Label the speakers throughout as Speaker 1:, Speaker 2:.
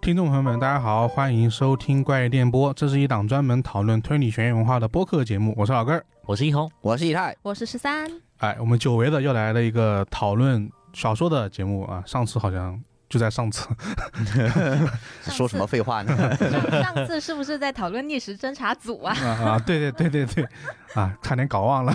Speaker 1: 听众朋友们，大家好，欢迎收听怪异电波，这是一档专门讨论推理悬疑文化的播客节目，我是老根儿。
Speaker 2: 我是一红，
Speaker 3: 我是以太，
Speaker 4: 我是十三，
Speaker 1: 哎，我们久违的又来了一个讨论小说的节目啊，上次好像就在上次，
Speaker 3: 说什么废 话呢？
Speaker 4: 上次是不是在讨论逆时侦查组啊？
Speaker 1: 啊啊， 对对对对对，啊，差点搞忘了。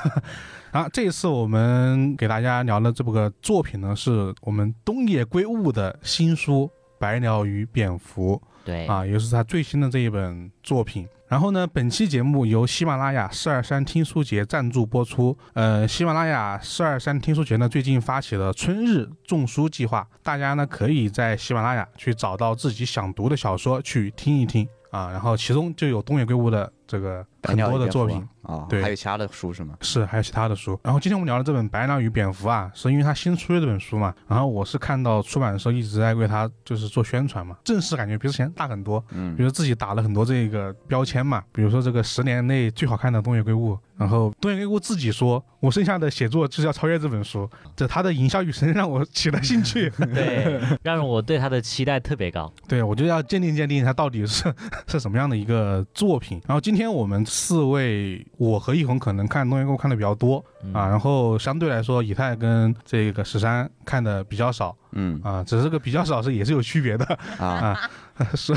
Speaker 1: 啊，这一次我们给大家聊的这部个作品呢，是我们东野圭吾的新书《白鸟与蝙蝠
Speaker 2: 对》，
Speaker 1: 啊，也是他最新的这一本作品。然后呢，本期节目由喜马拉雅四二三听书节赞助播出。呃，喜马拉雅四二三听书节呢，最近发起了春日种书计划，大家呢可以在喜马拉雅去找到自己想读的小说去听一听啊。然后其中就有东野圭吾的这个很多的作品，
Speaker 3: 啊，
Speaker 1: 对
Speaker 3: 还有其他的书是吗？
Speaker 1: 是，还有其他的书。然后今天我们聊的这本《白鸟与蝙蝠》啊，是因为它新出的这本书嘛。然后我是看到出版社一直在为它就是做宣传嘛，正式感觉比之前大很多。
Speaker 3: 嗯
Speaker 1: 比如自己打了很多这个标签嘛，比如说这个十年内最好看的东野圭吾。然后东野圭吾自己说，我剩下的写作就是要超越这本书。这他的营销与神让我起了兴趣。
Speaker 2: 对，让我对他的期待特别高。
Speaker 1: 对，我就要鉴定鉴定它到底是是什么样的一个作品。然后今天我们四位，我和一红可能看东野圭吾看的比较多
Speaker 2: 嗯
Speaker 1: 啊，然后相对来说，以太跟这个十三看的比较少
Speaker 3: 嗯
Speaker 1: 啊，只是这个比较少是也是有区别的，
Speaker 3: 啊，
Speaker 1: 是。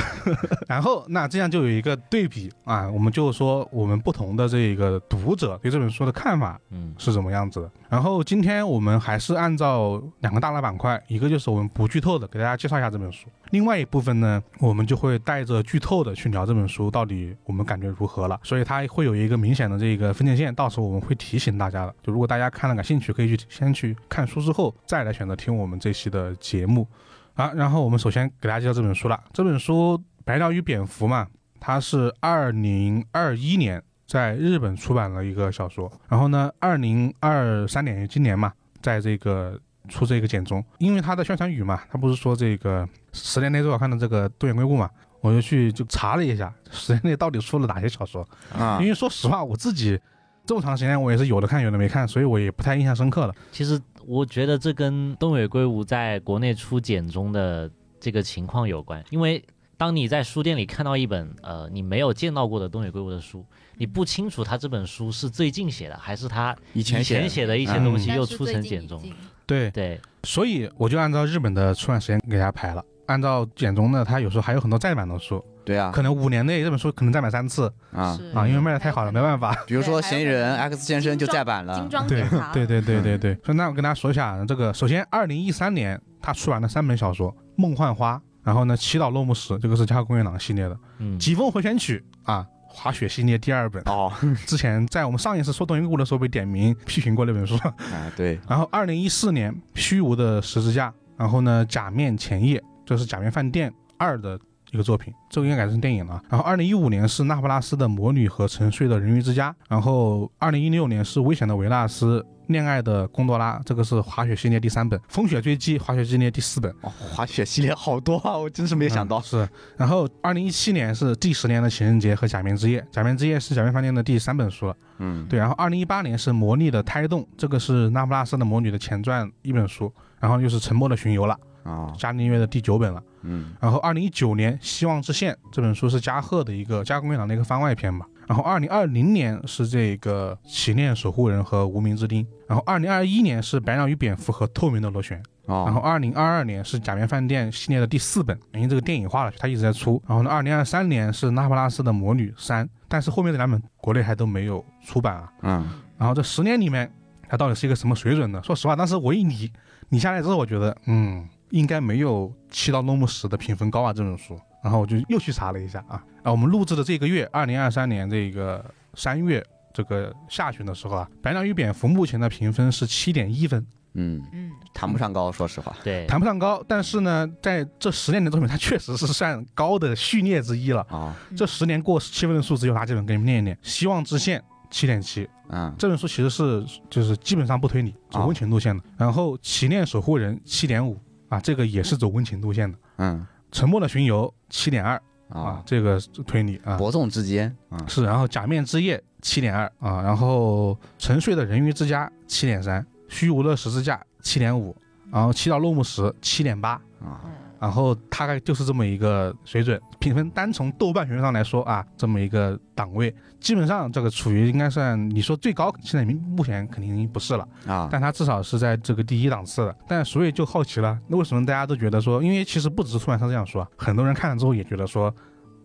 Speaker 1: 然后那这样就有一个对比啊，我们就说我们不同的这个读者对这本书的看法
Speaker 2: 嗯，
Speaker 1: 是怎么样子的。然后今天我们还是按照两个大的板块，一个就是我们不剧透的给大家介绍一下这本书，另外一部分呢，我们就会带着剧透的去聊这本书到底我们感觉如何了。所以它会有一个明显的这个分界线，到时候我们会提醒大家的。就如果大家看了感兴趣，可以去先去看书之后再来选择听我们这期的节目。啊，然后我们首先给大家介绍这本书了。这本书《白鸟与蝙蝠》嘛，它是二零二一年在日本出版了一个小说，然后呢，二零二三年也今年嘛，在这个出这个简中，因为它的宣传语嘛，它不是说这个十年内最好看的这个东野圭吾嘛，我就去就查了一下，十年内到底出了哪些小说，
Speaker 3: 啊
Speaker 1: 嗯因为说实话，我自己。这么长时间，我也是有的看，有的没看，所以我也不太印象深刻了。
Speaker 2: 其实我觉得这跟东野圭吾在国内出简中的这个情况有关，因为当你在书店里看到一本呃你没有见到过的东野圭吾的书，你不清楚他这本书是最近写的还是他
Speaker 3: 以前
Speaker 2: 以前写的一些
Speaker 3: 嗯
Speaker 2: 东西
Speaker 4: 但
Speaker 2: 又
Speaker 4: 是
Speaker 2: 出
Speaker 4: 最
Speaker 2: 成
Speaker 4: 近
Speaker 2: 简
Speaker 4: 已
Speaker 2: 中。
Speaker 4: 经
Speaker 1: 对，
Speaker 2: 对，
Speaker 1: 所以我就按照日本的出版时间给大家排了。按照简中呢，它有时候还有很多再版的书，
Speaker 3: 对啊
Speaker 1: 可能五年内这本书可能再版三次
Speaker 3: 啊，
Speaker 5: 嗯
Speaker 4: 是嗯
Speaker 1: 啊，因为卖的太好了，没办法。
Speaker 3: 比如说
Speaker 4: 对还有
Speaker 3: 嫌疑人
Speaker 4: 那个
Speaker 3: X 先生就再版
Speaker 4: 精
Speaker 3: 了，
Speaker 4: 装
Speaker 1: 对
Speaker 4: 检查，
Speaker 1: 对对对对对，所以那我跟大家说一下，这个首先，二零一三年他出版了三本小说，《梦幻花》，然后呢，《祈祷落幕时》，这个是加贺恭一郎系列的，
Speaker 2: 嗯
Speaker 1: 《疾风回旋曲》啊，滑雪系列第二本，
Speaker 3: 哦，
Speaker 1: 之前在我们上一次说东野圭吾的时候被点名批评过那本书。
Speaker 3: 啊对，
Speaker 1: 然后二零一四年《虚无的十字架》，然后呢《假面前夜》，这是《假面饭店二》的一个作品，这个应该改成电影了。然后二零一五年是那不拉斯的《魔女》和《沉睡的人鱼之家》，然后二零一六年是《危险的维纳斯》。恋爱的贡多拉，这个是滑雪系列第三本；风雪追击，滑雪系列第四本。
Speaker 3: 哦滑雪系列好多啊，我真是没想到
Speaker 1: 嗯，是。然后，二零一七年是第十年的情人节和假面之夜，假面之夜是假面饭店的第三本书了。
Speaker 3: 嗯，
Speaker 1: 对，然后二零一八年是《魔力的胎动》，这个是那不拉斯的魔女的前传一本书，然后又是《沉默的巡游》了，
Speaker 3: 啊，
Speaker 1: 加音乐的第九本了。
Speaker 3: 嗯
Speaker 1: 然后二零一九年《希望之线》这本书是加贺的一个加贺恭一郎的一个番外篇吧。然后二零二零年是这个《祈念守护人》和《无名之钉》，然后二零二一年是《白鸟与蝙蝠》和《透明的螺旋》。然后
Speaker 3: 哦，
Speaker 1: 二零二二年是《假面饭店》系列的第四本，因为这个电影化了，它一直在出。然后呢，二零二三年是《那不拉斯的魔女三》，但是后面这两本国内还都没有出版啊。
Speaker 3: 嗯
Speaker 1: 然后这十年里面，它到底是一个什么水准呢？说实话，当时我一理理下来之后，我觉得，嗯，应该没有《七到落幕时》的评分高啊这本书。然后我就又去查了一下啊，啊，我们录制的这个月，二零二三年这个三月这个下旬的时候啊，《白鸟与蝙蝠》目前的评分是七点一分，
Speaker 3: 嗯，
Speaker 4: 嗯，
Speaker 3: 谈不上高，说实话，
Speaker 2: 对，
Speaker 1: 谈不上高，但是呢，在这十年的作品，它确实是算高的序列之一了。
Speaker 3: 啊，
Speaker 4: 嗯
Speaker 1: 这十年过七分的数字有哪几本？给你们念一念，《希望之线》七点七，
Speaker 3: 嗯
Speaker 1: 这本书其实是就是基本上不推理，走温情路线的。然后《祈念守护人》七点五啊，这个也是走温情路线的。
Speaker 3: 嗯
Speaker 1: 沉默的巡游七点二啊
Speaker 3: 啊，，
Speaker 1: 这个是推理啊
Speaker 3: 伯仲之间啊，
Speaker 1: 是。然后假面之夜七点二啊，然后沉睡的人鱼之家七点三，虚无的十字架七点五，然后祈祷落幕时七点八。
Speaker 3: 啊，
Speaker 1: 然后大概就是这么一个水准，评分单从豆瓣学上来说啊，这么一个档位，基本上这个处于应该算你说最高，现在目前肯定不是了。
Speaker 3: 啊，
Speaker 1: 但它至少是在这个第一档次的。但所以就好奇了，那为什么大家都觉得说，因为其实不只是突然上这样说，很多人看了之后也觉得说，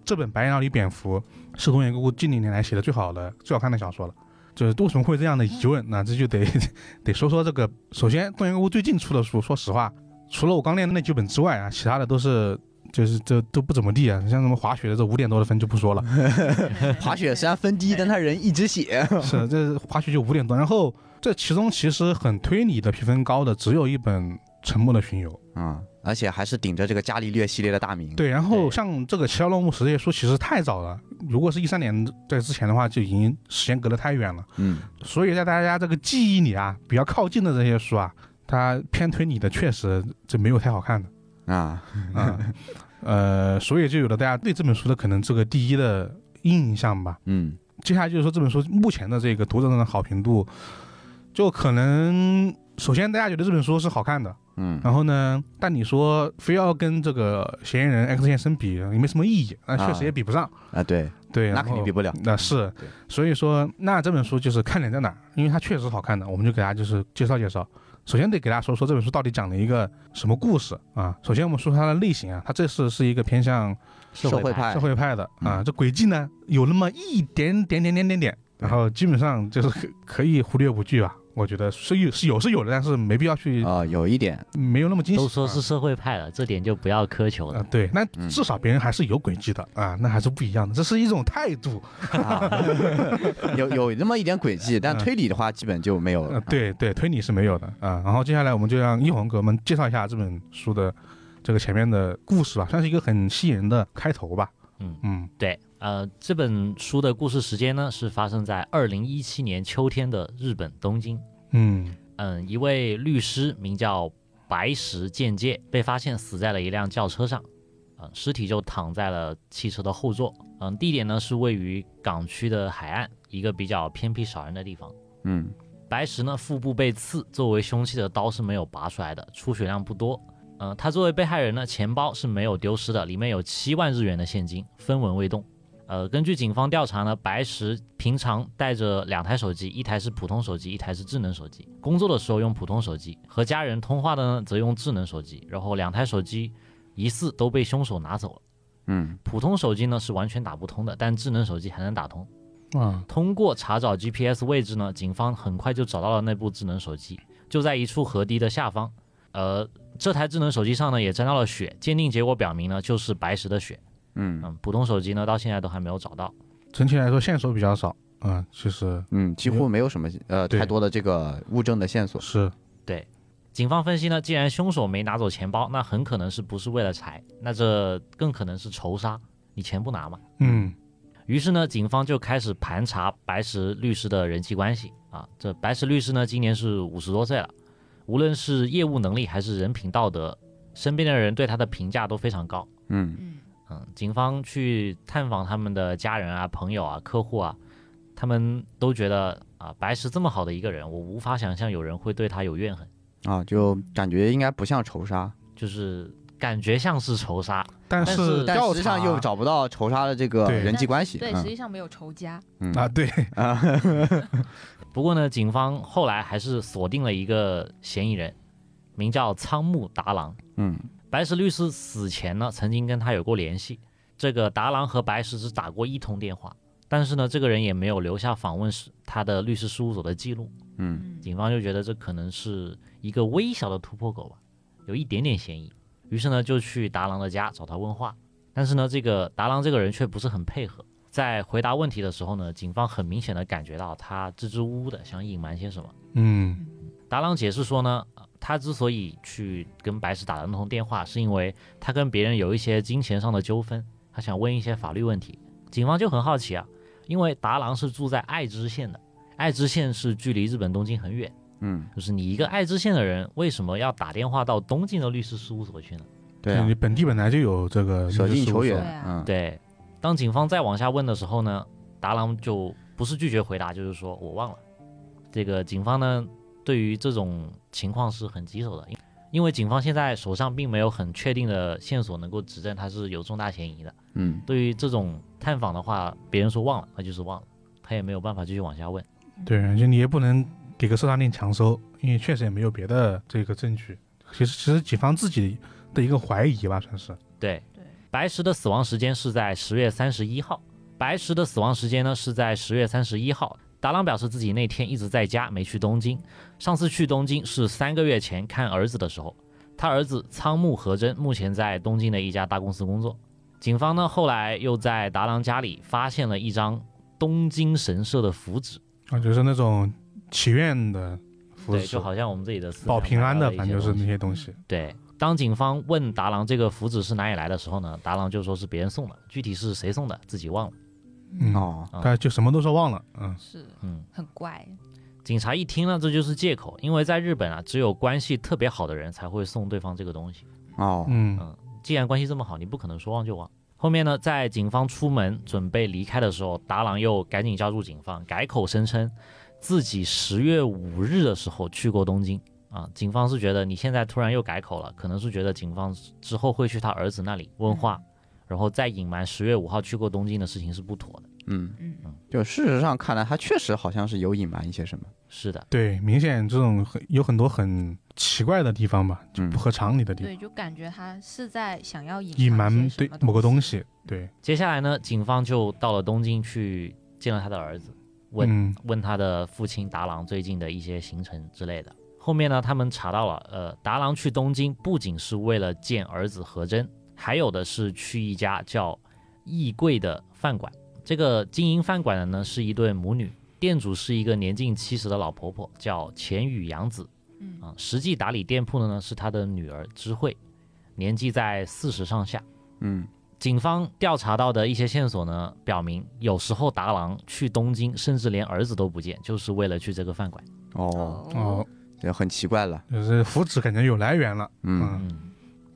Speaker 1: 这本《白眼狼与蝙蝠》是东野圭吾近几年来写的最好的、最好看的小说了。就是为什么会这样的疑问？那这就得得说说这个。首先，东野圭吾最近出的书，说实话，除了我刚练的那几本之外啊，其他的都是就是这都不怎么地啊。像什么滑雪的这五点多的分就不说了，
Speaker 3: 滑雪虽然分低，但他人一直写。
Speaker 1: 是，这滑雪就五点多。然后这其中其实很推理的评分高的只有一本《沉默的巡游》。
Speaker 3: 啊，而且还是顶着这个伽利略系列的大名。，
Speaker 1: 对，然后
Speaker 2: 对
Speaker 1: 像这个《七号落幕时》这些书其实太早了，如果是一三年在之前的话，就已经时间隔得太远了。
Speaker 3: 嗯，
Speaker 1: 所以在大家这个记忆里啊，比较靠近的这些书啊，它偏推理的确实这没有太好看的
Speaker 3: 啊，
Speaker 1: 啊、呃，所以就有了大家对这本书的可能这个第一的印象吧。
Speaker 3: 嗯，
Speaker 1: 接下来就是说这本书目前的这个读者上的好评度，就可能首先大家觉得这本书是好看的，
Speaker 3: 嗯，
Speaker 1: 然后呢，但你说非要跟这个嫌疑人 X 先生比，也没什么意义，那确
Speaker 3: 啊
Speaker 1: 实也比不上。
Speaker 3: 啊，对，
Speaker 1: 对，
Speaker 3: 那
Speaker 1: 然
Speaker 3: 肯定
Speaker 1: 后嗯
Speaker 3: 比不了。
Speaker 1: 那是
Speaker 3: 对，
Speaker 1: 所以说那这本书就是看点在哪儿，因为它确实好看的，我们就给大家就是介绍介绍。首先得给大家说说这本书到底讲了一个什么故事啊？首先我们说它的类型啊，它这次是一个偏向
Speaker 2: 社
Speaker 3: 社会派
Speaker 1: 社会派的
Speaker 3: 嗯
Speaker 1: 啊，这轨迹呢有那么一点点点点点点，然后基本上就是可可以忽略不计吧。我觉得是有是有是有的，但是没必要去，
Speaker 3: 啊，有 一点，
Speaker 1: 没有那么惊喜。
Speaker 2: 都说
Speaker 1: 啊
Speaker 2: 是社会派了，这点就不要苛求
Speaker 1: 啊
Speaker 2: 了。，
Speaker 1: 对，那
Speaker 3: 嗯
Speaker 1: 至少别人还是有轨迹的啊，那还是不一样的，这是一种态度。
Speaker 3: 啊有有那么一点轨迹，但推理的话基本就没有了
Speaker 1: 嗯呃，。对对，推理是没有的啊。然后接下来我们就让一红给我们介绍一下这本书的这个前面的故事吧，算是一个很吸引人的开头吧。
Speaker 2: 嗯
Speaker 1: 嗯
Speaker 2: 对，呃，这本书的故事时间呢是发生在二零一七年秋天的日本东京。
Speaker 1: 嗯
Speaker 2: 嗯，一位律师名叫白石健介，被发现死在了一辆轿车上，嗯，尸体就躺在了汽车的后座。嗯，地点呢是位于港区的海岸，一个比较偏僻少人的地方。
Speaker 3: 嗯，
Speaker 2: 白石呢腹部被刺，作为凶器的刀是没有拔出来的，出血量不多。嗯、他作为被害人呢，钱包是没有丢失的，里面有七万日元的现金，分文未动。呃，根据警方调查呢，白石平常带着两台手机，一台是普通手机，一台是智能手机。工作的时候用普通手机，和家人通话的呢则用智能手机。然后两台手机疑似都被凶手拿走了。
Speaker 3: 嗯，
Speaker 2: 普通手机呢是完全打不通的，但智能手机还能打通。
Speaker 1: 啊
Speaker 3: 嗯
Speaker 2: 通过查找 GPS 位置呢，警方很快就找到了那部智能手机，就在一处河堤的下方。呃，这台智能手机上呢也沾到了血，鉴定结果表明呢就是白石的血。
Speaker 3: 嗯
Speaker 2: 嗯，普通手机呢到现在都还没有找到。
Speaker 1: 整体来说线索比较少啊，其实
Speaker 3: 嗯，几乎没有什么呃
Speaker 1: 对
Speaker 3: 太多的这个物证的线索。
Speaker 1: 是
Speaker 2: 警方分析呢，既然凶手没拿走钱包，那很可能是不是为了财，那这更可能是仇杀，你钱不拿嘛。
Speaker 1: 嗯
Speaker 2: 于是呢，警方就开始盘查白石律师的人际关系啊。这白石律师呢，今年是五十多岁了，无论是业务能力还是人品道德，身边的人对他的评价都非常高。
Speaker 3: 嗯
Speaker 2: 嗯，警方去探访他们的家人啊、朋友啊、客户啊，他们都觉得啊，白石这么好的一个人，我无法想象有人会对他有怨恨，
Speaker 3: 啊，就感觉应该不像仇杀，
Speaker 2: 就是感觉像是仇杀，
Speaker 1: 但是
Speaker 2: 但是
Speaker 3: 但
Speaker 1: 调
Speaker 3: 实际上
Speaker 1: 查
Speaker 3: 又找不到仇杀的这个
Speaker 1: 对
Speaker 3: 人际关系。
Speaker 4: 对，
Speaker 3: 嗯
Speaker 4: 实际上没有仇家，
Speaker 3: 嗯
Speaker 1: 啊，对，
Speaker 2: 不过呢，警方后来还是锁定了一个嫌疑人，名叫仓木达郎。
Speaker 3: 嗯，
Speaker 2: 白石律师死前呢，曾经跟他有过联系。这个达郎和白石只打过一通电话，但是呢，这个人也没有留下访问时他的律师事务所的记录。
Speaker 3: 嗯
Speaker 4: 嗯，
Speaker 2: 警方就觉得这可能是一个微小的突破口吧，有一点点嫌疑。于是呢，就去达郎的家找他问话。但是呢，这个达郎这个人却不是很配合，在回答问题的时候呢，警方很明显的感觉到他支支吾吾的，想隐瞒些什么。
Speaker 1: 嗯
Speaker 2: 达郎解释说呢，呃他之所以去跟白石打了那通电话，是因为他跟别人有一些金钱上的纠纷，他想问一些法律问题。警方就很好奇啊，因为达郎是住在爱知县的，爱知县是距离日本东京很远，
Speaker 3: 嗯，
Speaker 2: 就是你一个爱知县的人，为什么要打电话到东京的律师事务所去呢？
Speaker 3: 对啊
Speaker 1: 你，本地本来就有这个
Speaker 3: 舍近求
Speaker 4: 对
Speaker 3: 远
Speaker 4: 啊。
Speaker 3: 嗯，
Speaker 2: 对，当警方再往下问的时候呢，达郎就不是拒绝回答，就是说我忘了。这个警方呢，对于这种情况是很棘手的，因因为警方现在手上并没有很确定的线索能够指证他是有重大嫌疑的。
Speaker 3: 嗯，
Speaker 2: 对于这种探访的话，别人说忘了，那就是忘了，他也没有办法继续往下问。
Speaker 1: 对，而且你也不能给个搜查令强搜，因为确实也没有别的这个证据。其实，其实警方自己的一个怀疑吧，算是。
Speaker 2: 对，
Speaker 4: 对，
Speaker 2: 白石的死亡时间是在十月三十一号。白石的死亡时间呢是在十月三十一号。达朗表示自己那天一直在家，没去东京。上次去东京是三个月前看儿子的时候。他儿子仓木和真目前在东京的一家大公司工作。警方呢后来又在达郎家里发现了一张东京神社的符纸，
Speaker 1: 啊，就是那种祈愿的服
Speaker 2: 对，
Speaker 1: 饰
Speaker 2: 就，好像我们自己的寺
Speaker 1: 保
Speaker 2: 庙
Speaker 1: 平
Speaker 2: 买
Speaker 1: 安
Speaker 2: 到
Speaker 1: 的，
Speaker 2: 一
Speaker 1: 反
Speaker 2: 些
Speaker 1: 正就是
Speaker 2: 东西
Speaker 1: 那些东西。
Speaker 2: 对，当警方问达郎这个符纸是哪里来的时候呢，达郎就说是别人送的，具体是谁送的自己忘了。
Speaker 1: 嗯，
Speaker 3: 哦，
Speaker 2: 啊
Speaker 1: 但就什么都说忘了。嗯，
Speaker 4: 是
Speaker 2: 嗯，
Speaker 4: 很怪，
Speaker 2: 警察一听呢，这就是借口，因为在日本啊，只有关系特别好的人才会送对方这个东西。
Speaker 3: 哦，
Speaker 1: 嗯，
Speaker 2: 既然关系这么好，你不可能说忘就忘。后面呢，在警方出门准备离开的时候，达郎又赶紧叫住警方，改口声称自己十月五日的时候去过东京啊。警方是觉得你现在突然又改口了，可能是觉得警方之后会去他儿子那里问话，然后再隐瞒十月五号去过东京的事情是不妥的。
Speaker 3: 嗯，
Speaker 4: 嗯，
Speaker 3: 就事实上看来，他确实好像是有隐瞒一些什么。
Speaker 2: 是的，
Speaker 1: 对，明显这种很有很多很奇怪的地方吧，
Speaker 3: 嗯
Speaker 1: 不合常理的地方，
Speaker 4: 对，就感觉他是在想要隐
Speaker 1: 隐瞒
Speaker 4: 些什
Speaker 1: 对
Speaker 4: 么
Speaker 1: 某个
Speaker 4: 东
Speaker 1: 东
Speaker 4: 西，
Speaker 1: 西。对，
Speaker 2: 接下来呢，警方就到了东京去见了他的儿子，问
Speaker 1: 嗯，
Speaker 2: 问他的父亲达郎最近的一些行程之类的。后面呢，他们查到了，呃，达郎去东京不仅是为了见儿子和真，还有的是去一家叫易贵的饭馆。这个经营饭馆的呢是一对母女，店主是一个年近七十的老婆婆，叫浅羽洋子。
Speaker 4: 嗯
Speaker 2: 啊，实际打理店铺的呢是她的女儿知惠，年纪在四十上下。
Speaker 3: 嗯，
Speaker 2: 警方调查到的一些线索呢，表明有时候达郎去东京，甚至连儿子都不见，就是为了去这个饭馆。
Speaker 3: 哦，
Speaker 1: 哦，，
Speaker 3: 这很奇怪了。
Speaker 1: 就是符纸感觉有来源了。
Speaker 3: 嗯，
Speaker 2: 嗯，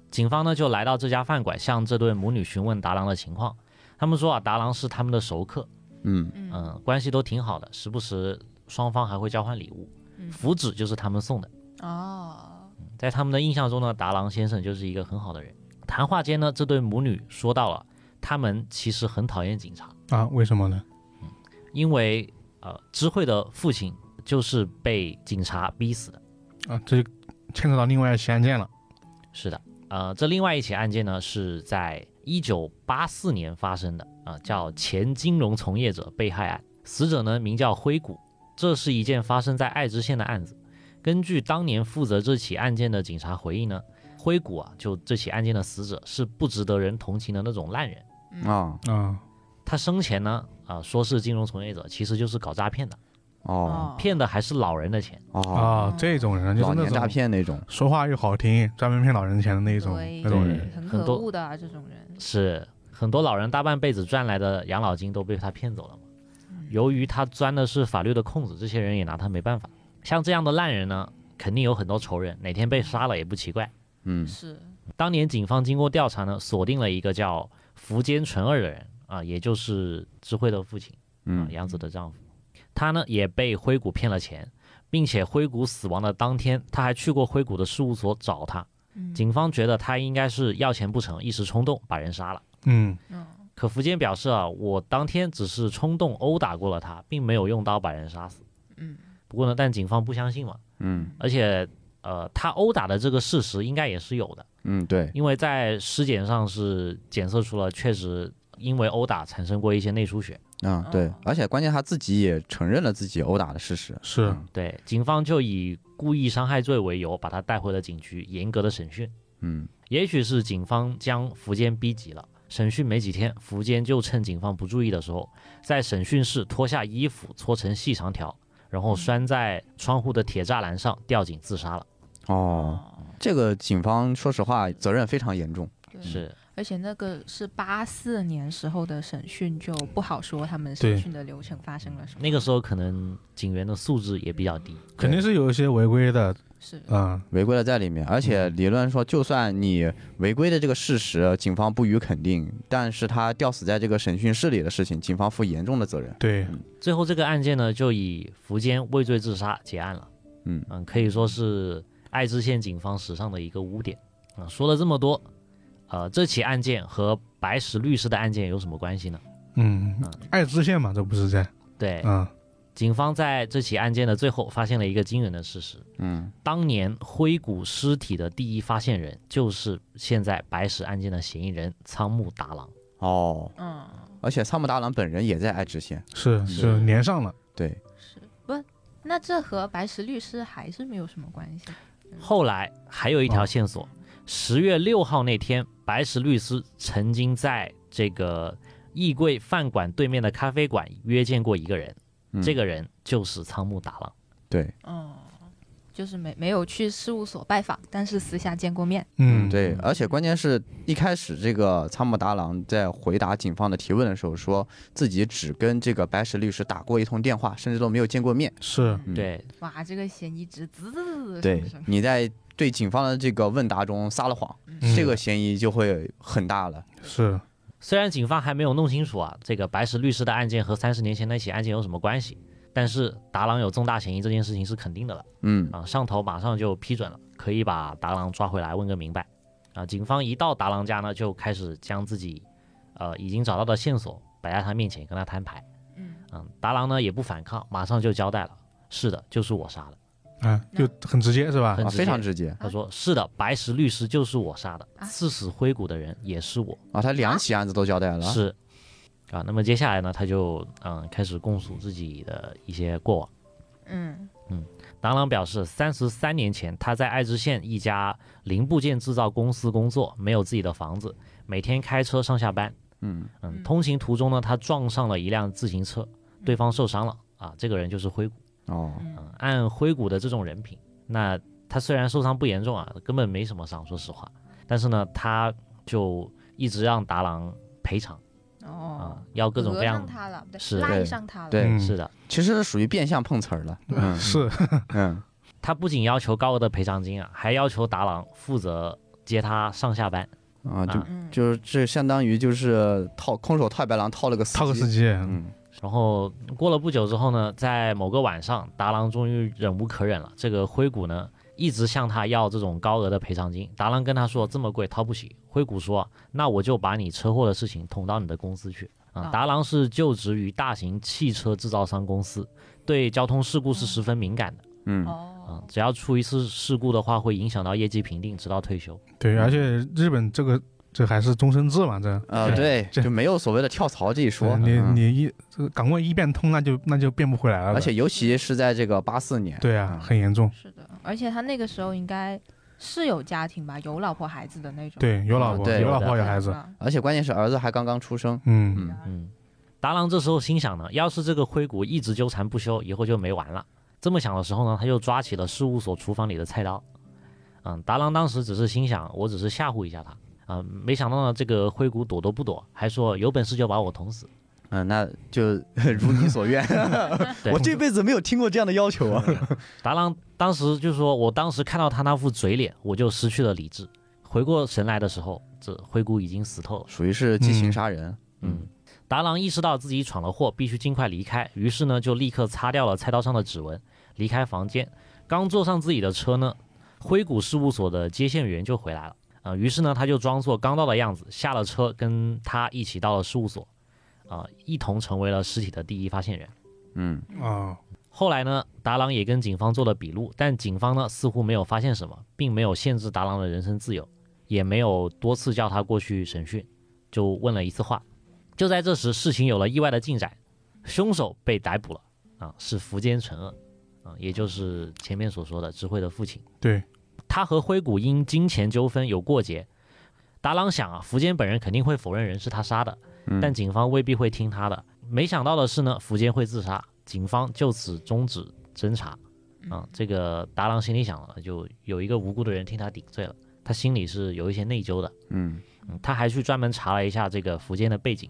Speaker 2: 警方呢就来到这家饭馆，向这对母女询问达郎的情况。他们说啊，达郎是他们的熟客，
Speaker 3: 嗯，
Speaker 4: 嗯
Speaker 2: 嗯，关系都挺好的，时不时双方还会交换礼物，
Speaker 4: 嗯
Speaker 2: 符纸就是他们送的。
Speaker 4: 哦，
Speaker 2: 在他们的印象中呢，达郎先生就是一个很好的人。谈话间呢，这对母女说到了，他们其实很讨厌警察，
Speaker 1: 啊，为什么呢？
Speaker 2: 因为呃，知慧的父亲就是被警察逼死的。
Speaker 1: 啊，这就牵扯到另外一起案件了。
Speaker 2: 是的，呃，这另外一起案件呢是在一九八四年发生的啊、叫前金融从业者被害案，死者呢名叫灰谷，这是一件发生在爱知县的案子。根据当年负责这起案件的警察回忆呢，灰谷啊，就这起案件的死者是不值得人同情的那种烂人。
Speaker 3: 哦，
Speaker 1: 啊，
Speaker 2: 他生前呢，啊、说是金融从业者，其实就是搞诈骗的，啊
Speaker 3: 哦，
Speaker 2: 骗的还是老人的钱。
Speaker 3: 哦，
Speaker 1: 啊，这种人就是
Speaker 3: 老
Speaker 1: 那
Speaker 3: 年诈
Speaker 1: 种骗，
Speaker 3: 骗那种。
Speaker 1: 说话又好听，专门骗老人钱的那一种
Speaker 4: 对
Speaker 1: 那种
Speaker 2: 对
Speaker 1: 人。
Speaker 4: 很
Speaker 2: 很
Speaker 4: 可
Speaker 2: 多
Speaker 4: 恶的啊，这种人，
Speaker 2: 是很多老人大半辈子赚来的养老金都被他骗走了嘛。由于他钻的是法律的空子，这些人也拿他没办法。像这样的烂人呢，肯定有很多仇人，哪天被杀了也不奇怪。
Speaker 3: 嗯，
Speaker 4: 是，
Speaker 2: 当年警方经过调查呢，锁定了一个叫福间纯二的人啊、也就是知慧的父亲。嗯，
Speaker 3: 嗯，
Speaker 2: 杨子的丈夫，他呢也被灰谷骗了钱，并且灰谷死亡的当天，他还去过灰谷的事务所找他。
Speaker 4: 嗯
Speaker 2: 警方觉得他应该是要钱不成，一时冲动把人杀了。
Speaker 1: 嗯，
Speaker 4: 嗯
Speaker 2: 可福建表示啊，我当天只是冲动殴打过了他，并没有用刀把人杀死。
Speaker 4: 嗯，
Speaker 2: 不过呢，但警方不相信嘛，
Speaker 3: 嗯，
Speaker 2: 而且呃，他殴打的这个事实应该也是有的，
Speaker 3: 嗯，对，
Speaker 2: 因为在尸检上是检测出了确实因为殴打产生过一些内出血。
Speaker 3: 嗯，对
Speaker 4: 哦，
Speaker 3: 而且关键他自己也承认了自己殴打的事实。
Speaker 1: 是
Speaker 3: 嗯
Speaker 2: 对，警方就以故意伤害罪为由，把他带回了警局，严格的审讯。
Speaker 3: 嗯，
Speaker 2: 也许是警方将福坚逼急了，审讯没几天，福坚就趁警方不注意的时候，在审讯室脱下衣服搓成细长条，然后拴在窗户的铁栅栏上吊颈自杀了。
Speaker 3: 哦，，这个警方说实话责任非常严重。
Speaker 5: 嗯
Speaker 4: 对，
Speaker 2: 是
Speaker 4: 而且那个是八四年时候的审讯，就不好说他们
Speaker 1: 对
Speaker 4: 审讯的流程发生了什么。
Speaker 2: 那个时候可能警员的素质也比较低。
Speaker 1: 肯定是有一些违规的，
Speaker 4: 是，
Speaker 1: 嗯，
Speaker 3: 违规了在里面，而且理论说，就算你违规的这个事实，警方不予肯定，但是他吊死在这个审讯室里的事情，警方负严重的责任。
Speaker 1: 对，
Speaker 2: 最后这个案件呢，就以福坚畏罪自杀结案了。
Speaker 3: 嗯
Speaker 2: 嗯，可以说是爱知县警方史上的一个污点啊、说了这么多，呃，这起案件和白石律师的案件有什么关系呢？
Speaker 1: 嗯，爱知县嘛，这不是在
Speaker 2: 对，
Speaker 1: 嗯
Speaker 2: 警方在这起案件的最后发现了一个惊人的事实：
Speaker 3: 嗯，
Speaker 2: 当年灰谷尸体的第一发现人就是现在白石案件的嫌疑人仓木达郎。
Speaker 3: 哦，
Speaker 4: 嗯，
Speaker 3: 而且仓木达郎本人也在爱知县，
Speaker 1: 是是连上了。嗯
Speaker 3: 对，
Speaker 4: 是不？那这和白石律师还是没有什么关系。
Speaker 2: 后来还有一条
Speaker 1: 哦
Speaker 2: 线索，十月六号那天，白石律师曾经在这个易贵饭馆对面的咖啡馆约见过一个人，
Speaker 3: 嗯
Speaker 2: 这个人就是仓木达郎。
Speaker 3: 对，
Speaker 4: 嗯，就是没没有去事务所拜访，但是私下见过面。
Speaker 1: 嗯，
Speaker 3: 对，而且关键是一开始这个仓木达郎在回答警方的提问的时候，说自己只跟这个白石律师打过一通电话，甚至都没有见过面。
Speaker 1: 是
Speaker 3: 嗯，
Speaker 2: 对，
Speaker 4: 哇，这个嫌疑值滋滋滋滋
Speaker 3: 对
Speaker 4: 上升，
Speaker 3: 你在对警方的这个问答中撒了谎，
Speaker 1: 嗯
Speaker 3: 这个嫌疑就会很大了。
Speaker 1: 是啊
Speaker 2: 虽然警方还没有弄清楚啊，这个白石律师的案件和三十年前那起案件有什么关系，但是达郎有重大嫌疑这件事情是肯定的了
Speaker 3: 嗯
Speaker 2: 啊，上头马上就批准了，可以把达郎抓回来问个明白啊。警方一到达郎家呢，就开始将自己呃已经找到的线索摆在他面前，跟他摊牌。
Speaker 4: 嗯，
Speaker 2: 嗯，达郎呢也不反抗，马上就交代了，是的，就是我杀的。
Speaker 1: 啊，就很直接是吧
Speaker 2: 很？
Speaker 3: 啊，
Speaker 2: 直
Speaker 3: 非
Speaker 2: 接
Speaker 3: 常直接
Speaker 2: 他说是的，白石律师就是我杀的，
Speaker 4: 啊
Speaker 2: 刺死灰谷的人也是我。
Speaker 3: 啊，他两起案子都交代了。
Speaker 2: 是啊，那么接下来呢，他就嗯开始供述自己的一些过往。
Speaker 4: 嗯
Speaker 2: 郎朗表示，三十三年前他在爱知县一家零部件制造公司工作，没有自己的房子，每天开车上下班。
Speaker 3: 嗯
Speaker 2: 嗯，
Speaker 4: 嗯
Speaker 2: 通行途中呢，他撞上了一辆自行车，对方受伤了啊，这个人就是灰谷。
Speaker 3: 哦，
Speaker 2: 嗯
Speaker 4: 嗯，
Speaker 2: 按灰谷的这种人品，那他虽然受伤不严重啊，根本没什么伤，说实话，但是呢，他就一直让达郎赔偿啊
Speaker 4: 哦，，
Speaker 2: 要各种
Speaker 4: 讹
Speaker 2: 各样
Speaker 4: 上他了，对，
Speaker 2: 是
Speaker 4: 赖
Speaker 3: 对
Speaker 4: 上他了，
Speaker 3: 对
Speaker 1: 嗯
Speaker 2: 是的，
Speaker 3: 其实是属于变相碰瓷儿了。嗯
Speaker 1: 是，
Speaker 3: 嗯，
Speaker 2: 他不仅要求高额的赔偿金啊，还要求达郎负责接他上下班。
Speaker 3: 啊，就
Speaker 4: 嗯，
Speaker 3: 就是这相当于就是套空手套白狼套了个司
Speaker 1: 套个司
Speaker 3: 机。
Speaker 1: 机，
Speaker 3: 嗯
Speaker 2: 然后过了不久之后呢，在某个晚上，达郎终于忍无可忍了，这个灰谷呢一直向他要这种高额的赔偿金，达郎跟他说这么贵掏不起，灰谷说那我就把你车祸的事情捅到你的公司去。啊，
Speaker 4: 啊
Speaker 2: 达郎是就职于大型汽车制造商公司，对交通事故是十分敏感的。
Speaker 3: 嗯，
Speaker 2: 啊
Speaker 4: 哦，，
Speaker 2: 只要出一次事故的话，会影响到业绩评定，直到退休。
Speaker 1: 对，
Speaker 3: 嗯
Speaker 1: 而且日本这个这还是终身制嘛， 这
Speaker 3: 啊，对，就没有所谓的跳槽这一说。
Speaker 1: 嗯你
Speaker 3: 嗯
Speaker 1: 你一这个岗位一变通，那就那就变不回来了的。
Speaker 3: 而且尤其是在这个八四年，
Speaker 1: 对啊，很严重。
Speaker 4: 是的，而且他那个时候应该是有家庭吧，有老婆孩子的那种，
Speaker 1: 对，有老婆，
Speaker 3: 对
Speaker 1: 有老
Speaker 2: 有
Speaker 1: 婆，
Speaker 2: 的
Speaker 1: 有孩子。
Speaker 4: 吧
Speaker 3: 而且关键是儿子还刚刚出生。
Speaker 1: 嗯，
Speaker 3: 嗯
Speaker 2: 嗯，达郎这时候心想呢，要是这个灰谷一直纠缠不休，以后就没完了。这么想的时候呢，他就抓起了事务所厨房里的菜刀。嗯，达郎当时只是心想，我只是吓唬一下他啊、没想到呢，这个灰谷躲都不躲，还说有本事就把我捅死。
Speaker 3: 嗯，那就 如你所愿。
Speaker 2: 对
Speaker 3: 我这辈子没有听过这样的要求啊。
Speaker 2: 达郎当时就说，我当时看到他那副嘴脸，我就失去了理智。回过神来的时候，这灰谷已经死透了。
Speaker 3: 属于是激情杀人。
Speaker 2: 嗯，达郎意识到自己闯了祸，必须尽快离开，于是呢就立刻擦掉了菜刀上的指纹，离开房间。刚坐上自己的车呢，灰谷事务所的接线员就回来了。啊、于是呢他就装作刚到的样子，下了车，跟他一起到了事务所，啊、一同成为了尸体的第一发现人。
Speaker 3: 嗯
Speaker 1: 哦，
Speaker 2: 后来呢，达郎也跟警方做了笔录，但警方呢似乎没有发现什么，并没有限制达郎的人身自由，也没有多次叫他过去审讯，就问了一次话。就在这时，事情有了意外的进展，凶手被逮捕了啊，是福间诚二啊，也就是前面所说的智慧的父亲。
Speaker 1: 对，
Speaker 2: 他和灰谷因金钱纠纷有过节。达郎想啊，福间本人肯定会否认人是他杀的，但警方未必会听他的。没想到的是呢，福间会自杀，警方就此终止侦查。啊，这个达郎心里想了，就有一个无辜的人替他顶罪了，他心里是有一些内疚的。
Speaker 3: 嗯
Speaker 2: 嗯，他还去专门查了一下这个福建的背景，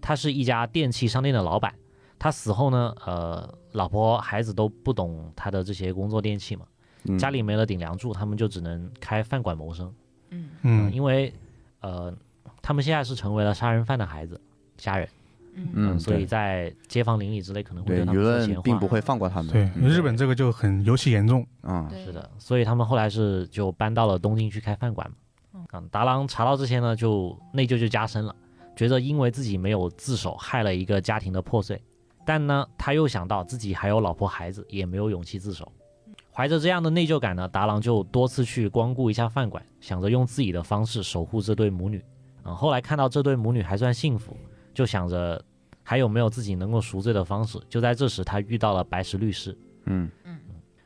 Speaker 2: 他是一家电器商店的老板。他死后呢，呃，老婆孩子都不懂他的这些工作电器嘛，
Speaker 3: 嗯，
Speaker 2: 家里没了顶梁柱，他们就只能开饭馆谋生。
Speaker 4: 嗯
Speaker 1: 嗯，
Speaker 2: 因为呃，他们现在是成为了杀人犯的孩子，家人。
Speaker 4: 嗯
Speaker 3: 嗯，
Speaker 2: 所以
Speaker 3: 对
Speaker 2: 在街坊邻里之类可能会
Speaker 3: 对
Speaker 2: 对他
Speaker 3: 舆
Speaker 2: 们说闲
Speaker 3: 论并
Speaker 2: 话。
Speaker 3: 不会放过他们。
Speaker 1: 对，
Speaker 3: 嗯
Speaker 1: 日本这个就很尤其严重。
Speaker 3: 嗯，
Speaker 4: 对
Speaker 2: 是的，所以他们后来是就搬到了东京去开饭馆嘛。嗯，达郎查到这些呢，就内疚就加深了，觉得因为自己没有自首，害了一个家庭的破碎。但呢，他又想到自己还有老婆孩子，也没有勇气自首。怀着这样的内疚感呢，达郎就多次去光顾一下饭馆，想着用自己的方式守护这对母女。嗯，后来看到这对母女还算幸福，就想着还有没有自己能够赎罪的方式。就在这时，他遇到了白石律师。
Speaker 3: 嗯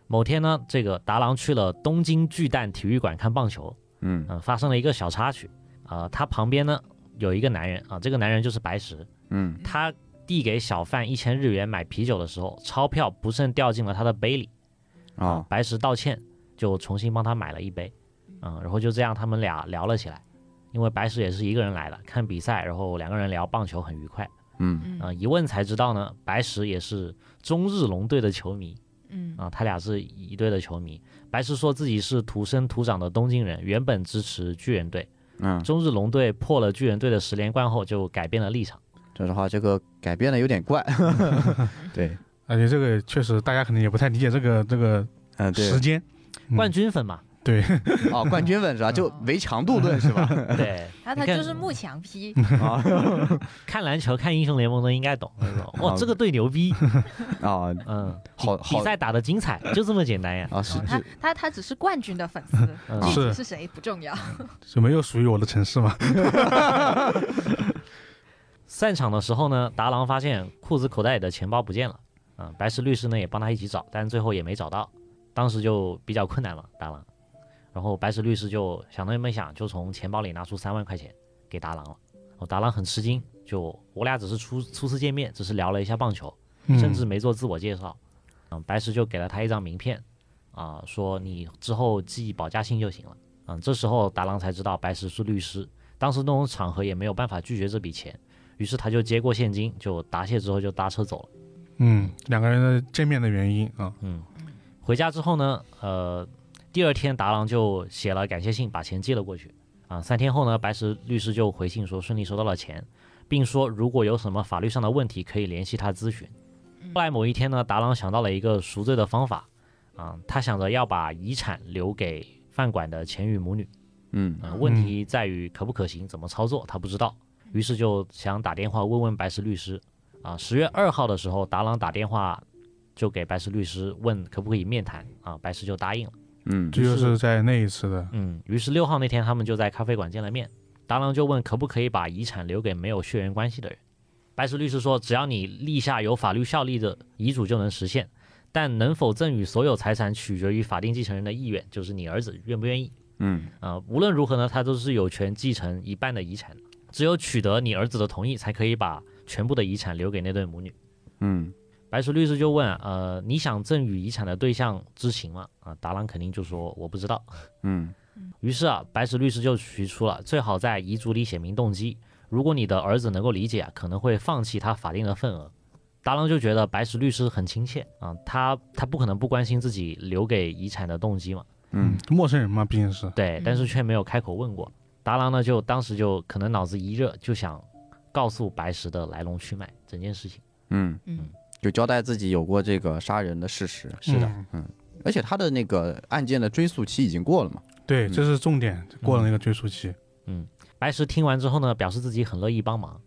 Speaker 2: 某天呢，这个达郎去了东京巨蛋体育馆看棒球，
Speaker 3: 嗯
Speaker 2: 嗯、发生了一个小插曲，呃，他旁边呢有一个男人啊、这个男人就是白石，
Speaker 3: 嗯
Speaker 2: 他递给小贩一千日元买啤酒的时候，钞票不慎掉进了他的杯里，
Speaker 3: 啊
Speaker 2: 白石道歉，就重新帮他买了一杯，嗯、然后就这样他们俩聊了起来，因为白石也是一个人来的，看比赛，然后两个人聊棒球很愉快，
Speaker 3: 嗯
Speaker 2: 啊、
Speaker 4: 嗯
Speaker 2: 一问才知道呢，白石也是中日龙队的球迷，
Speaker 4: 嗯
Speaker 2: 啊，他俩是一队的球迷。白石说自己是土生土长的东京人，原本支持巨人队，
Speaker 3: 嗯，
Speaker 2: 中日龙队破了巨人队的十连冠后就改变了立场。
Speaker 3: 这的话这个改变的有点怪。对，
Speaker 1: 而且这个确实大家可能也不太理解这个这个
Speaker 3: 嗯对
Speaker 1: 时，间。嗯
Speaker 2: 冠军粉 嘛，
Speaker 1: 对，
Speaker 3: 哦，冠军粉是吧？就
Speaker 2: 嗯
Speaker 3: 唯强度论是吧？
Speaker 2: 对，
Speaker 4: 然后他
Speaker 2: 你看
Speaker 4: 就是慕 强批，
Speaker 3: 啊
Speaker 2: 看篮球、看英雄联盟的应该懂。那种哇，这个队牛 逼，
Speaker 3: 啊
Speaker 2: 嗯，比
Speaker 3: 好
Speaker 2: 比
Speaker 3: 好
Speaker 2: 赛打得精彩，就这么简单 呀。
Speaker 3: 啊是
Speaker 4: 哦他
Speaker 3: 是
Speaker 4: 他他只是冠军的粉丝，
Speaker 2: 嗯
Speaker 4: 具体
Speaker 1: 是
Speaker 4: 是谁不重要。嗯
Speaker 1: 就没有属于我的城市嘛？
Speaker 2: 散场的时候呢，达郎发现裤子口袋里的钱包不见了，嗯，白石律师呢也帮他一起找，但最后也没找到，当时就比较困难了，达郎。然后白石律师就想都没想，就从钱包里拿出三万块钱给达郎了。哦，达郎很吃惊，就我俩只是初初次见面，只是聊了一下棒球，
Speaker 1: 嗯
Speaker 2: 甚至没做自我介绍。嗯，白石就给了他一张名片，啊、说你之后寄保价信就行了。嗯，这时候达郎才知道白石是律师，当时那种场合也没有办法拒绝这笔钱，于是他就接过现金，就答谢之后就搭车走了。
Speaker 1: 嗯，两个人的见面的原因啊，
Speaker 2: 嗯，回家之后呢，呃，第二天达郎就写了感谢信，把钱寄了过去。啊，三天后呢，白石律师就回信说顺利收到了钱，并说如果有什么法律上的问题可以联系他咨询。后来某一天呢，达郎想到了一个赎罪的方法，啊，他想着要把遗产留给饭馆的前与母女。
Speaker 3: 嗯
Speaker 2: 呃，问题在于可不可行，怎么操作，他不知道，于是就想打电话问问白石律师。啊，十月二号的时候，达郎打电话就给白石律师问可不可以面谈，啊，白石就答应了。
Speaker 3: 嗯
Speaker 1: 这就是在那一次的，
Speaker 2: 嗯，于是六号那天他们就在咖啡馆见了面，达郎就问可不可以把遗产留给没有血缘关系的人。白石律师说，只要你立下有法律效力的遗嘱就能实现，但能否赠与所有财产取决于法定继承人的意愿，就是你儿子愿不愿意。
Speaker 3: 嗯
Speaker 2: 呃，无论如何呢，他都是有权继承一半的遗产的，只有取得你儿子的同意，才可以把全部的遗产留给那对母女。
Speaker 3: 嗯
Speaker 2: 白石律师就问，呃，你想赠与遗产的对象知情吗？啊、达郎肯定就说我不知道。
Speaker 3: 嗯
Speaker 2: 于是啊，白石律师就提出了最好在遗嘱里写明动机。如果你的儿子能够理解啊，可能会放弃他法定的份额。达郎就觉得白石律师很亲切啊、他他不可能不关心自己留给遗产的动机嘛。
Speaker 3: 嗯，
Speaker 1: 陌生人嘛，毕竟是，
Speaker 2: 对，但是却没有开口问过。达郎呢，就当时就可能脑子一热，就想告诉白石的来龙去脉整件事情。
Speaker 3: 嗯
Speaker 4: 嗯
Speaker 3: 就交代自己有过这个杀人的事实，
Speaker 2: 是的，
Speaker 1: 嗯
Speaker 3: 而且他的那个案件的追诉期已经过了嘛。
Speaker 1: 对，这是重点，过了那个追溯期，
Speaker 2: 白石听完之后呢，表示自己很乐意帮忙，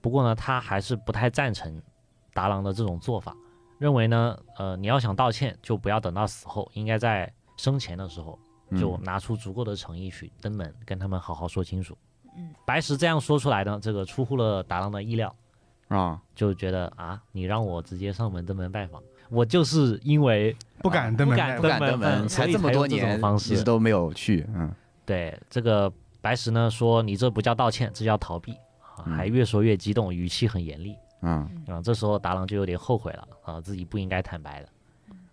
Speaker 2: 不过呢，他还是不太赞成达郎的这种做法，认为呢，呃，你要想道歉，就不要等到死后，应该在生前的时候
Speaker 3: 嗯
Speaker 2: 就拿出足够的诚意去登门跟他们好好说清楚。
Speaker 4: 嗯，
Speaker 2: 白石这样说出来呢，这个出乎了达郎的意料。
Speaker 3: 啊，
Speaker 2: 就觉得啊，你让我直接上门登门拜访，我就是因为
Speaker 1: 不敢登
Speaker 2: 不
Speaker 1: 门
Speaker 2: 敢
Speaker 1: 拜
Speaker 3: 不敢登门，
Speaker 2: 嗯
Speaker 3: 才
Speaker 2: 所以
Speaker 3: 这么
Speaker 2: 才
Speaker 3: 多
Speaker 2: 用这种
Speaker 3: 年
Speaker 2: 方
Speaker 3: 一直
Speaker 2: 式
Speaker 3: 都没有去。嗯
Speaker 2: 对这个白石呢说你这不叫道歉，这叫逃避，啊、还越说越激动，语气很严厉
Speaker 3: 嗯
Speaker 2: 啊。这时候达郎就有点后悔了啊，自己不应该坦白的，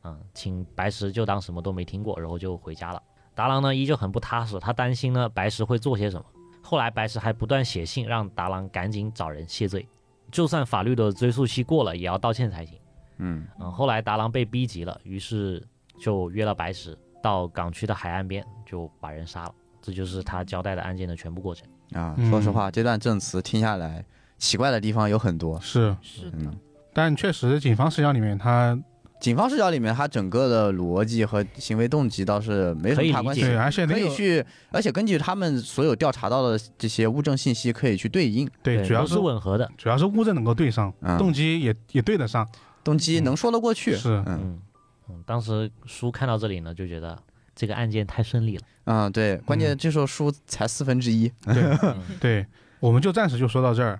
Speaker 2: 嗯、请白石就当什么都没听过，然后就回家了。达郎呢依旧很不踏实，他担心呢白石会做些什么。后来白石还不断写信让达郎赶紧找人谢罪，就算法律的追诉期过了，也要道歉才行。
Speaker 3: 嗯
Speaker 2: 嗯，后来达郎被逼急了，于是就约了白石到港区的海岸边，就把人杀了。这就是他交代的案件的全部过程。
Speaker 3: 啊，
Speaker 1: 嗯
Speaker 3: 说实话，这段证词听下来奇怪的地方有很多。
Speaker 1: 是，
Speaker 5: 是的
Speaker 3: 嗯，，
Speaker 1: 但确实警方视角里面他
Speaker 3: 警方视角里面，他整个的逻辑和行为动机倒是没什
Speaker 2: 可以理
Speaker 3: 么大关系
Speaker 2: 解
Speaker 1: 对，，而且
Speaker 3: 可
Speaker 1: 那
Speaker 3: 以
Speaker 1: 个
Speaker 3: 去，而且根据他们所有调查到的这些物证信息，可以去对应。
Speaker 1: 对，主要
Speaker 2: 都是吻合的。
Speaker 1: 主要是物证能够对上，
Speaker 3: 嗯
Speaker 1: 动机也也对得上，
Speaker 3: 动机能说得过去。
Speaker 1: 是
Speaker 3: 嗯
Speaker 2: 嗯嗯，当时书看到这里呢，就觉得这个案件太顺利了。
Speaker 3: 嗯，对，关键这时候书才四分之一。
Speaker 1: 对。我们就暂时就说到这儿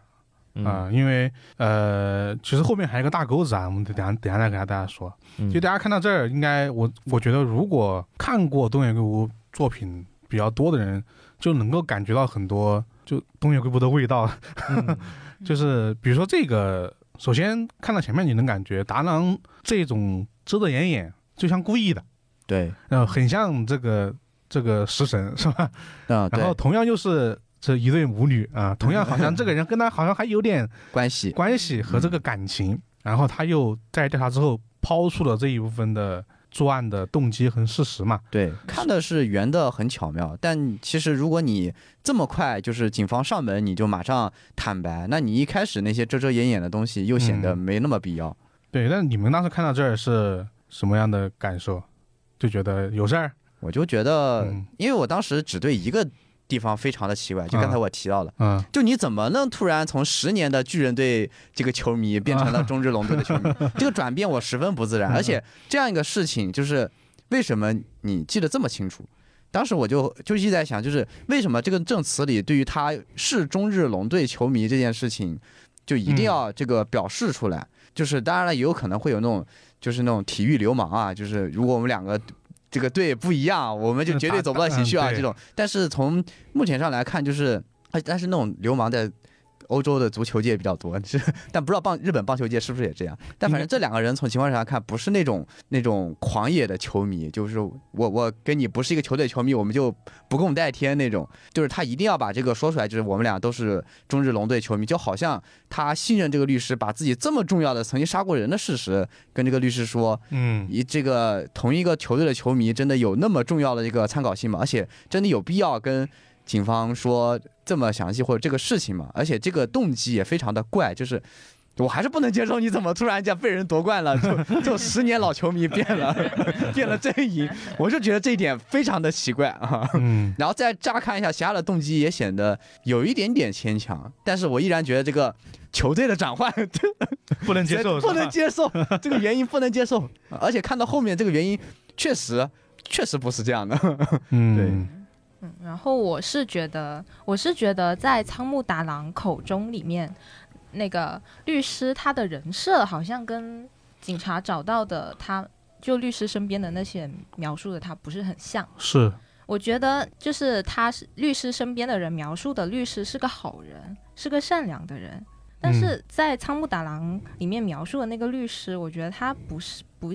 Speaker 2: 嗯
Speaker 1: 啊、因为呃，其实后面还有一个大钩子啊，我们等下等下再给大家说。
Speaker 2: 嗯
Speaker 1: 就大家看到这儿，应该我我觉得，如果看过东野圭吾作品比较多的人，就能够感觉到很多就东野圭吾的味道。
Speaker 2: 嗯
Speaker 1: 就是比如说这个，首先看到前面你能感觉达郎这种遮遮掩掩，就像故意的，
Speaker 3: 对，
Speaker 1: 然后呃很像这个这个食神是吧？
Speaker 3: 嗯，
Speaker 1: 然后
Speaker 3: 对，
Speaker 1: 同样又是。这一对母女啊，同样好像这个人跟他好像还有 点
Speaker 3: 关系。
Speaker 1: 关系和这
Speaker 3: 嗯
Speaker 1: 个感情，然后他又在调查之后抛出了这一部分的作案的动机和事实嘛，
Speaker 3: 对，看的是圆的很巧妙，但其实如果你这么快就是警方上门你就马上坦白，那你一开始那些遮遮掩掩的东西又显得
Speaker 1: 嗯
Speaker 3: 没那么必要。
Speaker 1: 对。但你们当时看到这儿是什么样的感受？就觉得有事儿，
Speaker 3: 我就觉得
Speaker 1: 嗯，
Speaker 3: 因为我当时只对一个地方非常的奇怪，就刚才我提到的，
Speaker 1: 嗯，
Speaker 3: 就你怎么能突然从十年的巨人队这个球迷变成了中日龙队的球迷？这个转变我十分不自然，而且这样一个事情，就是为什么你记得这么清楚？当时我就就一直在想，就是为什么这个证词里对于他是中日龙队球迷这件事情，就一定要这个表示出来？就是当然了，也有可能会有那种就是那种体育流氓啊，就是如果我们两个这个队不一样，我们就绝对走不到一起去啊
Speaker 1: 嗯
Speaker 3: 这种。但是从目前上来看，就是哎但是那种流氓在欧洲的足球界比较多，是但不知道棒日本棒球界是不是也这样。但反正这两个人从情况上看，不是那种 那种狂野的球迷，就是我我跟你不是一个球队球迷，我们就不共戴天那种。就是他一定要把这个说出来，就是我们俩都是中日龙队球迷，就好像他信任这个律师，把自己这么重要的曾经杀过人的事实跟这个律师说，
Speaker 1: 嗯，
Speaker 3: 一这个同一个球队的球迷真的有那么重要的一个参考性吗？而且真的有必要跟警方说这么详细或者这个事情吗？而且这个动机也非常的怪，就是。我还是不能接受，你怎么突然间被人夺冠了？就就十年老球迷变了， 变了阵营，我就觉得这一点非常的奇怪啊。
Speaker 1: 嗯，
Speaker 3: 然后再乍看一下其他的动机，也显得有一点点牵强，但是我依然觉得这个球队的转 换
Speaker 1: 不能接受，
Speaker 3: 不能接受这个原因，不能接受。而且看到后面这个原因，确实确实不是这样的。
Speaker 1: 受，嗯，
Speaker 3: 对
Speaker 5: 嗯，然后我是觉得，我是觉得在仓木达郎口中里面，那个律师他的人设好像跟警察找到的他，就律师身边的那些人描述的他不是很像。
Speaker 1: 是，
Speaker 5: 我觉得就是他是律师身边的人描述的律师是个好人，是个善良的人，但
Speaker 2: 嗯
Speaker 5: 是在仓木达郎里面描述的那个律师，我觉得他不是不，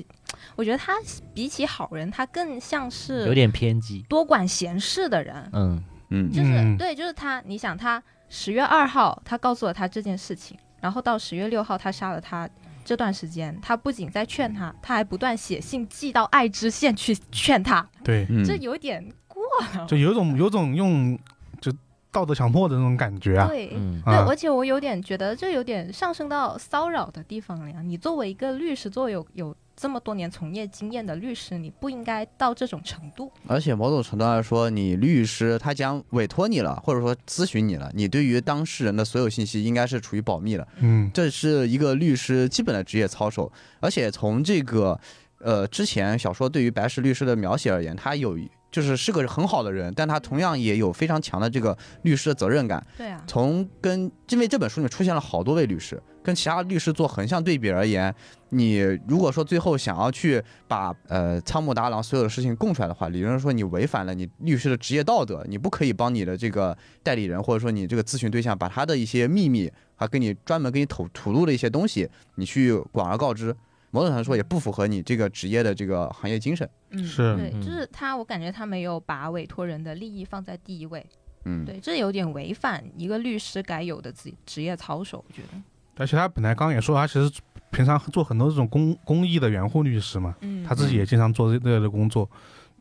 Speaker 5: 我觉得他比起好人，他更像
Speaker 2: 有
Speaker 5: 是
Speaker 2: 点偏激。
Speaker 5: 多管闲事的人。
Speaker 2: 嗯，
Speaker 3: 嗯
Speaker 5: 就是、
Speaker 1: 嗯
Speaker 5: 对，就是他。你想他十月二号，他告诉了他这件事情，然后到十月六号，他杀了他。这段时间，他不仅在劝他，他还不断写信寄到爱知县去劝他，
Speaker 1: 对，
Speaker 3: 嗯
Speaker 5: 这有点过了。
Speaker 1: 就有一种有种用就道德强迫的那种感觉啊，
Speaker 5: 对、
Speaker 2: 嗯
Speaker 5: 对，
Speaker 1: 啊
Speaker 5: 而且我有点觉得这有点上升到骚扰的地方了呀。你作为一个律师，作为有有这么多年从业经验的律师，你不应该到这种程度。
Speaker 3: 而且某种程度上来说，你律师他讲委托你了，或者说咨询你了，你对于当事人的所有信息应该是处于保密的。
Speaker 1: 嗯，
Speaker 3: 这是一个律师基本的职业操守。而且从这个呃之前小说对于白石律师的描写而言，他有一就是是个很好的人，但他同样也有非常强的这个律师的责任感。
Speaker 5: 对啊，
Speaker 3: 从跟因为这本书里面出现了好多位律师，跟其他律师做横向对比而言，你如果说最后想要去把呃仓木达郎所有的事情供出来的话，理论上说你违反了你律师的职业道德，你不可以帮你的这个代理人或者说你这个咨询对象把他的一些秘密，还跟你专门给你吐吐露的一些东西，你去广而告之。某种程度上说，也不符合你这个职业的这个行业精神。
Speaker 5: 嗯，
Speaker 1: 是
Speaker 5: 对，
Speaker 2: 嗯
Speaker 5: 就是他，我感觉他没有把委托人的利益放在第一位。
Speaker 3: 嗯，
Speaker 5: 对，这有点违反一个律师该有的职职业操守，我觉得。
Speaker 1: 而且他本来刚刚也说，他其实平常做很多这种公公益的援护律师嘛，
Speaker 5: 嗯
Speaker 1: 他自己也经常做这类的工作，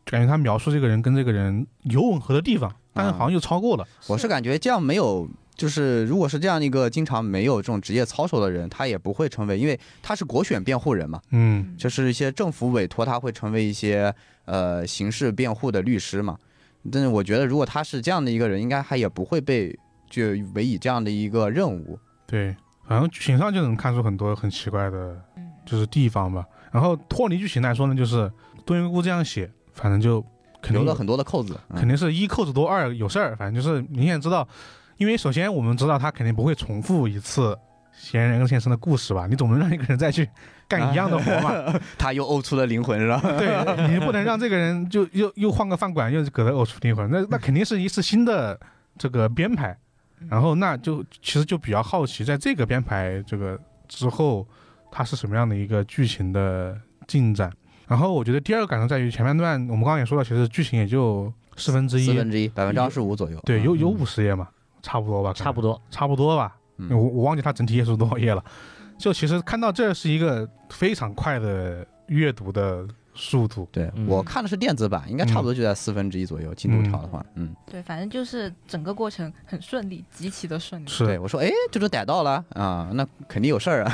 Speaker 1: 感觉他
Speaker 3: 啊
Speaker 1: 描述这个人跟这个人有吻合的地方，但是好像又超过了。
Speaker 3: 我是感觉这样没有就是如果是这样一个经常没有这种职业操守的人，他也不会成为，因为他是国选辩护人嘛，
Speaker 1: 嗯
Speaker 3: 就是一些政府委托他会成为一些呃刑事辩护的律师嘛。但是我觉得，如果他是这样的一个人，应该他也不会被就委以这样的一个任务。
Speaker 1: 对，反正剧情上就能看出很多很奇怪的，就是地方吧。然后脱离剧情来说呢，就是东野圭吾这样写，反正就肯
Speaker 3: 留
Speaker 1: 定
Speaker 3: 了很多的扣子，嗯
Speaker 1: 肯定是一扣子多二有事儿，反正就是明显知道，因为首先我们知道他肯定不会重复一次嫌疑人跟先生的故事吧，你总不能让一个人再去干一样的活吧？
Speaker 3: 他又呕出了灵魂是吧？
Speaker 1: 对你不能让这个人就又又换个饭馆，又搁这呕出灵魂，那那肯定是一次新的这个编排。然后那就其实就比较好奇，在这个编排这个之后，它是什么样的一个剧情的进展。然后我觉得第二个感受在于前半段，我们刚刚也说到，其实剧情也就四分之一，
Speaker 3: 四分之一，百分之二十五左右。
Speaker 1: 对，有有
Speaker 2: 嗯
Speaker 1: 五十页嘛，差不多吧，
Speaker 2: 差不
Speaker 1: 多，
Speaker 2: 多。
Speaker 1: 差不多吧。
Speaker 3: 嗯
Speaker 1: 我我忘记它整体页数多少页了。就其实看到这是一个非常快的阅读的速度，
Speaker 3: 对
Speaker 2: 嗯
Speaker 3: 我看的是电子版，应该差不多就在四分之一左右进度条的话，嗯，
Speaker 4: 对，反正就是整个过程很顺利，极其的顺利。
Speaker 1: 是
Speaker 3: 对我说，哎，这就逮到了啊，那肯定有事儿啊，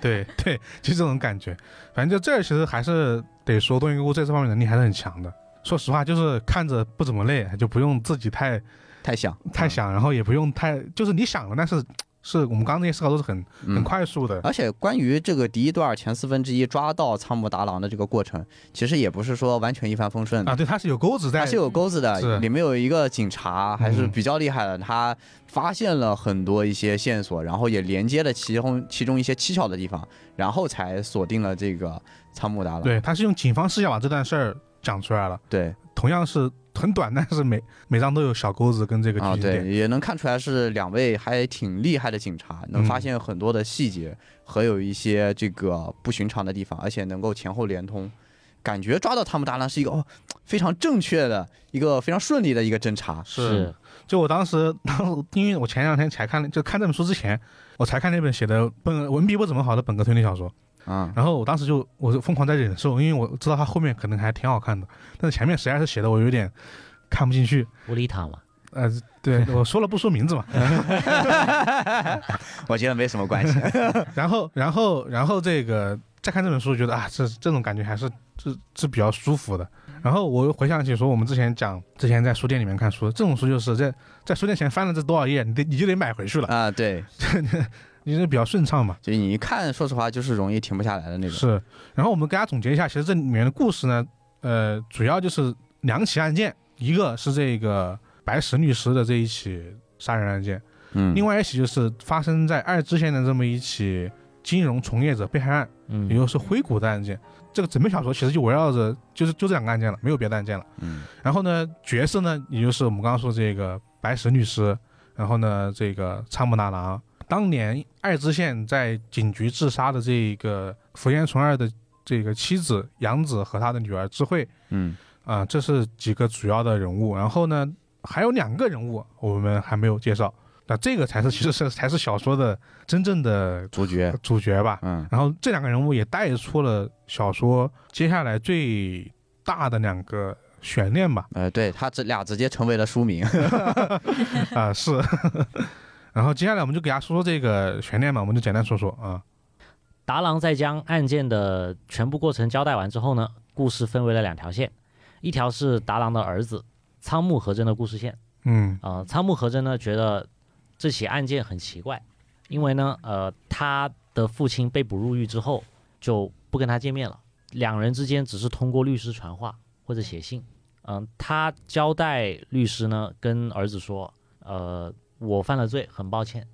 Speaker 1: 对对，就这种感觉。反正就这儿其实还是得说东野圭吾在这方面能力还是很强的。说实话，就是看着不怎么累，就不用自己太
Speaker 3: 太想
Speaker 1: 太，想，然后也不用太就是你想了，但是是我们刚刚那些思考都是很
Speaker 3: 嗯
Speaker 1: 很。快速的。
Speaker 3: 而且关于这个第一段前四分之一抓到仓木达郎的这个过程，其实也不是说完全一帆风顺的
Speaker 1: 啊，，对，它是有钩子在
Speaker 3: 嗯它是有钩子
Speaker 1: 是
Speaker 3: 的，里面有一个警察还是比较厉害的，他发现了很多一些线索，然后也连接了其中其中一些蹊跷的地方，然后才锁定了这个仓木达郎。
Speaker 1: 对，他是用警方视角把这段事儿讲出来了。
Speaker 3: 对
Speaker 1: 同样是很短，但是每每张都有小钩子跟这个
Speaker 3: 啊，
Speaker 1: 剧情点。
Speaker 3: 对，也能看出来是两位还挺厉害的警察，能发
Speaker 1: 嗯
Speaker 3: 现很多的细节和有一些这个不寻常的地方，而且能够前后连通，感觉抓到汤姆达郎是一个哦非常正确的一个非常顺利的一个侦查。
Speaker 2: 是，
Speaker 1: 就我当时，当时因为我前两天才看了，就看这本书之前，我才看那本写的本文笔不怎么好的本格推理小说。
Speaker 3: 啊、
Speaker 1: 然后我当时就我就疯狂在忍受，因为我知道它后面可能还挺好看的，但是前面实在是写的我有点看不进去。
Speaker 2: 乌里塔嘛，
Speaker 1: 呃，对我说了不说名字嘛。
Speaker 3: 我觉得没什 么关系。
Speaker 1: 然后，然后，然后这个再看这本书，觉得啊，这这种感觉还是是是比较舒服的。然后我又回想起说，我们之前讲，之前在书店里面看书，这种书就是在在书店前翻了这多少页，你得你就得买回去了，
Speaker 3: 啊，对，
Speaker 1: 你就比较顺畅嘛。
Speaker 3: 就你一看，说实话，就是容易停不下来的那种。
Speaker 1: 是。然后我们给大家总结一下，其实这里面的故事呢，呃，主要就是两起案件，一个是这个白石律师的这一起杀人案件，
Speaker 3: 嗯，
Speaker 1: 另外一起就是发生在爱知县的这么一起金融从业者被害案。也
Speaker 2: 嗯，
Speaker 1: 就是硅谷的案件。这个整本小说其实就围绕着就是就这两个案件了，没有别的案件了。
Speaker 3: 嗯，
Speaker 1: 然后呢，角色呢，也就是我们刚刚说这个白石律师，然后呢，这个仓木达郎，当年爱知县在警局自杀的这个福原纯二的这个妻子杨子和他的女儿智慧
Speaker 3: 嗯
Speaker 1: 啊、这是几个主要的人物。然后呢，还有两个人物我们还没有介绍，那这个才是 其实是才是小说的真正的
Speaker 3: 主角，
Speaker 1: 主角吧。
Speaker 3: 嗯
Speaker 1: 然后这两个人物也带出了小说接下来最大的两个悬念吧，
Speaker 3: 呃，对他这俩直接成为了书名。
Speaker 1: 啊、是。然后接下来我们就给大家说说这个悬念嘛，我们就简单说说啊，
Speaker 2: 达郎在将案件的全部过程交代完之后呢，故事分为了两条线，一条是达郎的儿子仓木和真的故事线。
Speaker 1: 嗯
Speaker 2: 呃，仓木和真呢觉得这起案件很奇怪，因为呢，呃，他的父亲被捕入狱之后就不跟他见面了，两人之间只是通过律师传话或者写信。嗯、他交代律师呢跟儿子说，呃，我犯了罪，很抱歉，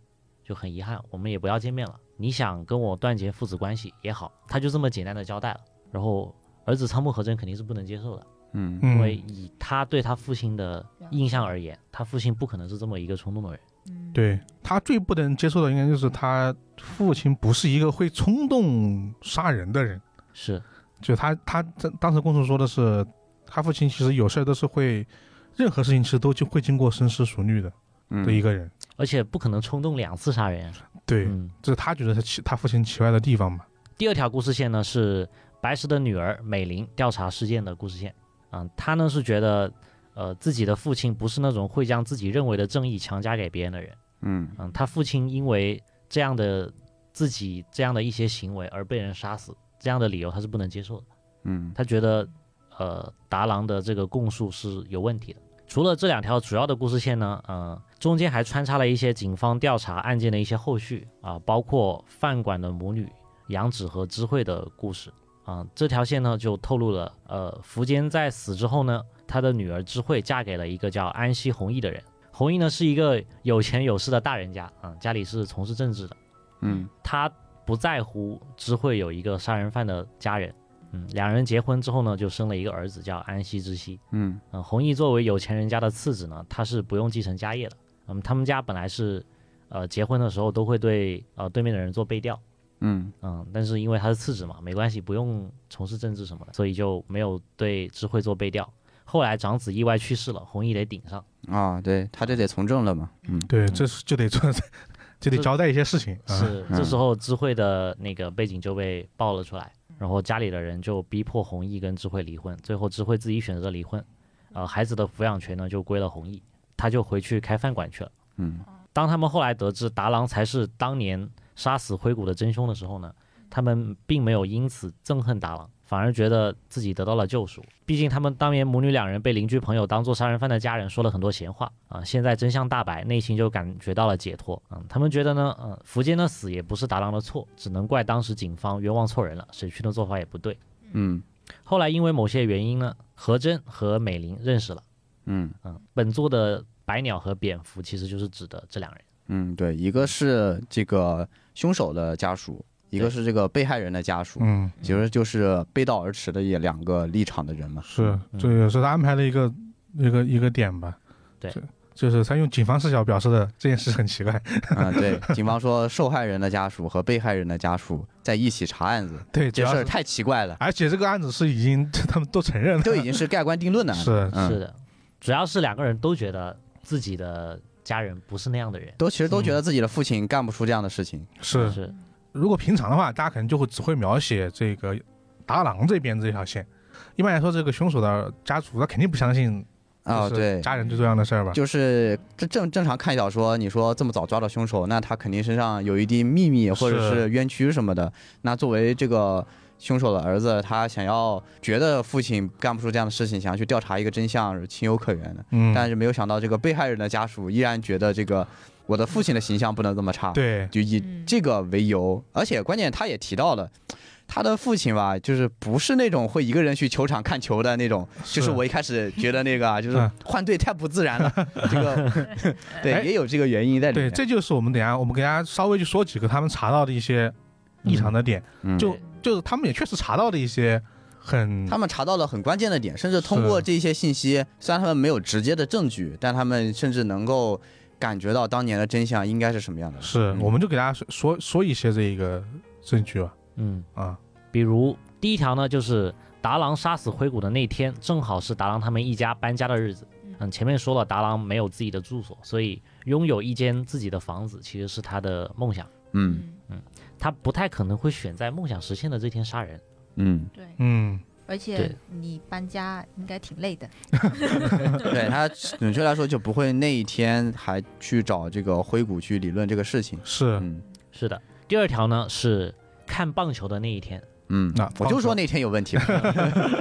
Speaker 2: 就很遗憾，我们也不要见面了。你想跟我断绝父子关系也好，他就这么简单的交代了。然后儿子仓木和真肯定是不能接受的。
Speaker 3: 嗯
Speaker 1: 嗯
Speaker 2: 因为以他对他父亲的印象而言，他父亲不可能是这么一个冲动的人。
Speaker 1: 对他最不能接受的应该就是他父亲不是一个会冲动杀人的人，
Speaker 2: 是，
Speaker 1: 就他他当当时公诉说的是，他父亲其实有事儿都是会，任何事情其实都就会经过深思熟虑的的一
Speaker 3: 嗯，
Speaker 1: 个人，
Speaker 2: 而且不可能冲动两次杀人。
Speaker 1: 对，
Speaker 2: 嗯，
Speaker 1: 这是他觉得他奇他父亲奇怪的地方嘛，
Speaker 2: 第二条故事线呢是白石的女儿美玲调查事件的故事线。嗯，她呢是觉得，呃，自己的父亲不是那种会将自己认为的正义强加给别人的人，
Speaker 3: 嗯
Speaker 2: 嗯，他父亲因为这样的自己这样的一些行为而被人杀死，这样的理由他是不能接受的。
Speaker 3: 嗯
Speaker 2: 他觉得呃达郎的这个供述是有问题的。除了这两条主要的故事线呢，呃，中间还穿插了一些警方调查案件的一些后续啊、包括饭馆的母女杨子和知慧的故事啊、这条线呢就透露了，呃，福间在死之后呢，他的女儿知慧嫁给了一个叫安西弘毅的人。弘毅呢是一个有钱有势的大人家啊、家里是从事政治的。
Speaker 3: 嗯
Speaker 2: 他不在乎知会有一个杀人犯的家人。嗯，两人结婚之后呢，就生了一个儿子，叫安西之希。
Speaker 3: 嗯
Speaker 2: 嗯，弘毅作为有钱人家的次子呢，他是不用继承家业的。嗯，他们家本来是，呃，结婚的时候都会对呃对面的人做背调。
Speaker 3: 嗯
Speaker 2: 嗯，但是因为他是次子嘛，没关系，不用从事政治什么的，所以就没有对知会做背调。后来长子意外去世了，弘毅得顶上。
Speaker 3: 啊，对他这得从政了嘛，嗯
Speaker 1: 对，这是就得 做，就得交代一些事情。啊
Speaker 2: 是，这时候知慧的那个背景就被爆了出来，然后家里的人就逼迫弘毅跟知慧离婚，最后知慧自己选择了离婚，呃，孩子的抚养权呢就归了弘毅，他就回去开饭馆去了。
Speaker 3: 嗯
Speaker 2: 当他们后来得知达郎才是当年杀死灰谷的真凶的时候呢，他们并没有因此憎恨达郎，反而觉得自己得到了救赎。毕竟他们当年母女两人被邻居朋友当做杀人犯的家人说了很多闲话啊、现在真相大白，内心就感觉到了解脱。嗯，他们觉得呢，嗯、福间的死也不是达郎的错，只能怪当时警方冤枉错人了，审讯的做法也不对。
Speaker 3: 嗯
Speaker 2: 后来因为某些原因呢，和真和美玲认识了。
Speaker 3: 嗯
Speaker 2: 嗯，本作的白鸟和蝙蝠其实就是指的这两人。
Speaker 3: 嗯，对，一个是这个凶手的家属，一个
Speaker 2: 对
Speaker 3: 是这个被害人的家属，
Speaker 1: 嗯，
Speaker 3: 其实就是背道而驰的也两个立场的人嘛。
Speaker 1: 是，这也是他安排的一个一个一个点吧。
Speaker 2: 对
Speaker 1: 这，就是他用警方视角表示的这件事很奇怪。
Speaker 3: 嗯，对，警方说受害人的家属和被害人的家属在一起查案子，
Speaker 1: 对，主
Speaker 3: 这
Speaker 1: 要
Speaker 3: 事儿
Speaker 1: 是，
Speaker 3: 太奇怪了，
Speaker 1: 而且这个案子是已经他们都承认了。
Speaker 3: 都已经是盖棺定论的案子。
Speaker 1: 是，
Speaker 3: 嗯
Speaker 2: 是的，主要是两个人都觉得自己的家人不是那样的人，
Speaker 3: 都其实都
Speaker 1: 嗯
Speaker 3: 觉得自己的父亲干不出这样的事情。
Speaker 1: 是，
Speaker 2: 是
Speaker 1: 如果平常的话，大家可能就会只会描写这个达郎这边这条线。一般来说，这个凶手的家属他肯定不相信，
Speaker 3: 啊，
Speaker 1: 就是
Speaker 3: 对，
Speaker 1: 家人做这样的事儿吧？
Speaker 3: 就是这正正常看小说，你说这么早抓到凶手，那他肯定身上有一定秘密或者
Speaker 1: 是
Speaker 3: 是冤屈什么的。那作为这个凶手的儿子，他想要觉得父亲干不出这样的事情，想要去调查一个真相，是情有可原的。
Speaker 1: 嗯，
Speaker 3: 但是没有想到，这个被害人的家属依然觉得这个我的父亲的形象不能这么差，
Speaker 1: 对，
Speaker 3: 就以
Speaker 4: 嗯
Speaker 3: 这个为由，而且关键他也提到了。他的父亲吧，就是不是那种会一个人去球场看球的那种，就是我一开始觉得那 个啊，就是
Speaker 1: 嗯
Speaker 3: 换队太不自然 了，这个
Speaker 1: 哎
Speaker 3: 对也有这个原因在里
Speaker 1: 对，
Speaker 3: 面。
Speaker 1: 这就是我们等一下我们给大家稍微去说几个他们查到的一些异常的点，
Speaker 3: 嗯
Speaker 1: 就就是他们也确实查到的一些很
Speaker 3: 他们查到了很关键的点，甚至通过
Speaker 1: 是
Speaker 3: 这些信息，虽然他们没有直接的证据，但他们甚至能够感觉到当年的真相应该是什么样的。
Speaker 1: 是，
Speaker 3: 嗯
Speaker 1: 我们就给大家说说说一些这个证据吧。
Speaker 2: 嗯，
Speaker 1: 啊，
Speaker 2: 比如第一条呢，就是达郎杀死灰谷的那天，正好是达郎他们一家搬家的日子。嗯，前面说了，达郎没有自己的住所，所以拥有一间自己的房子其实是他的梦想，
Speaker 3: 嗯
Speaker 2: 他不太可能会选在梦想实现的这天杀人。
Speaker 3: 嗯，
Speaker 4: 对，
Speaker 1: 嗯，
Speaker 4: 而且
Speaker 2: 对
Speaker 4: 你搬家应该挺累的，
Speaker 3: 对他准确来说就不会那一天还去找这个灰谷去理论这个事情。
Speaker 1: 是，
Speaker 3: 嗯
Speaker 2: 是的，第二条呢是看棒球的那一天，
Speaker 3: 嗯
Speaker 1: 那，
Speaker 3: 我就说那天有问题嘛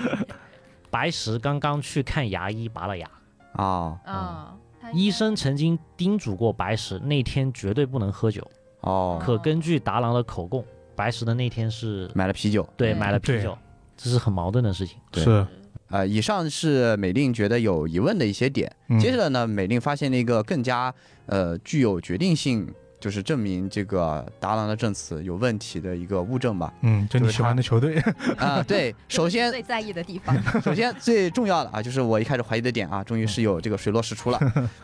Speaker 2: 白石刚刚去看牙医拔了牙，
Speaker 3: 啊
Speaker 5: 嗯
Speaker 4: 啊，他应该
Speaker 2: 医生曾经叮嘱过白石那天绝对不能喝酒。
Speaker 3: 哦，
Speaker 2: 可根据达郎的口供，白石的那天是
Speaker 3: 买了啤酒。
Speaker 2: 对
Speaker 4: 对
Speaker 2: 买了啤酒，这是很矛盾的事情。
Speaker 3: 对
Speaker 1: 是，
Speaker 3: 呃，以上是美令觉得有疑问的一些点。
Speaker 1: 嗯
Speaker 3: 接着呢，美令发现了一个更加呃具有决定性，就是证明这个达郎的证词有问题的一个物证吧。
Speaker 1: 嗯，就你
Speaker 3: 就是
Speaker 1: 喜欢
Speaker 3: 他
Speaker 1: 的球队，
Speaker 3: 啊、对，首先
Speaker 4: 最在意的 地方，
Speaker 3: 首先最重要的啊，就是我一开始怀疑的点啊，终于是有这个水落石出了。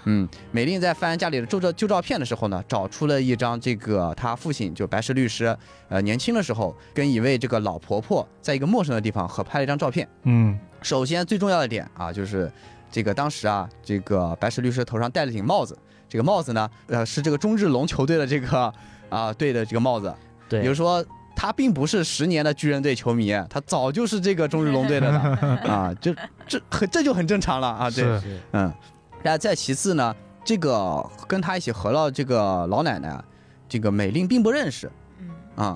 Speaker 3: 嗯，美令在翻家里的旧照旧照片的时候呢，找出了一张这个她父亲就白石律师，呃，年轻的时候跟一位这个老婆婆在一个陌生的地方合拍了一张照片。
Speaker 1: 嗯，
Speaker 3: 首先最重要的点啊，就是这个当时啊，这个白石律师头上戴了顶帽子，这个帽子呢，呃，是这个中日龙球队的这个啊、队的这个帽子，也就
Speaker 2: 对，
Speaker 3: 是说。他并不是十年的巨人队球迷，他早就是这个中日龙队的了啊，这这很这就很正常了啊，对，
Speaker 1: 是
Speaker 2: 是
Speaker 3: 嗯，那再其次呢，这个跟他一起合了这个老奶奶啊，这个美令并不认识
Speaker 5: 嗯
Speaker 3: 啊、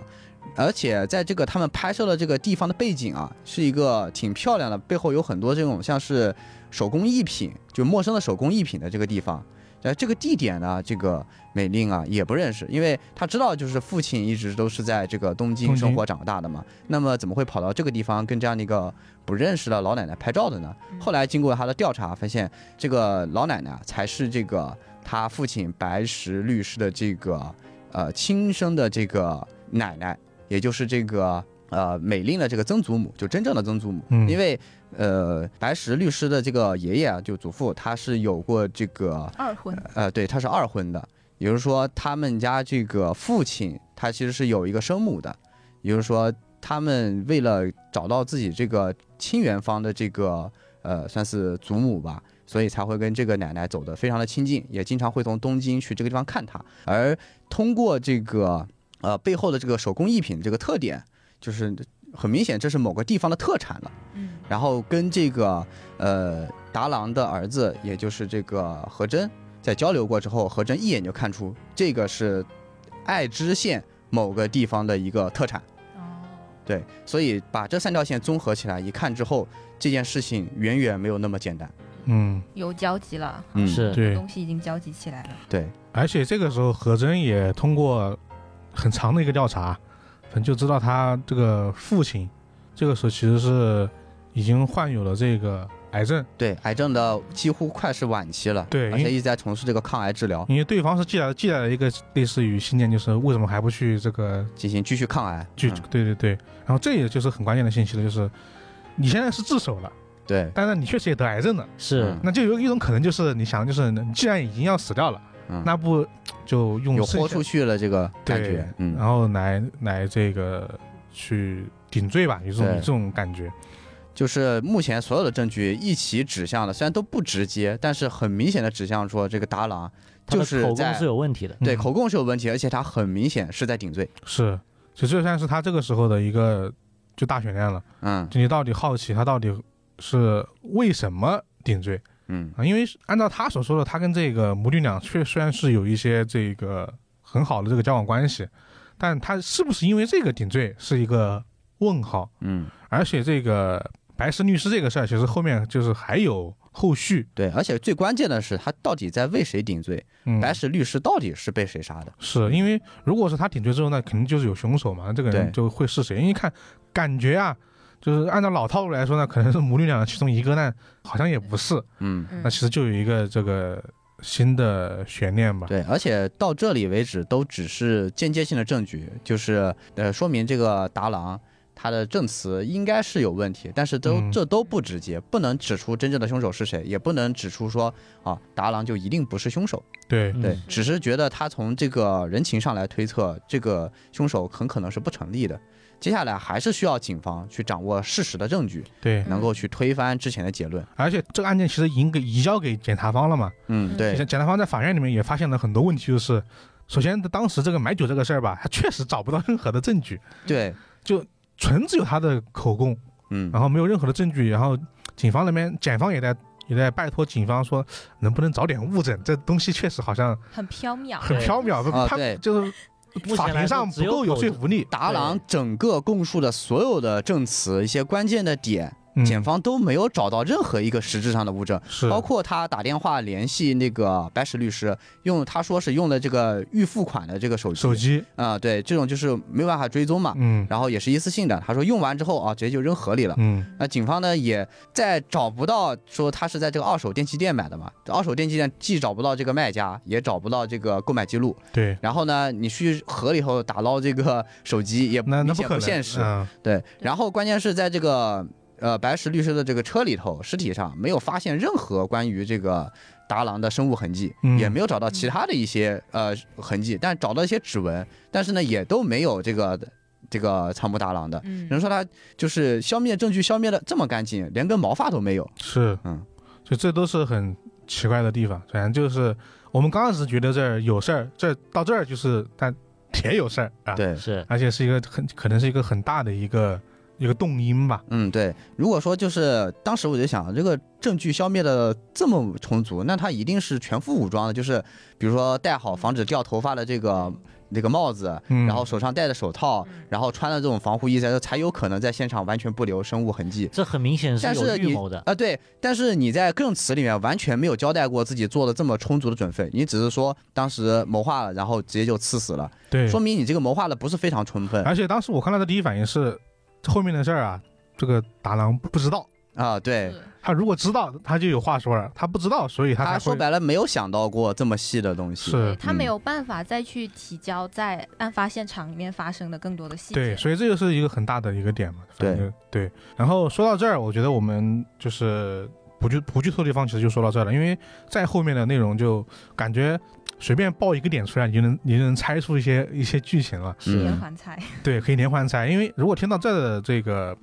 Speaker 3: 而且在这个他们拍摄的这个地方的背景啊，是一个挺漂亮的，背后有很多这种像是手工艺品，就陌生的手工艺品的这个地方。呃，这个地点呢，这个美令啊也不认识，因为她知道就是父亲一直都是在这个东京
Speaker 1: 东京
Speaker 3: 生活长大的嘛，那么怎么会跑到这个地方跟这样的一个不认识的老奶奶拍照的呢？后来经过他的调查，发现这个老奶奶啊才是这个他父亲白石律师的这个呃亲生的这个奶奶，也就是这个呃美令的这个曾祖母，就真正的曾祖母。
Speaker 1: 嗯
Speaker 3: 因为呃白石律师的这个爷爷啊，就祖父，他是有过这个
Speaker 4: 二婚，
Speaker 3: 呃，对，他是二婚的，也就是说他们家这个父亲他其实是有一个生母的，也就是说他们为了找到自己这个亲缘方的这个呃算是祖母吧，所以才会跟这个奶奶走得非常的亲近，也经常会从东京去这个地方看她，而通过这个呃背后的这个手工艺品这个特点，就是很明显这是某个地方的特产了。
Speaker 5: 嗯
Speaker 3: 然后跟这个呃达郎的儿子，也就是这个和真，在交流过之后，和真一眼就看出这个是爱知县某个地方的一个特产。
Speaker 5: 哦，
Speaker 3: 对，所以把这三条线综合起来一看之后，这件事情远远没有那么简单。
Speaker 1: 嗯，
Speaker 5: 有交集了，
Speaker 3: 嗯，
Speaker 2: 是
Speaker 1: 对，
Speaker 5: 东西已经交集起来了。
Speaker 3: 对，
Speaker 1: 而且这个时候何真也通过很长的一个调查，反正就知道他这个父亲这个时候其实是已经患有了这个癌症，
Speaker 3: 对，癌症的几乎快是晚期了，
Speaker 1: 对
Speaker 3: 而
Speaker 1: 因
Speaker 3: 且一直在从事这个抗癌治疗，
Speaker 1: 因为对方是寄来寄来了一个类似于信件，就是为什么还不去这个
Speaker 3: 进行继续抗癌。
Speaker 1: 去、
Speaker 3: 嗯
Speaker 1: 对对对，然后这也就是很关键的信息了，就是你现在是自首了，
Speaker 3: 对，
Speaker 1: 但是你确实也得癌症了，
Speaker 2: 是
Speaker 3: 嗯
Speaker 1: 那就有一种可能就是你想的就是你既然已经要死掉了，
Speaker 3: 嗯
Speaker 1: 那不就用
Speaker 3: 有
Speaker 1: 剩
Speaker 3: 豁
Speaker 1: 下
Speaker 3: 出去了这个感
Speaker 1: 对
Speaker 3: 觉，嗯
Speaker 1: 然，后来来这个去顶罪吧，有这种
Speaker 3: 对
Speaker 1: 有这种感觉。
Speaker 3: 就是目前所有的证据一起指向了，虽然都不直接，但是很明显的指向说这个达朗
Speaker 2: 他
Speaker 3: 就
Speaker 2: 的
Speaker 3: 是
Speaker 2: 口
Speaker 3: 在
Speaker 2: 供是有问题的。
Speaker 3: 对
Speaker 1: 嗯
Speaker 3: 口供是有问题，而且他很明显是在顶罪。
Speaker 1: 是，所以这算是他这个时候的一个就大悬念了，
Speaker 3: 嗯
Speaker 1: 就你到底好奇他到底是为什么顶罪
Speaker 3: 嗯
Speaker 1: 啊？因为按照他所说的，他跟这个母女俩确虽然是有一些这个很好的这个交往关系，但他是不是因为这个顶罪是一个问号？
Speaker 3: 嗯，
Speaker 1: 而且这个白石律师这个事儿，其实后面就是还有后续。
Speaker 3: 对，而且最关键的是他到底在为谁顶罪？
Speaker 1: 嗯，
Speaker 3: 白石律师到底是被谁杀的？
Speaker 1: 是因为如果是他顶罪之后，那肯定就是有凶手嘛，那这个人
Speaker 3: 对
Speaker 1: 就会是谁？因为看感觉啊，就是按照老套路来说呢，可能是母女俩的其中一个，但好像也不是。
Speaker 3: 嗯，
Speaker 5: 嗯
Speaker 1: 那其实就有一个这个新的悬念吧。
Speaker 3: 对，而且到这里为止都只是间接性的证据，就是呃说明这个达郎。他的证词应该是有问题，但是都、
Speaker 1: 嗯
Speaker 3: 这都不直接，不能指出真正的凶手是谁，也不能指出说啊达郎就一定不是凶手。
Speaker 1: 对
Speaker 2: 嗯
Speaker 3: 对，只是觉得他从这个人情上来推测，这个凶手很可能是不成立的。接下来还是需要警方去掌握事实的证据，
Speaker 1: 对，
Speaker 3: 能够去推翻之前的结论。
Speaker 1: 而且这个案件其实已经给移交给检察方了嘛。
Speaker 3: 嗯，对，
Speaker 1: 检检察方在法院里面也发现了很多问题，就是首先当时这个买酒这个事儿吧，他确实找不到任何的证据，
Speaker 3: 对，
Speaker 1: 纯只有他的口供。
Speaker 3: 嗯
Speaker 1: 然后没有任何的证据，然后警方那边检方也在也在拜托警方说，能不能找点物证？这东西确实好像
Speaker 4: 很缥缈，
Speaker 1: 很
Speaker 2: 对
Speaker 1: 缥缈，不
Speaker 3: 啊
Speaker 1: 他
Speaker 3: 对
Speaker 1: 就是
Speaker 2: 目
Speaker 1: 法
Speaker 2: 前
Speaker 1: 庭
Speaker 2: 来说
Speaker 1: 上
Speaker 2: 只
Speaker 1: 不
Speaker 2: 有
Speaker 1: 够有
Speaker 2: 口
Speaker 1: 说
Speaker 2: 供
Speaker 1: 服力。
Speaker 3: 达郎整个供述的所有的证词、一些关键的点，
Speaker 1: 嗯
Speaker 3: 检方都没有找到任何一个实质上的物证，
Speaker 1: 是
Speaker 3: 包括他打电话联系那个白石律师，用他说是用的这个预付款的这个手机，
Speaker 1: 手机，
Speaker 3: 啊、对，这种就是没有办法追踪嘛。
Speaker 1: 嗯
Speaker 3: 然后也是一次性的，他说用完之后啊，直接就扔河里了。
Speaker 1: 嗯，
Speaker 3: 那警方呢也在找不到说他是在这个二手电器店买的嘛，这二手电器店既找不到这个卖家，也找不到这个购买记录。
Speaker 1: 对，
Speaker 3: 然后呢，你去河里头打捞这个手机也
Speaker 1: 那那
Speaker 3: 明显
Speaker 1: 可能，
Speaker 3: 现实。
Speaker 1: 嗯，
Speaker 3: 对，然后关键是在这个呃白石律师的这个车里头，尸体上没有发现任何关于这个达郎的生物痕迹，
Speaker 1: 嗯
Speaker 3: 也没有找到其他的一些呃痕迹，但找到一些指纹，但是呢也都没有这个这个仓木达郎的。
Speaker 5: 嗯
Speaker 3: 人说他就是消灭证据消灭的这么干净，连根毛发都没有。
Speaker 1: 是，
Speaker 3: 嗯，
Speaker 1: 所以这都是很奇怪的地方。反正就是我们刚开始觉得这儿有事儿，这儿到这儿 就是但也有事儿啊，，
Speaker 3: 对，
Speaker 2: 是
Speaker 1: 而且是一个很可能是一个很大的一个一个动因吧。
Speaker 3: 嗯，对。如果说就是当时我就想，这个证据消灭的这么充足，那他一定是全副武装的，就是比如说戴好防止掉头发的这个那个帽子，
Speaker 1: 嗯，
Speaker 3: 然后手上戴着手套，
Speaker 5: 嗯
Speaker 3: 然后穿了这种防护衣，才才有可能在现场完全不留生物痕迹。
Speaker 2: 这很明显是
Speaker 3: 但
Speaker 2: 有
Speaker 3: 是
Speaker 2: 预
Speaker 3: 你
Speaker 2: 谋的。
Speaker 3: 啊，对，但是你在证词里面完全没有交代过自己做的这么充足的准备，你只是说当时谋划了，然后直接就刺死了，
Speaker 1: 对，哎
Speaker 3: 说明你这个谋划的不是非常充分
Speaker 1: 而且当时我看到的第一反应是，这后面的事儿啊，这个达郎不知道。
Speaker 3: 啊。对，
Speaker 5: 是
Speaker 1: 他如果知道，他就有话说了；他不知道，所以他才
Speaker 3: 他说
Speaker 1: 会
Speaker 3: 白了没有想到过这么细的东
Speaker 1: 是
Speaker 3: 西。
Speaker 5: 对他没
Speaker 3: 嗯
Speaker 5: 有办法再去提交在案发现场里面发生的更多的细节。
Speaker 1: 对，所以这就是一个很大的一个点嘛。反正对。然后说到这儿，我觉得我们就是不剧不剧透的地方，其实就说到这儿了，因为在后面的内容就感觉随便爆一个点出来，你就能你就能猜出一些一些剧情了。
Speaker 5: 是连
Speaker 3: 嗯
Speaker 5: 环猜，
Speaker 1: 对，可以连环猜。因为如果听到这儿的这个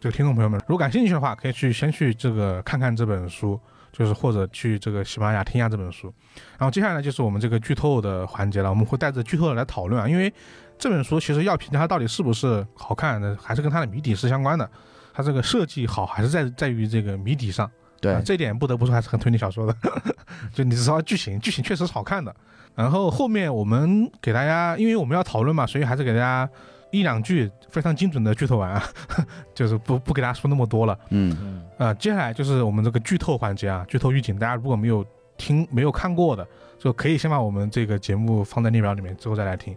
Speaker 1: 这个听众朋友们，如果感兴趣的话，可以去先去这个看看这本书，就是或者去这个喜马拉雅听一下这本书。然后接下来就是我们这个剧透的环节了，我们会带着剧透来讨论啊，因为这本书其实要评价它到底是不是好看的，还是跟它的谜底是相关的。它这个设计好还是在在于这个谜底上，
Speaker 3: 对
Speaker 1: 啊，这点不得不说还是很推理小说的， 就你至少剧情，剧情确实是好看的。然后后面我们给大家，因为我们要讨论嘛，所以还是给大家一两句非常精准的剧透完啊， 就是不不给大家说那么多了。
Speaker 3: 嗯，
Speaker 2: 嗯，
Speaker 1: 呃，接下来就是我们这个剧透环节啊，剧透预警，大家如果没有听、没有看过的，就可以先把我们这个节目放在列表里面，之后再来听。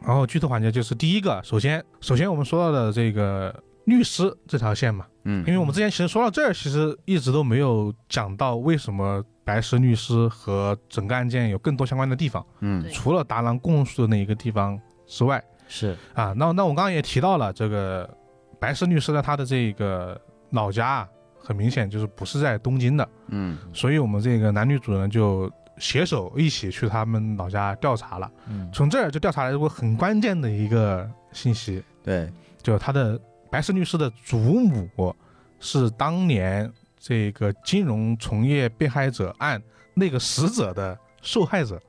Speaker 1: 然后剧透环节就是第一个，首先，首先我们说到的这个律师这条线嘛，
Speaker 3: 嗯
Speaker 1: 因为我们之前其实说到这儿，其实一直都没有讲到为什么白石律师和整个案件有更多相关的地方，
Speaker 3: 嗯
Speaker 5: 对
Speaker 1: 除了达郎供述的那一个地方之外，
Speaker 2: 是
Speaker 1: 啊，那那我刚刚也提到了，这个白石律师呢，他的这个老家啊很明显就是不是在东京的，
Speaker 3: 嗯
Speaker 1: 所以我们这个男女主呢就携手一起去他们老家调查了。
Speaker 2: 嗯，
Speaker 1: 从这儿就调查了一个很关键的一个信息，
Speaker 3: 对，
Speaker 1: 就是他的白石律师的祖母是当年这个金融从业被害者案那个死者的受害者，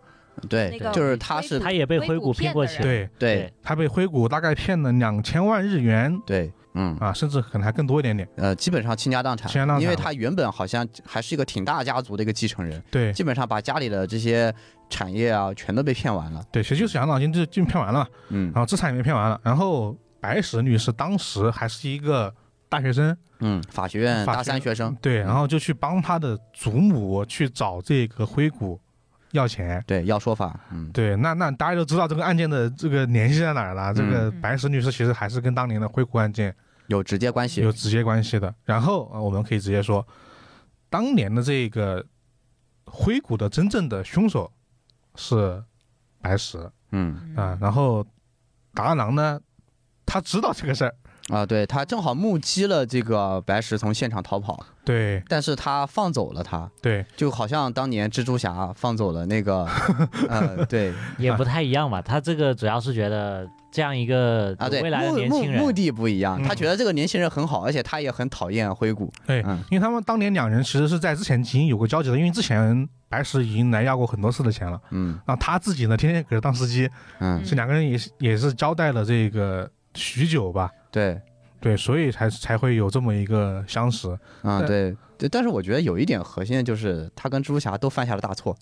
Speaker 3: 对
Speaker 5: 那个
Speaker 3: 就是他是
Speaker 2: 他也被灰
Speaker 5: 骨
Speaker 2: 骨骗过去了
Speaker 1: 对
Speaker 3: 对
Speaker 1: 他被灰谷大概骗了两千万日元
Speaker 3: 对，嗯
Speaker 1: 啊，甚至可能还更多一点点。
Speaker 3: 呃，基本上倾家荡产，
Speaker 1: 倾家荡产
Speaker 3: 因为他原本好像还是一个挺大家族的一个继承人，
Speaker 1: 对，
Speaker 3: 基本上把家里的这些产业啊全都被骗完了。
Speaker 1: 对，其实就是养老金就就骗完了嘛，
Speaker 3: 嗯
Speaker 1: 然后资产也被骗完了，然后白石律师当时还是一个大学生，
Speaker 3: 嗯，法学院
Speaker 1: 法
Speaker 3: 大
Speaker 1: 学
Speaker 3: 三学生，
Speaker 1: 对，然后就去帮他的祖母去找这个灰谷要钱。
Speaker 3: 对，要说法，嗯，
Speaker 1: 对，那那大家都知道这个案件的这个联系在哪儿了。这个白石律师其实还是跟当年的灰谷案件
Speaker 3: 有直接关系
Speaker 1: 有。直接关系的。然后、呃、我们可以直接说，当年的这个灰谷的真正的凶手是白石啊、
Speaker 3: 嗯
Speaker 1: 然后达郎呢，他知道这个事儿，
Speaker 3: 啊，对他正好目击了这个白石从现场逃跑，
Speaker 1: 对
Speaker 3: 但是他放走了他，
Speaker 1: 对，
Speaker 3: 就好像当年蜘蛛侠放走了那 个，呃，对
Speaker 2: 也不太一样吧？他这个主要是觉得这样一个
Speaker 3: 啊，对，
Speaker 2: 未来的
Speaker 3: 目
Speaker 2: 年
Speaker 3: 目
Speaker 2: 轻人
Speaker 3: 目，的不一样，
Speaker 1: 嗯
Speaker 3: 他觉得这个年轻人很好，而且他也很讨厌灰谷，
Speaker 1: 哎
Speaker 3: 嗯
Speaker 1: 因为他们当年两人其实是在之前已经有过交集的，因为之前白石已经来要过很多次的钱了，
Speaker 3: 嗯
Speaker 1: 然后他自己呢天天搁这当司机，
Speaker 3: 嗯，
Speaker 1: 所以两个人也是也是交代了这个许久吧，
Speaker 3: 对，
Speaker 1: 对，所以才才会有这么一个相识，
Speaker 3: 啊，对对，但是我觉得有一点核心的就是他跟蜘蛛侠都犯下了 大错，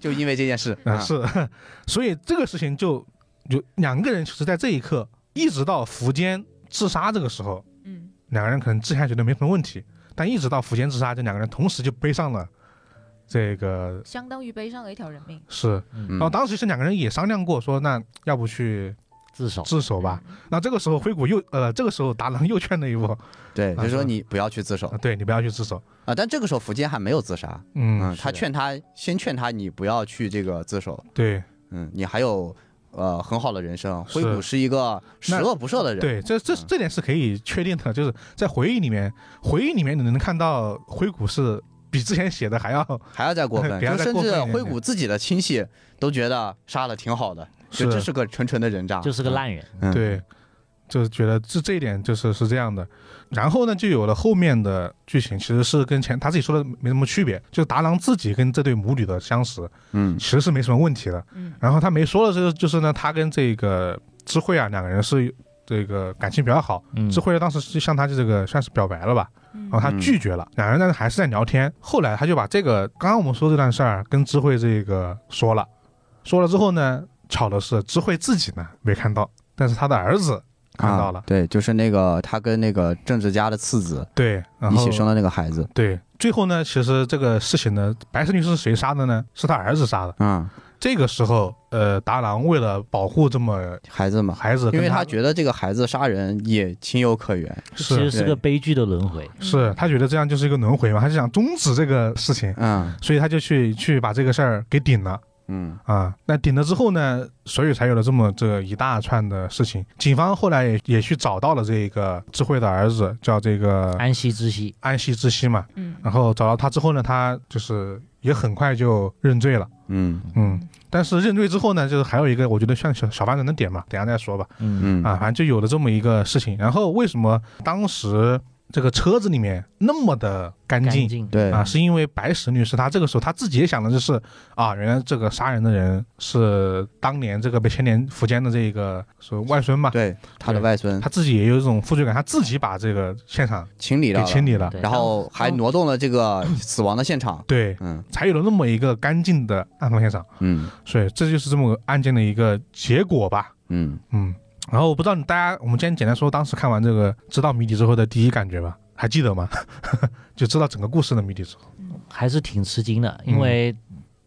Speaker 3: 就因为这件事
Speaker 1: 啊、
Speaker 3: 啊，
Speaker 1: 是， 所以这个事情就就两个人其实在这一刻一直到福间自杀这个时候，
Speaker 5: 嗯，
Speaker 1: 两个人可能之前还觉得没什么问题，但一直到福间自杀，这两个人同时就背上了这个
Speaker 5: 相当于背上了一条人命，
Speaker 1: 是。
Speaker 2: 嗯
Speaker 1: 然后当时是两个人也商量过说，那要不去
Speaker 2: 自首
Speaker 1: 自首吧？那这个时候灰谷又呃，这个时候达郎又劝了一波，
Speaker 3: 对，就是
Speaker 1: 啊
Speaker 3: 说
Speaker 1: 是
Speaker 3: 你不要去自首
Speaker 1: 啊对你不要去自首，
Speaker 3: 啊。但这个时候福建还没有自杀，
Speaker 1: 嗯
Speaker 3: 嗯，，他
Speaker 2: 的
Speaker 3: 劝他先劝他你不要去这个自首，
Speaker 1: 对
Speaker 3: 嗯，你还有呃很好的人生。
Speaker 1: 是
Speaker 3: 灰谷是一个十
Speaker 1: 那
Speaker 3: 恶不赦的人，
Speaker 1: 对，这这
Speaker 3: 嗯
Speaker 1: 这点是可以确定的，就是在回忆里面，回忆里面你能看到灰谷是比之前写的 还要
Speaker 3: 还要 再过分，
Speaker 1: 给他
Speaker 3: 就
Speaker 1: 再
Speaker 3: 甚
Speaker 1: 过分
Speaker 3: 至
Speaker 1: 一点
Speaker 3: 灰
Speaker 1: 点
Speaker 3: 谷自己的亲戚都觉得杀了挺好的，就这是个纯纯的人渣，
Speaker 2: 就是个烂人，
Speaker 3: 嗯，
Speaker 1: 对，就是觉得这这一点就是是这样的。然后呢，就有了后面的剧情，其实是跟前他自己说的没什么区别，就是达郎自己跟这对母女的相识
Speaker 3: 嗯
Speaker 1: 其实是没什么问题的。
Speaker 5: 嗯
Speaker 1: 然后他没说的是，就是呢，他跟这个知慧啊两个人是这个感情比较好，
Speaker 2: 嗯
Speaker 1: 智慧当时是向他这个算是表白了吧，然后他
Speaker 3: 嗯
Speaker 1: 拒绝了，两人但是还是在聊天。后来他就把这个刚刚我们说这段事儿跟智慧这个说了，说了之后呢，巧的是智慧自己呢没看到，但是他的儿子看到了，
Speaker 3: 啊对，就是那个他跟那个政治家的次子
Speaker 1: 对，然
Speaker 3: 一
Speaker 1: 后
Speaker 3: 起生的那个孩子，
Speaker 1: 对，最后呢，其实这个事情呢，白石律师是谁杀的呢？是他儿子杀的。
Speaker 3: 嗯，
Speaker 1: 这个时候，呃，达郎为了保护这么
Speaker 3: 孩子嘛，
Speaker 1: 孩子，
Speaker 3: 因为
Speaker 1: 跟
Speaker 3: 他
Speaker 1: 他
Speaker 3: 觉得这个孩子杀人也情有可原，
Speaker 2: 其
Speaker 1: 是
Speaker 2: 实是
Speaker 3: 对
Speaker 2: 个悲剧的轮回。
Speaker 1: 是他觉得这样就是一个轮回嘛，他就想终止这个事情，
Speaker 3: 嗯
Speaker 1: 所以他就去去把这个事儿给顶了。
Speaker 3: 嗯
Speaker 1: 啊，那顶了之后呢，所以才有了这么这一大串的事情。警方后来也也去找到了这个智慧的儿子，叫这
Speaker 3: 嗯
Speaker 1: 个
Speaker 2: 安息之息，
Speaker 1: 安息之息嘛。
Speaker 5: 嗯
Speaker 1: 然后找到他之后呢，他就是也很快就认罪了。
Speaker 3: 嗯
Speaker 1: 嗯，但是认罪之后呢，就是还有一个我觉得像小小犯人的点嘛，等一下再说吧。
Speaker 2: 嗯，
Speaker 3: 嗯
Speaker 1: 啊，反正就有了这么一个事情。然后为什么当时这个车子里面那么的干
Speaker 2: 干
Speaker 1: 净？
Speaker 2: 净，
Speaker 3: 对
Speaker 1: 啊，是因为白石律师他这个时候他自己也想的就是啊，原来这个杀人的人是当年这个被牵连福建的这个是外孙嘛，
Speaker 3: 对，他的
Speaker 1: 对
Speaker 3: 外孙
Speaker 1: 他自己也有一种负罪感，他自己把这个现场
Speaker 3: 清理
Speaker 1: 给
Speaker 3: 掉
Speaker 1: 清
Speaker 3: 了，
Speaker 1: 理了，
Speaker 2: 对
Speaker 3: 然后还挪动了这个死亡的现场，
Speaker 1: 对，
Speaker 3: 嗯
Speaker 1: 才有了那么一个干净的案发现场，
Speaker 3: 嗯
Speaker 1: 所以这就是这么个案件的一个结果吧，
Speaker 3: 嗯，
Speaker 1: 嗯，然后我不知道你大家，我们今天简单说当时看完这个知道谜底之后的第一感觉吧，还记得吗？ 就知道整个故事的谜底之后，
Speaker 2: 还是挺吃惊的，因
Speaker 1: 嗯
Speaker 2: 为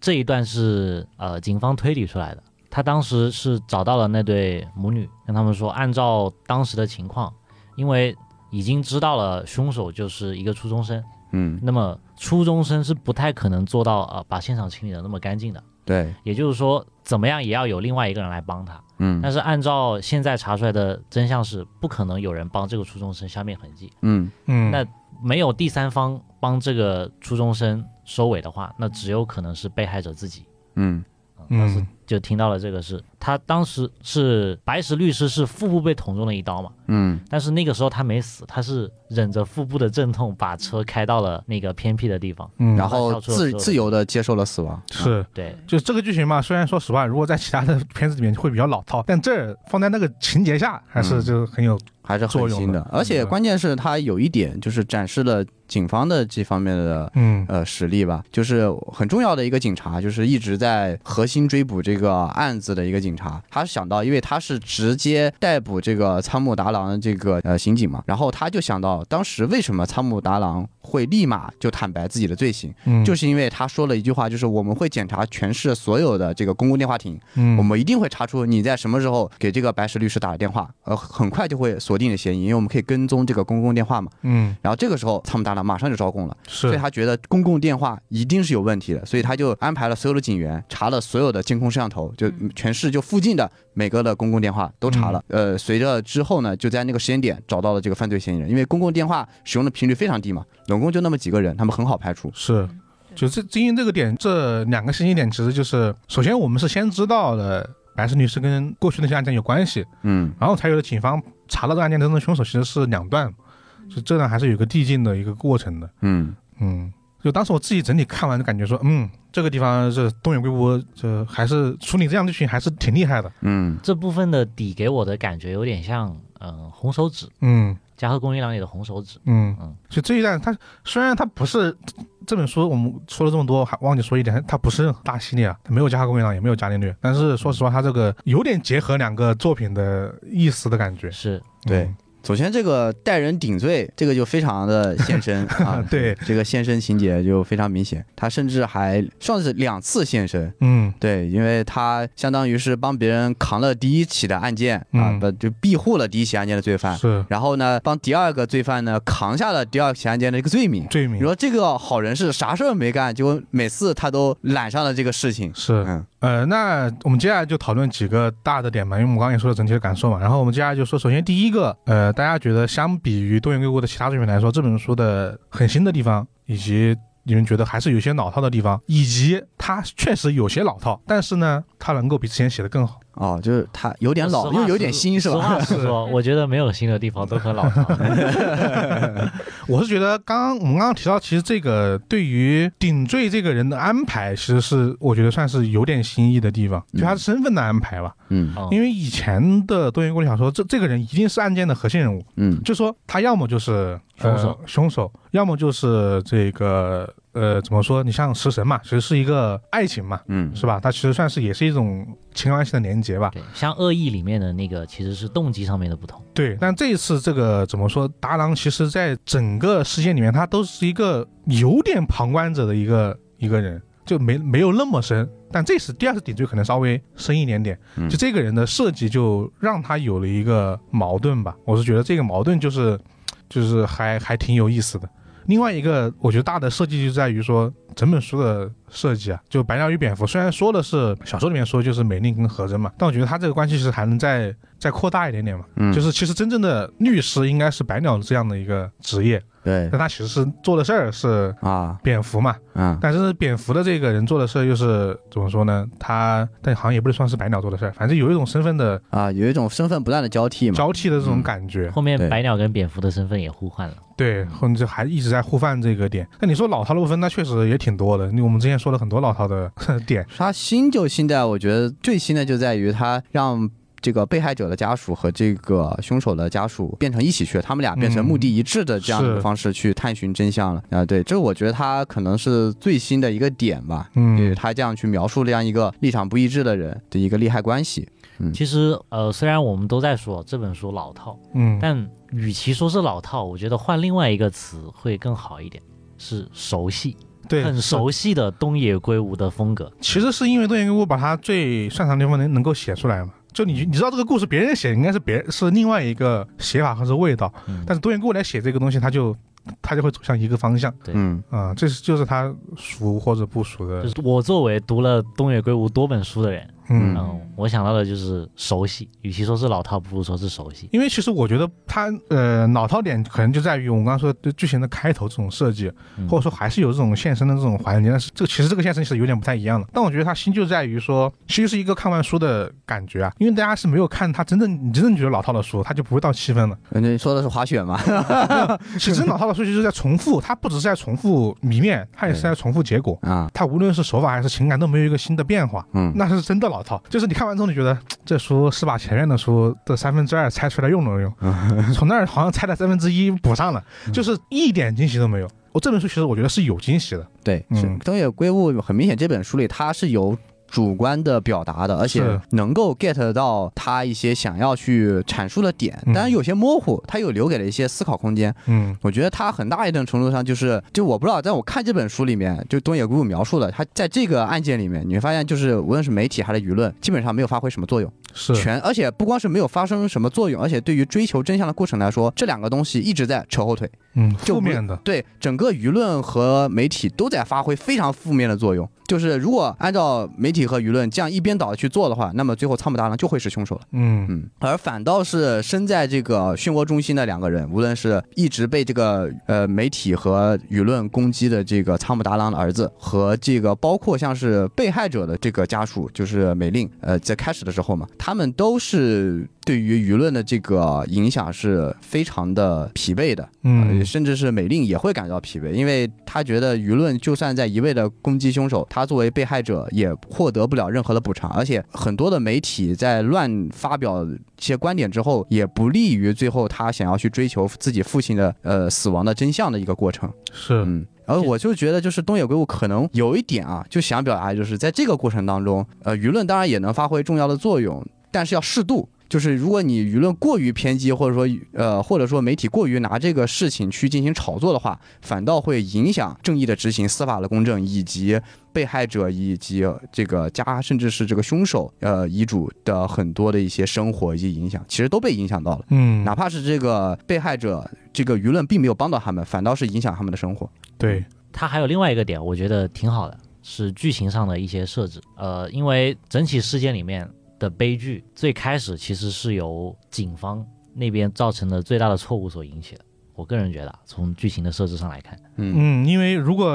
Speaker 2: 这一段是呃警方推理出来的。他当时是找到了那对母女，跟他们说，按照当时的情况，因为已经知道了凶手就是一个初中生，
Speaker 3: 嗯，
Speaker 2: 那么初中生是不太可能做到呃把现场清理的那么干净的，
Speaker 3: 对，
Speaker 2: 也就是说怎么样也要有另外一个人来帮他。
Speaker 3: 嗯
Speaker 2: 但是按照现在查出来的真相是，不可能有人帮这个初中生消灭痕迹，
Speaker 3: 嗯
Speaker 1: 嗯，
Speaker 2: 那没有第三方帮这个初中生收尾的话，那只有可能是被害者自己。
Speaker 3: 嗯
Speaker 2: 嗯
Speaker 1: 嗯
Speaker 2: 当时就听到了这个事，他当时是白石律师是腹部被捅中了一刀嘛，
Speaker 3: 嗯
Speaker 2: 但是那个时候他没死，他是忍着腹部的阵痛把车开到了那个偏僻的地方。
Speaker 1: 嗯，
Speaker 3: 然
Speaker 2: 嗯
Speaker 3: 后
Speaker 2: 跳出了
Speaker 3: 自
Speaker 2: 之后
Speaker 3: 自由的接受了死亡，啊，
Speaker 1: 是。
Speaker 2: 对，
Speaker 1: 就是这个剧情嘛，虽然说实话，如果在其他的片子里面会比较老套，但这儿放在那个情节下，还
Speaker 3: 嗯
Speaker 1: 是就是很有，
Speaker 3: 还是
Speaker 1: 作
Speaker 3: 很
Speaker 1: 用
Speaker 3: 新的
Speaker 1: 的，
Speaker 3: 而且
Speaker 1: 嗯
Speaker 3: 关键是他有一点就是展示了警方的这方面的
Speaker 1: 嗯
Speaker 3: 呃实力吧，就是很重要的一个警察，就是一直在核心追捕这个案子的一个警察。他想到，因为他是直接逮捕这个仓木达郎的这个呃刑警嘛，然后他就想到当时为什么仓木达郎会立马就坦白自己的罪行，
Speaker 1: 嗯，
Speaker 3: 就是是因为他说了一句话，就是我们会检查全市所有的这个公共电话亭，
Speaker 1: 嗯
Speaker 3: 我们一定会查出你在什么时候给这个白石律师打了电话，呃，很快就会锁定你的嫌疑，因为我们可以跟踪这个公共电话嘛。
Speaker 1: 嗯
Speaker 3: 然后这个时候仓木达郎马上就招供了。所以
Speaker 1: 是
Speaker 3: 他觉得公共电话一定是有问题的，所以他就安排了所有的警员查了所有的监控摄像头，就
Speaker 5: 嗯
Speaker 3: 全市就附近的每个的公共电话都查了。呃，随着之后呢，就在那个时间点找到了这个犯罪嫌疑人，因为公共电话使用的频率非常低嘛，总共就那么几个人，他们很好排除。
Speaker 1: 是，就这基因这个点，这两个信息点其实就是，首先我们是先知道了白石律师跟过去那些案件有关系，
Speaker 3: 嗯
Speaker 1: 然后才有了警方查到这个案件真正的凶手其实是两段，就这呢还是有个递进的一个过程的，
Speaker 3: 嗯
Speaker 1: 嗯，就当时我自己整体看完就感觉说，嗯，这个地方这东野圭吾这还是处理这样的剧情还是挺厉害的，
Speaker 3: 嗯
Speaker 2: 这部分的底给我的感觉有点像嗯、红手指，
Speaker 1: 嗯。
Speaker 2: 加贺恭一郎里的红手指。
Speaker 1: 嗯
Speaker 2: 嗯，
Speaker 1: 就这一段，它虽然它不是这本书，我们说了这么多，还忘记说一点，它不是大系列啊，它没有《加贺公园》也没有《伽利略》，但是说实话，它这个有点结合两个作品的意思的感觉。
Speaker 2: 是，
Speaker 3: 对
Speaker 1: 嗯
Speaker 3: 首先这个带人顶罪，这个就非常的现身 啊，
Speaker 1: 嗯对，
Speaker 3: 这个现身情节就非常明显，他甚至还算是两次现身，
Speaker 1: 嗯
Speaker 3: 对，因为他相当于是帮别人扛了第一起的案件、啊
Speaker 1: 嗯，
Speaker 3: 不就庇护了第一起案件的罪犯，
Speaker 1: 是
Speaker 3: 然后呢，帮第二个罪犯呢扛下了第二起案件的一个罪名。
Speaker 1: 罪
Speaker 3: 你
Speaker 1: 名
Speaker 3: 说这个好人是啥事儿没干，结果每次他都揽上了这个事情。
Speaker 1: 是
Speaker 3: 嗯
Speaker 1: 呃，那我们接下来就讨论几个大的点嘛，因为我们刚刚也说了整体的感受嘛，然后我们接下来就说，首先第一个，呃，大家觉得相比于东野圭吾的其他作品来说，这本书的很新的地方以及。你们觉得还是有一些老套的地方，以及它他确实有些老套，但是呢，他能够比之前写的更好。
Speaker 3: 哦，就是他有点
Speaker 2: 实
Speaker 3: 老，
Speaker 2: 话
Speaker 3: 又有
Speaker 2: 实
Speaker 3: 点新，是
Speaker 2: 实
Speaker 3: 吧？
Speaker 2: 话 实说，我觉得没有新的地方都很老套。
Speaker 1: 我是觉得刚刚我们刚刚提到，其实这个对于顶罪这个人的安排，其实是我觉得算是有点新意的地方，
Speaker 3: 嗯
Speaker 1: 就他身份的安排吧。
Speaker 3: 嗯
Speaker 2: 嗯
Speaker 1: 因为以前的多元孤立小说，这这个人一定是案件的核心人物，
Speaker 3: 嗯
Speaker 1: 就说他要么就是
Speaker 2: 凶手
Speaker 1: 呃凶手，要么就是这个呃怎么说？你像食神嘛，其实是一个爱情嘛，
Speaker 3: 嗯
Speaker 1: 是吧？它其实算是也是一种情感性的连接吧。
Speaker 2: 对，像《恶意》里面的那个其实是动机上面的不同。
Speaker 1: 对，但这一次这个怎么说？达郎其实在整个事件里面，他都是一个有点旁观者的一个一个人，就没没有那么深。但这次第二次顶罪可能稍微深一点点，
Speaker 3: 嗯
Speaker 1: 就这个人的设计就让他有了一个矛盾吧。我是觉得这个矛盾就是，就是还还挺有意思的。另外一个，我觉得大的设计就在于说，整本书的设计啊，就白鸟与蝙蝠，虽然说的是小说里面说就是美令跟和真嘛，但我觉得他这个关系其实还能再再扩大一点点嘛。
Speaker 3: 嗯，
Speaker 1: 就是是其实真正的律师应该是白鸟这样的一个职业，
Speaker 3: 对
Speaker 1: 但他其实是做的事儿是
Speaker 3: 啊
Speaker 1: 蝙蝠嘛，
Speaker 3: 啊
Speaker 1: 但是蝙蝠的这个人做的事儿又是怎么说呢？他但好像也不能算是白鸟做的事儿，反正有一种身份的
Speaker 3: 啊，有一种身份不断的交替嘛。
Speaker 1: 交替的这种
Speaker 3: 嗯
Speaker 1: 感觉，
Speaker 2: 后面
Speaker 3: 对
Speaker 2: 白鸟跟蝙蝠的身份也互换了。
Speaker 1: 对，后面就还一直在互犯这个点。那你说老套的部分，那确实也挺多的，因为我们之前说了很多老套的 点，
Speaker 3: 它新就新在，我觉得最新的就在于它让这个被害者的家属和这个凶手的家属变成一起去，他们俩变成目的一致的这样的
Speaker 1: 是
Speaker 3: 方式去探寻真相了。啊，对，这我觉得它可能是最新的一个点吧。对
Speaker 1: 嗯，
Speaker 3: 他这样去描述这样一个立场不一致的人的一个利害关系，
Speaker 2: 其实，呃，虽然我们都在说这本书老套，
Speaker 1: 嗯，
Speaker 2: 但与其说是老套，我觉得换另外一个词会更好一点，是熟悉，
Speaker 1: 对，
Speaker 2: 很
Speaker 1: 是
Speaker 2: 熟悉的东野圭吾的风格。
Speaker 1: 其实是因为段延姑把他最擅长的地方能能够写出来嘛。就
Speaker 2: 嗯
Speaker 1: 你你知道这个故事，别人写应该是别是另外一个写法和是味道，
Speaker 2: 嗯
Speaker 1: 但是段延姑来写这个东西，他就他就会走向一个方向
Speaker 2: 对
Speaker 3: 嗯
Speaker 1: 啊、这是就是他熟或者不熟的
Speaker 2: 就，是我作为读了东野圭吾多本书的人，
Speaker 1: 嗯。
Speaker 2: 嗯，我想到的就是熟悉，与其说是老套，不如说是熟悉。
Speaker 1: 因为其实我觉得他呃老套点可能就在于我们刚刚说的剧情的开头这种设计，
Speaker 2: 嗯
Speaker 1: 或者说还是有这种现身的这种环节，但是这个其实这个现身是有点不太一样的。但我觉得它新就在于说，其实是一个看完书的感觉啊，因为大家是没有看他真正你真正觉得老套的书，他就不会到七分了。
Speaker 3: 嗯，你说的是滑雪嘛？
Speaker 1: 其实老套的书 就是在重复，它不只是在重复谜面，它也是在重复结果。
Speaker 3: 啊，
Speaker 1: 它无论是手法还是情感都没有一个新的变化，
Speaker 3: 嗯，
Speaker 1: 那是真的老套。就是你看完之后，你觉得嘖这书是把前面的书的三分之二拆出来用了用，
Speaker 3: 嗯
Speaker 1: 从那儿好像拆了三分之一补上了，就是一点惊喜都没有。我这本书其实我觉得是有惊喜的，
Speaker 3: 对，是
Speaker 1: 嗯
Speaker 3: 东野圭吾很明显这本书里他是有。主观的表达的，而且
Speaker 1: 是
Speaker 3: 能够 get 到他一些想要去阐述的点，
Speaker 1: 嗯
Speaker 3: 当然有些模糊，他有留给了一些思考空间。
Speaker 1: 嗯，
Speaker 3: 我觉得他很大一定程度上就是，就我不知道，在我看这本书里面，就东野圭吾描述的，他在这个案件里面，你会发现就是无论是媒体还是舆论，基本上没有发挥什么作用。
Speaker 1: 是
Speaker 3: 全，而且不光是没有发生什么作用，而且对于追求真相的过程来说，这两个东西一直在扯后腿。
Speaker 1: 嗯
Speaker 3: 就
Speaker 1: 负面的，
Speaker 3: 对整个舆论和媒体都在发挥非常负面的作用。就是如果按照媒体和舆论这样一边倒的去做的话，那么最后仓木大郎就会是凶手了。
Speaker 1: 嗯
Speaker 3: 嗯，而反倒是身在这个漩涡中心的两个人，无论是一直被这个呃媒体和舆论攻击的这个仓木达郎的儿子，和这个包括像是被害者的这个家属，就是美令，呃，在开始的时候嘛，他们都是对于舆论的这个影响是非常的疲惫的。呃
Speaker 1: 嗯
Speaker 3: 甚至是美令也会感到疲惫，因为他觉得舆论就算在一味的攻击凶手，他作为被害者也获得不了任何的补偿，而且很多的媒体在乱发表一些观点之后，也不利于最后他想要去追求自己父亲的呃死亡的真相的一个过程。
Speaker 1: 是
Speaker 3: 嗯，然后我就觉得，就是东野圭吾可能有一点啊，就想表达，就是在这个过程当中，呃，舆论当然也能发挥重要的作用，但是要适度。就是如果你舆论过于偏激，或者说呃，或者说媒体过于拿这个事情去进行炒作的话，反倒会影响正义的执行、司法的公正，以及被害者以及这个家，甚至是这个凶手呃遗嘱的很多的一些生活以及影响，其实都被影响到了。
Speaker 1: 嗯
Speaker 3: 哪怕是这个被害者，这个舆论并没有帮到他们，反倒是影响他们的生活。
Speaker 1: 对，
Speaker 2: 它还有另外一个点，我觉得挺好的，是剧情上的一些设置。呃，因为整起事件里面的悲剧，最开始其实是由警方那边造成的最大的错误所引起的。我个人觉得，从剧情的设置上来看，
Speaker 3: 嗯
Speaker 1: 嗯，因为如果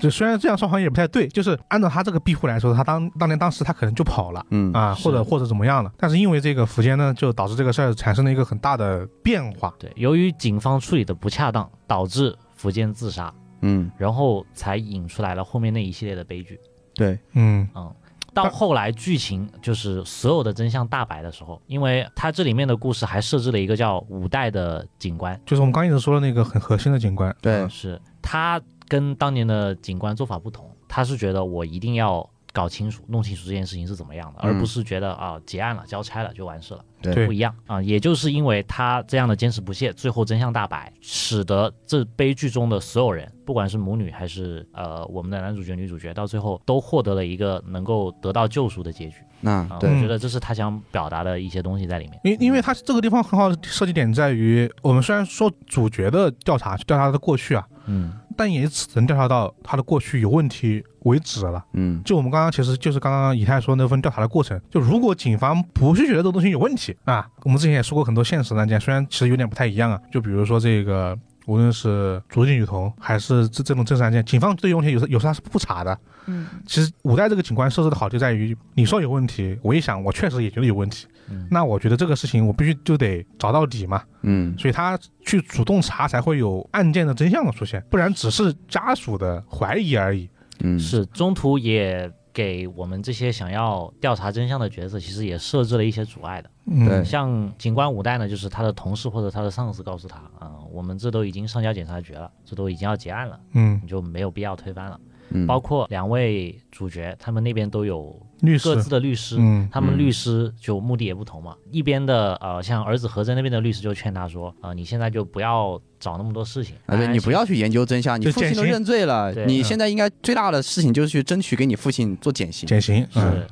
Speaker 1: 这虽然这样说好像也不太对，就是按照他这个庇护来说，他当当年当时他可能就跑了。
Speaker 3: 嗯
Speaker 1: 啊，
Speaker 2: 是
Speaker 1: 或者或者怎么样了，但是因为这个福建呢，就导致这个事儿产生了一个很大的变化。
Speaker 2: 对，由于警方处理的不恰当，导致福建自杀，
Speaker 3: 嗯，
Speaker 2: 然后才引出来了后面那一系列的悲剧。
Speaker 3: 对，
Speaker 1: 嗯
Speaker 2: 嗯，到
Speaker 1: 但
Speaker 2: 后来剧情就是所有的真相大白的时候，因为它这里面的故事还设置了一个叫五代的警官，
Speaker 1: 就是我们刚一直说的那个很核心的警官，
Speaker 3: 对，
Speaker 2: 嗯是他跟当年的警官做法不同，他是觉得我一定要搞清楚、弄清楚这件事情是怎么样的，
Speaker 3: 嗯
Speaker 2: 而不是觉得啊结案了、交差了就完事了，
Speaker 3: 对
Speaker 2: 不一样啊。也就是因为他这样的坚持不懈，最后真相大白，使得这悲剧中的所有人，不管是母女还是呃我们的男主角、女主角，到最后都获得了一个能够得到救赎的结局
Speaker 3: 那
Speaker 2: 啊。我
Speaker 3: 对，
Speaker 2: 觉得这是他想表达的一些东西在里面。
Speaker 1: 因因为它这个地方很好的设计点在于，我们虽然说主角的调查调查他的过去啊，
Speaker 2: 嗯，
Speaker 1: 但也只能调查到他的过去有问题为止了。
Speaker 3: 嗯
Speaker 1: 就我们刚刚其实就是刚刚以太说那份调查的过程，就如果警方不是觉得这个东西有问题啊，我们之前也说过很多现实的案件，虽然其实有点不太一样啊，就比如说这个。无论是逐级女童还是这这种正式案件，警方对这些东西有时有时候他是不查的。
Speaker 6: 嗯，
Speaker 1: 其实五代这个警官设置的好就在于，你说有问题，我一想我确实也觉得有问题，
Speaker 2: 嗯
Speaker 1: 那我觉得这个事情我必须就得找到底嘛。
Speaker 3: 嗯
Speaker 1: 所以他去主动查才会有案件的真相的出现，不然只是家属的怀疑而已。
Speaker 3: 嗯，
Speaker 2: 是中途也给我们这些想要调查真相的角色，其实也设置了一些阻碍的。
Speaker 1: 嗯
Speaker 3: 对
Speaker 2: 像警官五代呢，就是他的同事或者他的上司告诉他，啊、我们这都已经上交检察局了，这都已经要结案了，
Speaker 1: 嗯，
Speaker 2: 你就没有必要推翻了。
Speaker 3: 嗯
Speaker 2: 包括两位主角，他们那边都有
Speaker 1: 律师
Speaker 2: 各，自的律师，
Speaker 1: 嗯
Speaker 2: 他们
Speaker 3: 嗯
Speaker 2: 律师就目的也不同嘛。一边的呃，像儿子和真那边的律师就劝他说，啊、你现在就不要找那么多事情，哎
Speaker 3: 而且
Speaker 2: 安安
Speaker 3: 啊哎你
Speaker 2: 心
Speaker 3: 不要去研究真相，你
Speaker 1: 就
Speaker 3: 父
Speaker 1: 减
Speaker 3: 亲都
Speaker 1: 刑
Speaker 3: 认罪了，
Speaker 2: 对
Speaker 3: 你
Speaker 1: 嗯
Speaker 3: 现在应该最大的事情就是去争取给你父亲做减刑。
Speaker 1: 减刑，
Speaker 2: 是。
Speaker 1: 嗯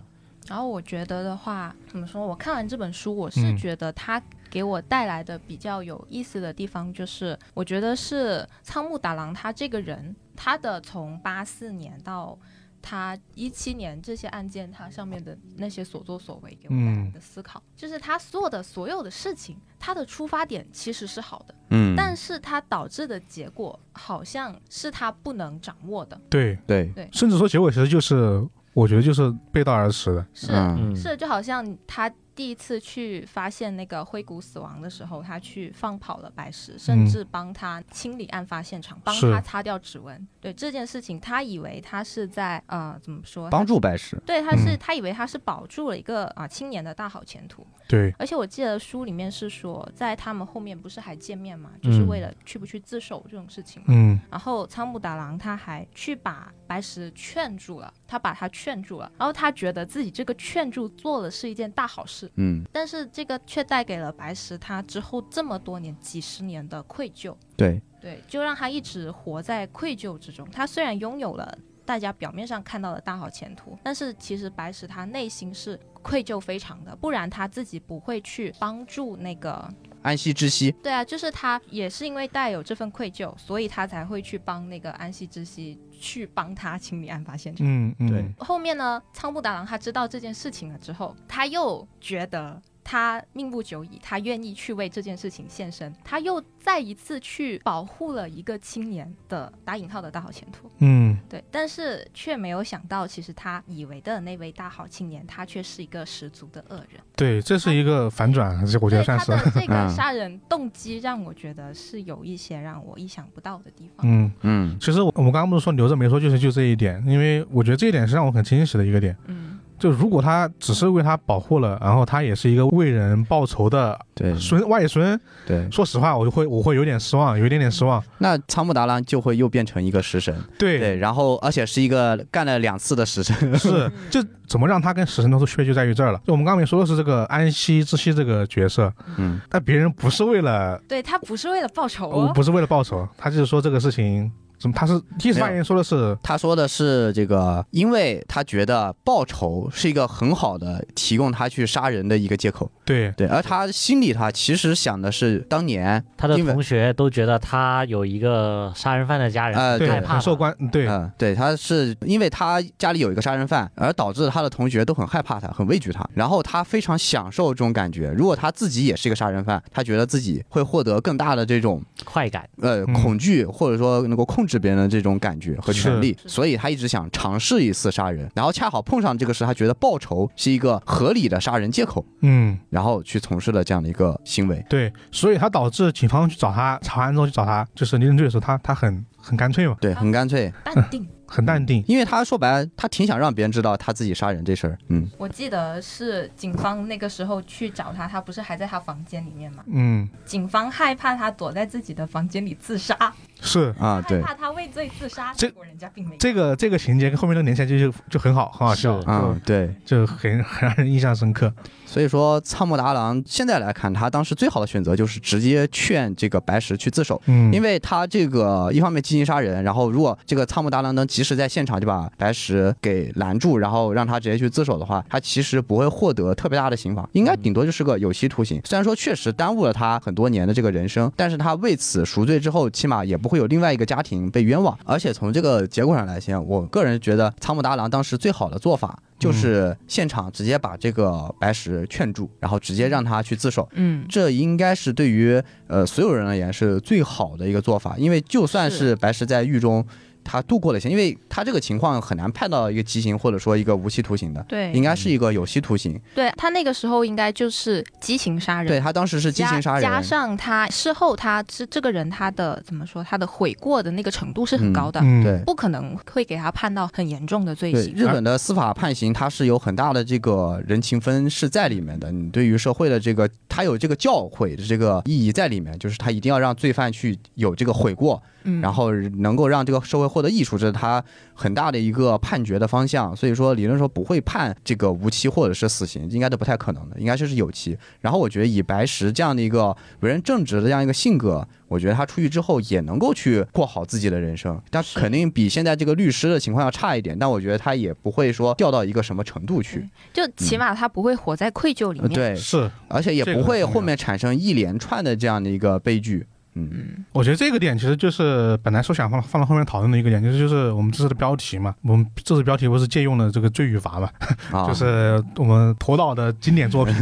Speaker 5: 然后我觉得的话，怎么说？我看完这本书，
Speaker 1: 嗯
Speaker 5: 我是觉得它给我带来的比较有意思的地方，就是我觉得是仓木达郎他这个人，他的从八四年到他一七年这些案件，他上面的那些所作所为，给我带来
Speaker 1: 嗯
Speaker 5: 的思考，就是他做的所有的事情，他的出发点其实是好的，
Speaker 3: 嗯，
Speaker 5: 但是他导致的结果好像是他不能掌握的，
Speaker 1: 对，
Speaker 3: 对，
Speaker 1: 甚至说结尾其实就是，我觉得就是背道而驰的。
Speaker 5: 是
Speaker 3: 嗯
Speaker 2: 嗯，
Speaker 5: 是，就好像他第一次去发现那个灰谷死亡的时候，他去放跑了白石，甚
Speaker 1: 嗯
Speaker 5: 至帮他清理案发现场，帮
Speaker 1: 是
Speaker 5: 他擦掉指纹。对这件事情，他以为他是在呃怎么说？
Speaker 3: 帮
Speaker 5: 他
Speaker 3: 助白石。
Speaker 5: 对，他是、
Speaker 1: 嗯
Speaker 5: 他以为他是保住了一个啊、青年的大好前途。
Speaker 1: 对，
Speaker 5: 而且我记得书里面是说，在他们后面不是还见面嘛，就是
Speaker 2: 嗯
Speaker 5: 为了去不去自首这种事情嘛。
Speaker 1: 嗯
Speaker 5: 然后仓木达郎他还去把白石劝住了，他把他劝住了，然后他觉得自己这个劝住做的是一件大好事，
Speaker 3: 嗯，
Speaker 5: 但是这个却带给了白石他之后这么多年几十年的愧疚，
Speaker 3: 对，
Speaker 5: 对，就让他一直活在愧疚之中。他虽然拥有了大家表面上看到的大好前途，但是其实白石他内心是愧疚非常的，不然他自己不会去帮助那个
Speaker 3: 安息之息。
Speaker 5: 对啊，就是他也是因为带有这份愧疚，所以他才会去帮那个安息之息去帮他清理案发现场。
Speaker 1: 嗯嗯，
Speaker 3: 对，
Speaker 5: 后面呢，仓木达郎他知道这件事情了之后，他又觉得他命不久矣，他愿意去为这件事情献身，他又再一次去保护了一个青年的打引号的大好前途。
Speaker 1: 嗯
Speaker 5: 对，但是却没有想到，其实他以为的那位大好青年，他却是一个十足的恶人。
Speaker 1: 对，这是一个反转，这我觉得
Speaker 5: 对
Speaker 1: 算
Speaker 5: 他
Speaker 1: 是，
Speaker 5: 的
Speaker 3: 嗯
Speaker 5: 这个杀人动机让我觉得是有一些让我意想不到的地方。
Speaker 1: 嗯。
Speaker 3: 嗯
Speaker 1: 其实我我们刚刚不是说留着没说，就是就这一点，因为我觉得这一点是让我很惊喜的一个点。
Speaker 5: 嗯，
Speaker 1: 就如果他只是为他保护了，然后他也是一个为人报仇的
Speaker 3: 对
Speaker 1: 孙外孙，
Speaker 3: 对，
Speaker 1: 说实话，我就会我会有点失望，有一点点失望。
Speaker 3: 那仓木达郎就会又变成一个食神，
Speaker 1: 对，
Speaker 3: 对，然后而且是一个干了两次的食神，
Speaker 1: 是，就怎么让他跟死神都是缺就在于这儿了。就我们刚刚也说的是这个安息之息这个角色，
Speaker 3: 嗯，
Speaker 1: 但别人不是为了，
Speaker 5: 对他不是为了报仇
Speaker 1: 我
Speaker 5: 哦，
Speaker 1: 不是为了报仇，他就是说这个事情，怎么他是第一次发言说的是，
Speaker 3: 他说的是这个，因为他觉得报仇是一个很好的提供他去杀人的一个借口。
Speaker 1: 对，
Speaker 3: 对，而他心里他其实想的是当年，
Speaker 2: 他的
Speaker 3: 因为
Speaker 2: 同学都觉得他有一个杀人犯的家人，
Speaker 3: 呃
Speaker 1: 对
Speaker 2: 害，
Speaker 1: 很
Speaker 2: 怕
Speaker 1: 受
Speaker 2: 嘛。
Speaker 1: 关，对，
Speaker 3: 嗯，对，他是因为他家里有一个杀人犯，而导致他的同学都很害怕他，很畏惧他。然后他非常享受这种感觉。如果他自己也是一个杀人犯，他觉得自己会获得更大的这种
Speaker 2: 快感。
Speaker 3: 呃
Speaker 1: 嗯
Speaker 3: 恐惧，或者说能够控制别人的这种感觉和权利，
Speaker 4: 是
Speaker 3: 所以他一直想尝试一次杀人。然后恰好碰上这个事，他觉得报仇是一个合理的杀人借口，
Speaker 1: 嗯，
Speaker 3: 然后去从事了这样的一个行为。
Speaker 1: 对，所以他导致警方去找他查完之后去找他，就是林正罪的时候，他他很很干脆嘛，
Speaker 3: 对，很干脆，
Speaker 4: 淡定。
Speaker 1: 很淡定，
Speaker 3: 因为他说白了，他挺想让别人知道他自己杀人这事儿。嗯，
Speaker 4: 我记得是警方那个时候去找他，他不是还在他房间里面吗？
Speaker 1: 嗯，
Speaker 4: 警方害怕他躲在自己的房间里自杀，
Speaker 1: 是
Speaker 3: 啊，
Speaker 4: 害
Speaker 3: 对，
Speaker 4: 怕他畏罪自杀，
Speaker 1: 这
Speaker 4: 结果人家并没有。
Speaker 1: 这个这个情节跟后面那个连起来就就就很好，很好笑，
Speaker 2: 是
Speaker 3: 啊
Speaker 1: 就，
Speaker 3: 对。
Speaker 1: 就很很让人印象深刻，
Speaker 3: 所以说，仓木达郎现在来看，他当时最好的选择就是直接劝这个白石去自首，
Speaker 1: 嗯，
Speaker 3: 因
Speaker 1: 为
Speaker 3: 为他这个一方面激情杀人，然后如果这个仓木达郎能及时在现场就把白石给拦住，然后让他直接去自首的话，他其实不会获得特别大的刑罚，应该顶多就是个有期徒刑。虽然说确实耽误了他很多年的这个人生，但是他为此赎罪之后，起码也不会有另外一个家庭被冤枉。而且从这个结果上来讲，我个人觉得仓木达郎当时最好的做法就是现场直接把这个白石劝住，然后直接让他去自首。
Speaker 5: 嗯，
Speaker 3: 这应该是对于呃所有人而言是最好的一个做法，因为就算是白石在狱中，他度过了刑，因为他这个情况很难判到一个极刑或者说一个无期徒刑的，
Speaker 5: 对
Speaker 3: 应该是一个有期徒刑。
Speaker 5: 对他那个时候应该就是激情杀人，
Speaker 3: 对他当时是激
Speaker 5: 加
Speaker 3: 情杀人，
Speaker 5: 加上他事后他是这个人他的怎么说他的悔过的那个程度是很高的，
Speaker 1: 嗯，
Speaker 3: 对
Speaker 5: 不可能会给他判到很严重的罪
Speaker 3: 对
Speaker 5: 行。
Speaker 3: 日本的司法判刑，它是有很大的这个人情分是在里面的。你对于社会的这个，它有这个教诲的这个意义在里面，就是它一定要让罪犯去有这个悔过，
Speaker 5: 嗯，
Speaker 3: 然后能够让这个社会获得益处，这是他很大的一个判决的方向。所以说，理论说不会判这个无期或者是死刑，应该都不太可能的，应该就是有期。然后我觉得以白石这样的一个为人正直的这样一个性格，我觉得他出狱之后也能够去过好自己的人生，但肯定比现在这个律师的情况要差一点，但我觉得他也不会说掉到一个什么程度去。
Speaker 5: 就起码他不会活在愧疚里
Speaker 3: 呃
Speaker 5: 面。
Speaker 3: 嗯对，
Speaker 1: 是，
Speaker 3: 而且也
Speaker 1: 这个很
Speaker 3: 不会
Speaker 1: 重要
Speaker 3: 后面产生一连串的这样的一个悲剧。嗯
Speaker 1: 我觉得这个点其实就是本来说想放放到后面讨论的一个点，就是就是我们这次的标题嘛，我们这次标题不是借用了这个《罪与罚》嘛，
Speaker 3: 啊，
Speaker 1: 就是我们头岛的经典作品。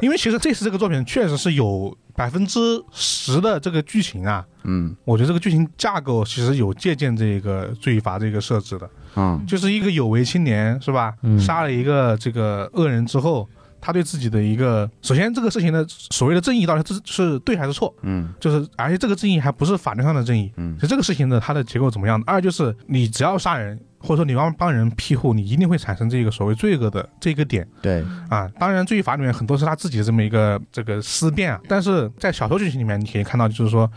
Speaker 1: 因为其实这次这个作品确实是有百分之十的这个剧情啊，
Speaker 3: 嗯
Speaker 1: 我觉得这个剧情架构其实有借鉴这个罪与罚这个设置的，
Speaker 3: 嗯
Speaker 1: 就是一个有为青年是吧
Speaker 2: 嗯，
Speaker 1: 杀了一个这个恶人之后。他对自己的一个，首先这个事情的所谓的正义到底是是对还是错，
Speaker 3: 嗯
Speaker 1: 就是而且这个正义还不是法律上的正义，
Speaker 3: 嗯
Speaker 1: 就这个事情的它的结构怎么样？二就是你只要杀人，或者说你帮帮人庇护，你一定会产生这个所谓罪恶的这个点
Speaker 3: 对，
Speaker 1: 啊。当然，罪与罚里面很多是他自己的这么一个这个思辨啊，但是在小说剧情里面你可以看到，就是说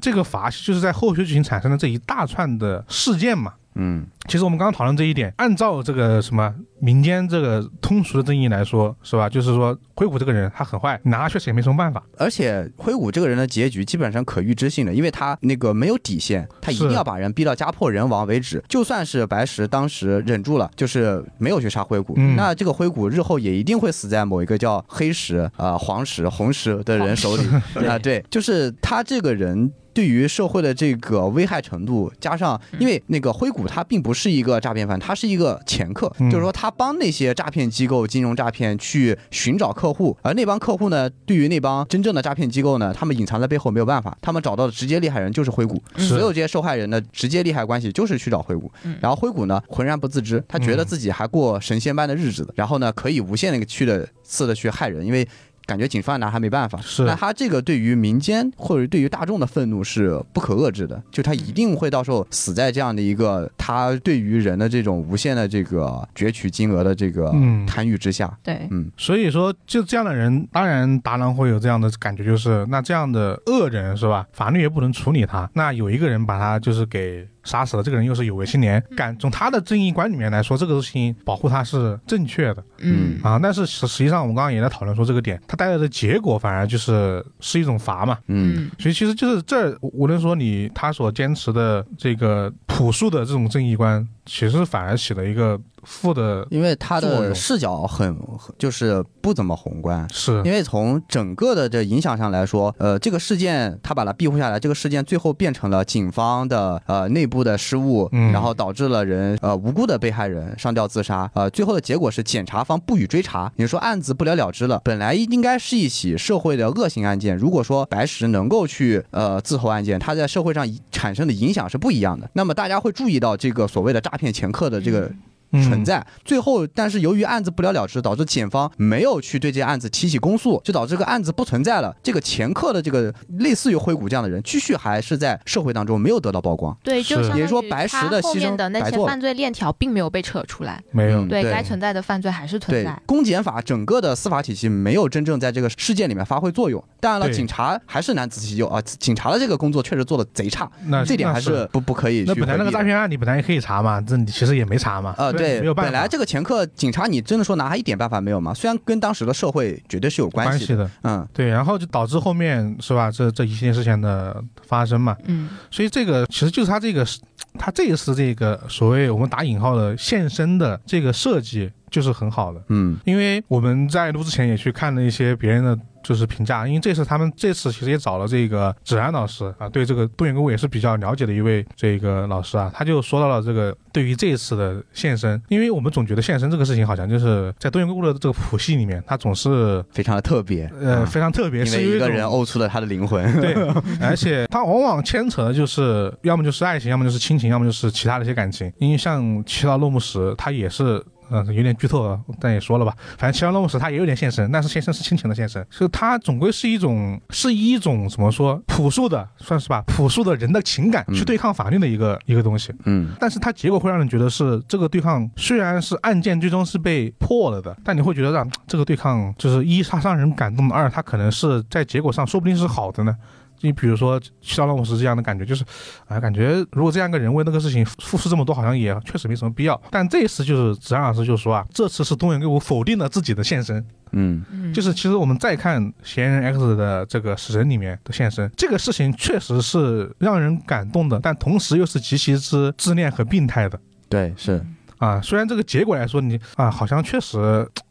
Speaker 1: 这个罚就是在后续剧情产生的这一大串的事件嘛。
Speaker 3: 嗯
Speaker 1: 其实我们刚刚讨论这一点，按照这个什么民间这个通俗的正义来说，是吧？就是说硅谷这个人他很坏，你拿他确实也没什么办法。
Speaker 3: 而且灰谷这个人的结局基本上可预知性的，因为他那个没有底线，他一定
Speaker 1: 是
Speaker 3: 要把人逼到家破人亡为止。就算是白石当时忍住了，就是没有去杀灰谷，
Speaker 1: 嗯
Speaker 3: 那这个灰谷日后也一定会死在某一个叫黑石、呃黄石、红石的人手里啊、对，就是他这个人。对于社会的这个危害程度，加上因为那个灰谷他并不是一个诈骗犯，他是一个掮客，
Speaker 1: 嗯
Speaker 3: 就是说他帮那些诈骗机构、金融诈骗去寻找客户，而那帮客户呢，对于那帮真正的诈骗机构呢，他们隐藏在背后没有办法，他们找到的直接厉害人就是灰谷，
Speaker 1: 是
Speaker 3: 所有这些受害人的直接利害关系就是去找灰谷，然后灰谷呢浑然不自知，他
Speaker 1: 嗯
Speaker 3: 觉得自己还过神仙般的日子的，然后呢可以无限的去的次的去害人，因为。感觉警方拿他没办法，
Speaker 1: 是
Speaker 3: 那他这个对于民间或者对于大众的愤怒是不可遏制的，就他一定会到时候死在这样的一个他对于人的这种无限的这个攫取金额的这个
Speaker 1: 嗯
Speaker 3: 贪欲之下，
Speaker 5: 对
Speaker 3: 嗯
Speaker 1: 所以说，就这样的人，当然达郎会有这样的感觉，就是那这样的恶人是吧？法律也不能处理他。那有一个人把他就是给杀死了，这个人又是有为青年，感从他的正义观里面来说，这个事情保护他是正确的
Speaker 3: 嗯
Speaker 1: 啊。但是实实际上，我们刚刚也在讨论说这个点，他带来的结果反而就是是一种罚嘛。
Speaker 3: 嗯
Speaker 1: 所以其实就是这儿，无无论说你他所坚持的这个朴素的这种正义观，其实反而起了一个负的
Speaker 3: 因为他
Speaker 1: 作用
Speaker 3: 的视角很很就是不怎么宏观。
Speaker 1: 是
Speaker 3: 因为从整个的这影响上来说，呃，这个事件他把它庇护下来，这个事件最后变成了警方的呃内部的失误，
Speaker 1: 嗯
Speaker 3: 然后导致了人呃无辜的被害人上吊自杀，呃，最后的结果是检察方不予追查，你说案子不了了之了。本来应该是一起社会的恶性案件，如果说白石能够去呃自投案件，他在社会上产生的影响是不一样的，那么大家会注意到这个所谓的诈骗前客的这个
Speaker 1: 嗯
Speaker 3: 存在。最后，但是由于案子不了了之，导致检方没有去对这案子提起公诉，就导致这个案子不存在了。这个前客的这个类似于灰谷这样的人，继续还是在社会当中没有得到曝光。
Speaker 5: 对，就是相当
Speaker 3: 也说
Speaker 5: 于
Speaker 3: 白石
Speaker 5: 他
Speaker 3: 的
Speaker 5: 后
Speaker 3: 牺
Speaker 5: 面
Speaker 3: 牲
Speaker 5: 的那
Speaker 3: 白
Speaker 5: 些
Speaker 3: 做了
Speaker 5: 犯罪链条并没有被扯出来，
Speaker 1: 没有
Speaker 3: 嗯
Speaker 5: 对
Speaker 3: 对
Speaker 5: 该存在的犯罪还是存
Speaker 3: 对
Speaker 5: 在。，
Speaker 3: 公检法整个的司法体系没有真正在这个事件里面发挥作用。当然了，
Speaker 1: 对
Speaker 3: 警察还是难辞其咎啊，警察的这个工作确实做的贼差，
Speaker 1: 那
Speaker 3: 这点
Speaker 1: 那
Speaker 3: 还是不不可以去
Speaker 1: 那
Speaker 3: 回避
Speaker 1: 本来那个诈
Speaker 3: 的。
Speaker 1: 骗案你本来也可以查嘛，这你其实也没查嘛。
Speaker 3: 呃，对
Speaker 1: 没有，办法，
Speaker 3: 本来这个前客警察，你真的说拿他一点办法没有吗？虽然跟当时的社会绝对是有关
Speaker 1: 关
Speaker 3: 系的，
Speaker 1: 系的。
Speaker 3: 嗯，
Speaker 1: 对，然后就导致后面是吧？这这一系列事情的发生嘛，
Speaker 5: 嗯，
Speaker 1: 所以这个其实就是他这个他这一次这个所谓我们打引号的现身的这个设计就是很好的，
Speaker 3: 嗯
Speaker 1: 因为我们在录之前也去看了一些别人的就是评价，因为这次他们这次其实也找了这个芷安老师啊，对这个动员工也是比较了解的一位这个老师啊，他就说到了这个对于这次的现身，因为我们总觉得现身这个事情好像就是在动员工的这个谱系里面，它总是
Speaker 3: 非常的特别。
Speaker 1: 呃
Speaker 3: 嗯
Speaker 1: 非常特别，
Speaker 3: 因
Speaker 1: 是因
Speaker 3: 为
Speaker 1: 为
Speaker 3: 一个
Speaker 1: 种
Speaker 3: 人呕出了他的灵魂。
Speaker 1: 对，而且它往往牵扯的就是要么就是爱情，要么就是亲情，要么就是其他的一些感情。因为像七道落幕时，它也是。嗯，有点剧透了，但也说了吧，反正七道落幕时它也有点现身，但是现身是亲情的现身，所以它总归是一种是一种怎么说朴素的，算是吧，朴素的人的情感
Speaker 3: 嗯
Speaker 1: 去对抗法律的一个、一个东西。
Speaker 3: 嗯，
Speaker 1: 但是它结果会让人觉得是这个对抗虽然是案件最终是被破了的，但你会觉得让这个对抗就是一它让人感动的，二它可能是在结果上说不定是好的呢。你比如说《七道浪舞师》这样的感觉，就是，啊、感觉如果这样一个人为那个事情付出这么多，好像也确实没什么必要。但这一次就是子安老师就说啊，这次是东野圭吾否定了自己的现身，
Speaker 3: 嗯
Speaker 5: 嗯
Speaker 1: 就是其实我们再看嫌疑人 X 的这个死神里面的现身，这个事情确实是让人感动的，但同时又是极其之自恋和病态的。，
Speaker 3: 对，是，
Speaker 1: 啊，虽然这个结果来说你，啊，好像确实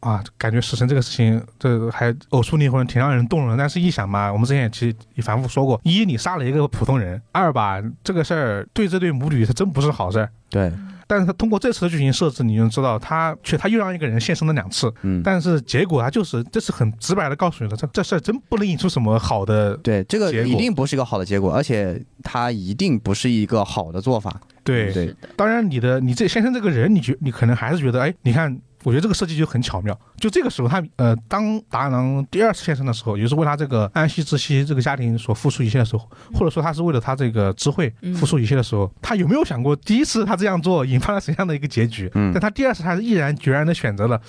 Speaker 1: 啊，感觉死神这个事情，这还偶出灵魂，挺让人动容的。但是，一想嘛，我们之前也其实也反复说过，一你杀了一个普通人，二吧这个事儿对这对母女是真不是好事儿。
Speaker 3: 对，
Speaker 1: 但是他通过这次的剧情设置，你就知道他却他又让一个人现身了两次，
Speaker 3: 嗯，
Speaker 1: 但是结果啊，就是这是很直白的告诉你了，这这事儿真不能引出什么好的
Speaker 3: 对，这个
Speaker 1: 结果
Speaker 3: 一定不是一个好的结果，而且它一定不是一个好的做法。
Speaker 1: 对。
Speaker 3: 对
Speaker 5: 是的，
Speaker 1: 当然，你的你这先生这个人，你觉你可能还是觉得，哎，你看，我觉得这个设计就很巧妙。就这个时候他，呃，当达郎第二次现身的时候，也就是为他这个安息之息这个家庭所付出一切的时候，
Speaker 3: 嗯
Speaker 1: 或者说他是为了他这个智慧
Speaker 5: 嗯
Speaker 1: 付出一切的时候，他有没有想过，第一次他这样做引发了什么样的一个结局？
Speaker 3: 嗯
Speaker 1: 但他第二次还是毅然决然的选择了，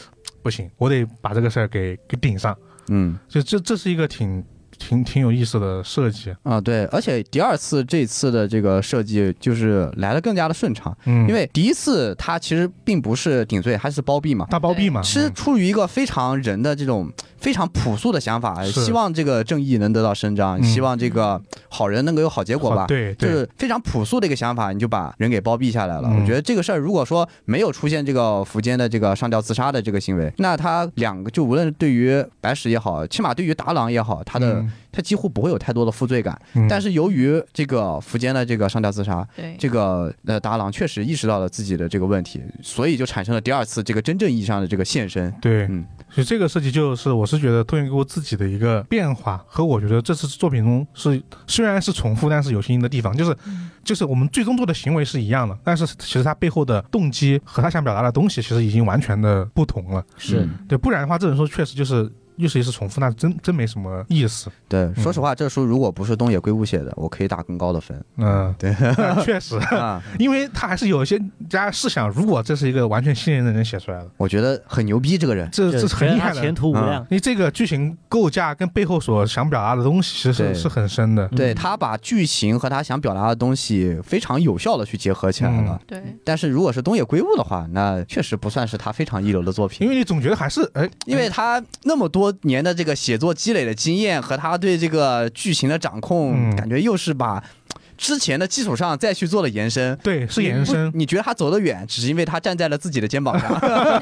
Speaker 1: 不行，我得把这个事儿给给顶上。
Speaker 3: 嗯，
Speaker 1: 就这这是一个挺挺挺有意思的设计，
Speaker 3: 啊，对，而且第二次这次的这个设计就是来的更加的顺畅，
Speaker 1: 嗯，
Speaker 3: 因为第一次它其实并不是顶罪，它是包庇嘛。
Speaker 1: 大包庇嘛，
Speaker 3: 是
Speaker 1: 嗯
Speaker 3: 出于一个非常人的这种非常朴素的想法，
Speaker 1: 是
Speaker 3: 希望这个正义能得到伸张，
Speaker 1: 嗯
Speaker 3: 希望这个好人能够有好结果吧
Speaker 1: 好。啊对
Speaker 3: 就
Speaker 1: 对，
Speaker 3: 是非常朴素的一个想法，你就把人给包庇下来了。
Speaker 1: 嗯
Speaker 3: 我觉得这个事儿，如果说没有出现这个福间的这个上吊自杀的这个行为，那他两个就无论是对于白石也好，起码对于达郎也好，他的、他几乎不会有太多的负罪感。
Speaker 1: 嗯，
Speaker 3: 但
Speaker 1: 是
Speaker 3: 是由于这个福间的这个上吊自杀，
Speaker 5: 对，
Speaker 3: 这个呃达郎确实意识到了自己的这个问题，所以就产生了第二次这个真正意义上的这个现身。
Speaker 1: 对，
Speaker 3: 嗯
Speaker 1: 所以这个设计就是，我是觉得托尼给我自己的一个变化，和我觉得这次作品中是虽然是重复，但是有新的地方，就是
Speaker 2: 嗯
Speaker 1: 就是我们最终做的行为是一样的，但是其实他背后的动机和他想表达的东西，其实已经完全的不同了。
Speaker 2: 是
Speaker 3: 嗯
Speaker 1: 对，不然的话，这本书确实就是又是一次重复，那真真没什么意思。
Speaker 3: 对，说实话，这书如果不是东野圭吾写的，我可以打更高的分
Speaker 1: 嗯，
Speaker 3: 对
Speaker 1: 那确实，
Speaker 3: 啊。
Speaker 1: 因为他还是有一些大家试想，如果这是一个完全新人的人写出来的，
Speaker 3: 我觉得很牛逼，这个人。
Speaker 1: 这
Speaker 2: 就
Speaker 1: 这是很
Speaker 2: 觉得
Speaker 1: 厉
Speaker 2: 他
Speaker 1: 害的。
Speaker 2: 前途无量。
Speaker 3: 嗯
Speaker 1: 因为这个剧情构架跟背后所想表达的东西，其实是
Speaker 3: 对
Speaker 1: 是很深的。
Speaker 3: 对
Speaker 2: 嗯
Speaker 3: 他把剧情和他想表达的东西非常有效的去结合起来了。
Speaker 1: 嗯
Speaker 5: 对，
Speaker 3: 但是如果是东野圭吾的话，那确实不算是他非常一流的作品，
Speaker 1: 因为你总觉得还是哎，
Speaker 3: 因为他那么多年的这个写作积累的经验和他对这个剧情的掌控，
Speaker 1: 嗯
Speaker 3: 感觉又是把之前的基础上再去做了延伸。
Speaker 1: 对，是延伸
Speaker 3: 不，你觉得他走得远，只是因为他站在了自己的肩膀上。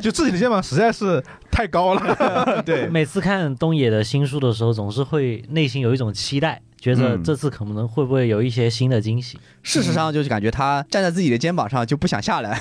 Speaker 1: 就自己的肩膀实在是太高 了。
Speaker 3: 对，
Speaker 2: 每次看东野的新书的时候，总是会内心有一种期待，觉得
Speaker 3: 嗯
Speaker 2: 这次可能会不会有一些新的惊喜。
Speaker 3: 事实上就是感觉他站在自己的肩膀上就不想下来。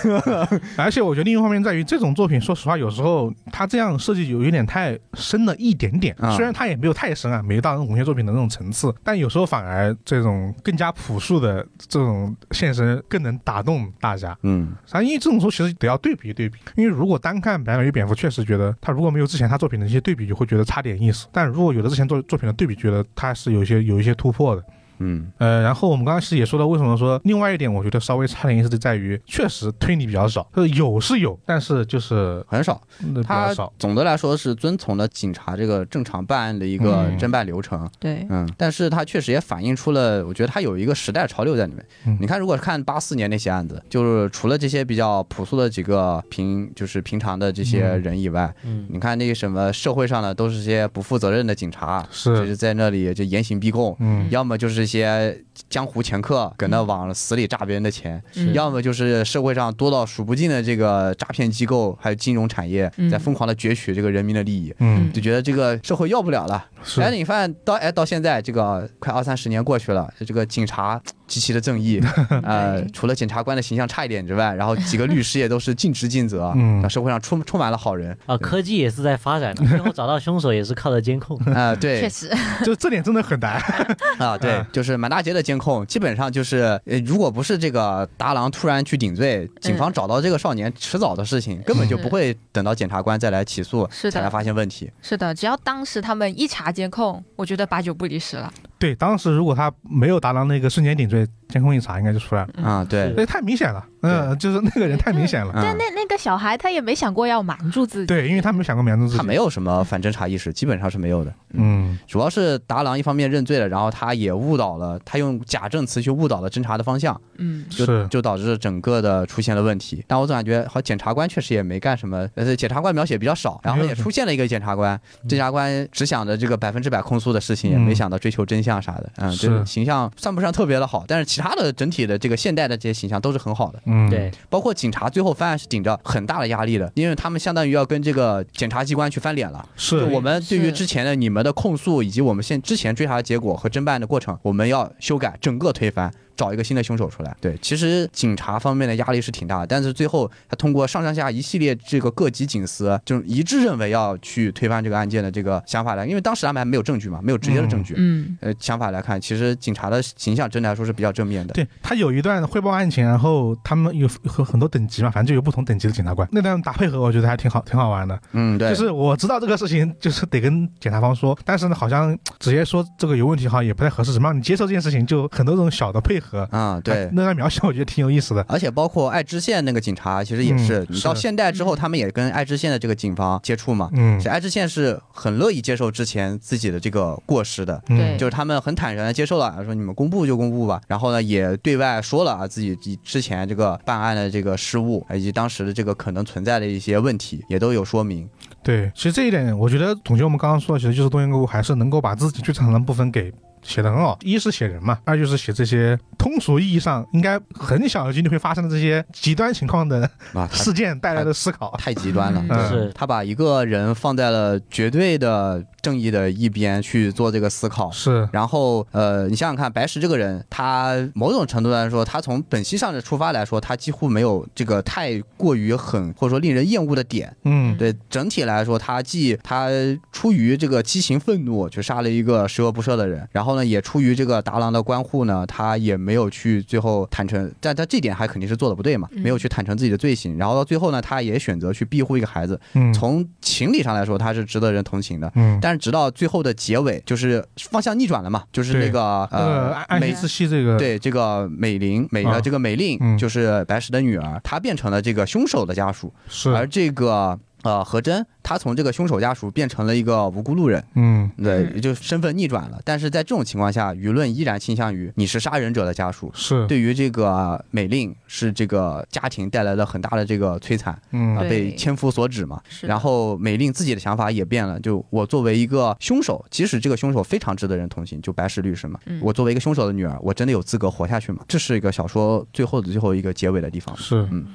Speaker 1: 而且我觉得另一方面在于，这种作品，说实话，有时候它这样设计有一点太深了一点点
Speaker 3: 啊。
Speaker 1: 虽然它也没有太深啊，没到那种文学作品的那种层次，但有时候反而这种更加朴素的这种现身更能打动大家。
Speaker 3: 嗯
Speaker 1: 啥？因为这种书其实得要对比一对比，因为如果单看《白马与蝙蝠》，确实觉得他如果没有之前他作品的一些对比，就会觉得差点意思。但如果有了之前作作品的对比，觉得他是有一些有一些突破的。
Speaker 3: 嗯
Speaker 1: 呃，然后我们刚刚其实也说到，为什么说另外一点，我觉得稍微差点意思的在于，确实推理比较少，就是有是有，但是就是
Speaker 3: 很少。
Speaker 1: 嗯比较
Speaker 3: 他
Speaker 1: 少。
Speaker 3: 总的来说是遵从了警察这个正常办案的一个
Speaker 1: 嗯
Speaker 3: 侦办流程。
Speaker 5: 对，
Speaker 3: 嗯，但是它确实也反映出了，我觉得它有一个时代潮流在里面。
Speaker 1: 嗯，
Speaker 3: 你看，如果看八四年那些案子，就是除了这些比较朴素的几个平，就是平常的这些人以外，
Speaker 2: 嗯，
Speaker 3: 你看那个什么社会上的都是些不负责任的警察，就是是在那里就严刑逼供，
Speaker 1: 嗯，
Speaker 3: 要么就是一些江湖掮客搁那往死里诈别人的钱，
Speaker 5: 嗯
Speaker 3: 要么就是社会上多到数不尽的这个诈骗机构还有金融产业
Speaker 5: 嗯
Speaker 3: 在疯狂的攫取这个人民的利益，
Speaker 1: 嗯，
Speaker 3: 就觉得这个社会要不了了。
Speaker 1: 是
Speaker 3: 但是你发现到哎到现在这个快二三十年过去了，这个警察极其的正义，
Speaker 5: 嗯
Speaker 3: 呃，除了检察官的形象差一点之外，然后几个律师也都是尽职尽责，
Speaker 1: 嗯
Speaker 3: 那社会上充充满了好人
Speaker 2: 啊，科技也是在发展 的，最后找到凶手也是靠着监控。
Speaker 3: 啊、对，
Speaker 5: 确实，
Speaker 1: 就这点真的很难。
Speaker 3: 啊，对
Speaker 1: 嗯，
Speaker 3: 就是满大街的监控，基本上就是，呃，如果不是这个达郎突然去顶罪，警
Speaker 5: 嗯
Speaker 3: 方找到这个少年，迟早的事情，根本就不会等到检察官再来起诉，
Speaker 5: 是
Speaker 3: 才
Speaker 5: 的
Speaker 3: 来发现问题。
Speaker 5: 是的，只要当时他们一查监控，我觉得八九不离十了。
Speaker 1: 对，当时如果他没有达到那个瞬间顶罪，监控一查应该就出来了。
Speaker 5: 嗯
Speaker 3: 啊，对，
Speaker 1: 那太明显了，嗯，就是那个人太明显了。
Speaker 3: 嗯
Speaker 5: 但那那个小孩他也没想过要瞒住自己，
Speaker 1: 对，因为他没有想过瞒住自
Speaker 3: 他
Speaker 1: 己。
Speaker 3: 没有什么反侦查意识，基本上是没有的。
Speaker 1: 嗯，
Speaker 3: 主要是达郎一方面认罪了，然后他也误导了，他用假证词去误导了侦查的方向，
Speaker 5: 嗯，
Speaker 1: 是
Speaker 3: 就就导致整个的出现了问题。但我总感觉，好像检察官确实也没干什么，呃，检察官描写比较少，然后
Speaker 1: 没有
Speaker 3: 也
Speaker 1: 什么
Speaker 3: 出现了一个检察官，检察官只想着这个百分之百控诉的事情，也
Speaker 1: 嗯
Speaker 3: 没想到追求真相啥的，嗯，
Speaker 1: 是
Speaker 3: 就是形象算不上特别的好，但是其他的整体的这个现代的这些形象都是很好的，
Speaker 1: 嗯，
Speaker 2: 对，
Speaker 3: 包括警察最后翻案是顶着很大的压力的，因为他们相当于要跟这个检察机关去翻脸了。
Speaker 1: 是
Speaker 3: 就我们对于
Speaker 5: 是
Speaker 3: 之前的你们的控诉，以及我们现之前追查的结果和侦办的过程，我们要修改，整个推翻，找一个新的凶手出来。对，其实警察方面的压力是挺大的，但是最后他通过上上下一系列这个各级警司，就是一致认为要去推翻这个案件的这个想法来，因为当时他们还没有证据嘛，没有直接的证据。
Speaker 5: 嗯，
Speaker 3: 呃，想法来看，其实警察的形象真的来说是比较正面的。
Speaker 1: 对他有一段汇报案情，然后他们有很很多等级嘛，反正就有不同等级的检察官。那段打配合，我觉得还挺好，挺好玩的。
Speaker 3: 嗯，对，
Speaker 1: 就是我知道这个事情，就是得跟检察方说，但是呢，好像直接说这个有问题，好像也不太合适。怎么让你接受这件事情，就很多这种小的配合。
Speaker 3: 啊、对
Speaker 1: 哎，那段描写我觉得挺有意思的。
Speaker 3: 而且包括爱知县那个警察，其实也是
Speaker 1: 嗯，
Speaker 3: 你到
Speaker 1: 是
Speaker 3: 现代之后，他们也跟爱知县的这个警方接触嘛。
Speaker 1: 嗯
Speaker 3: 其实，爱知县是很乐意接受之前自己的这个过失的，
Speaker 1: 嗯
Speaker 5: 对
Speaker 3: 就是他们很坦然的接受了，说你们公布就公布吧。然后呢，也对外说了啊自己之前这个办案的这个失误，以及当时的这个可能存在的一些问题，也都有说明。
Speaker 1: 对，其实这一点，我觉得总结我们刚刚说的，其实就是东野圭吾还是能够把自己最擅长的部分给写得很好。一是写人嘛，二就是写这些通俗意义上应该很小的几率会发生的这些极端情况的
Speaker 3: 啊，太
Speaker 1: 事件带来的思考。
Speaker 3: 太极端了。
Speaker 5: 嗯
Speaker 1: 嗯
Speaker 2: 是
Speaker 3: 他把一个人放在了绝对的正义的一边去做这个思 考，
Speaker 1: 是，
Speaker 3: 然后，呃，你想想看，白石这个人，他某种程度来说，他从本性上的出发来说，他几乎没有这个太过于狠或者说令人厌恶的点。
Speaker 1: 嗯，
Speaker 3: 对，整体来说，他既他出于这个激情愤怒去杀了一个十恶不赦的人，然后呢，也出于这个达郎的关护呢，他也没有去最后坦诚，但他这点还肯定是做的不对嘛，
Speaker 5: 嗯
Speaker 3: 没有去坦诚自己的罪行。然后到最后呢，他也选择去庇护一个孩子，
Speaker 1: 嗯，
Speaker 3: 从情理上来说，他是值得人同情的。
Speaker 1: 嗯，
Speaker 3: 但是直到最后的结尾，就是方向逆转了嘛，就是那个
Speaker 1: 呃，
Speaker 3: 呃
Speaker 1: 安安
Speaker 3: 美
Speaker 1: 西之系这个，
Speaker 3: 对这个美玲美
Speaker 1: 啊
Speaker 3: 呃这个美令
Speaker 1: 嗯
Speaker 3: 就是白石的女儿，她变成了这个凶手的家属，
Speaker 1: 是，
Speaker 3: 而这个。呃何真他从这个凶手家属变成了一个无辜路人，
Speaker 1: 嗯
Speaker 3: 对，
Speaker 4: 嗯
Speaker 3: 也就身份逆转了。但是在这种情况下，舆论依然倾向于你是杀人者的家属。
Speaker 1: 是，
Speaker 3: 对于这个美令是这个家庭带来了很大的这个摧残啊，
Speaker 1: 嗯
Speaker 4: 对
Speaker 3: 被千夫所指嘛。
Speaker 4: 是
Speaker 3: 然后美令自己的想法也变了，就我作为一个凶手，即使这个凶手非常值得人同情，就白石律师嘛，
Speaker 4: 嗯
Speaker 3: 我作为一个凶手的女儿，我真的有资格活下去吗？这是一个小说最后的最后一个结尾的地方嘛，
Speaker 1: 是
Speaker 3: 嗯，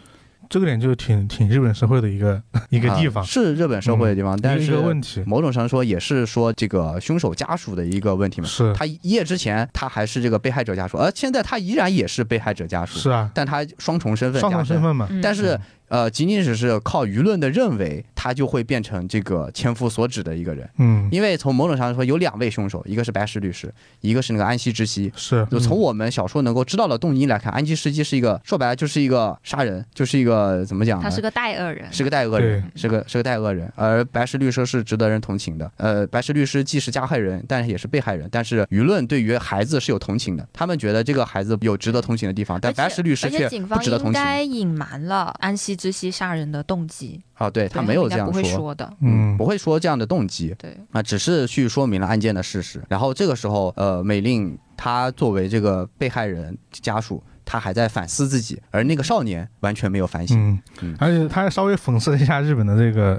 Speaker 1: 这个点就挺挺日本社会的一个 一个地
Speaker 3: 啊
Speaker 1: 方，
Speaker 3: 是日本社会的地方，
Speaker 1: 一
Speaker 3: 但
Speaker 1: 个一
Speaker 3: 是
Speaker 1: 个问题
Speaker 3: 某种程度说也是说这个凶手家属的一个问题嘛。
Speaker 1: 是
Speaker 3: 他一夜之前他还是这个被害者家属，而现在他依然也是被害者家属，
Speaker 1: 是啊，
Speaker 3: 但他双重身份
Speaker 1: 双
Speaker 3: 加
Speaker 1: 重
Speaker 3: 深
Speaker 1: 身份嘛，
Speaker 4: 嗯
Speaker 3: 但是呃，仅仅只是靠舆论的认为，他就会变成这个千夫所指的一个人。
Speaker 1: 嗯，
Speaker 3: 因为从某种上说，有两位凶手，一个是白石律师，一个是那个安西之希。
Speaker 1: 是，
Speaker 3: 就从
Speaker 1: 嗯
Speaker 3: 我们小说能够知道的动因来看，安西之希是一个说白了就是一个杀人，就是一个怎么讲
Speaker 5: 他
Speaker 3: 呢？
Speaker 5: 是个代恶人，
Speaker 3: 是个代恶人，是个是个代恶人，而白石律师是值得人同情的。呃，白石律师既是加害人，但是也是被害人。但是舆论对于孩子是有同情的，他们觉得这个孩子有值得同情的地方，但
Speaker 5: 而且
Speaker 3: 白石律师
Speaker 5: 而
Speaker 3: 却
Speaker 5: 且警
Speaker 3: 不
Speaker 5: 方
Speaker 3: 值得
Speaker 5: 应
Speaker 3: 同情。
Speaker 5: 该隐瞒了安西之息杀人的动机，
Speaker 3: 啊，对他
Speaker 5: 对
Speaker 3: 没有
Speaker 5: 应该
Speaker 3: 这样
Speaker 5: 不会说的。
Speaker 1: 嗯
Speaker 3: 不会说这样的动机
Speaker 5: 对，
Speaker 3: 啊，只是去说明了案件的事实。然后这个时候，呃，美令她作为这个被害人家属，她还在反思自己，而那个少年完全没有反省。
Speaker 1: 嗯
Speaker 3: 嗯，哎
Speaker 1: 而且他还稍微讽刺了一下日本的这个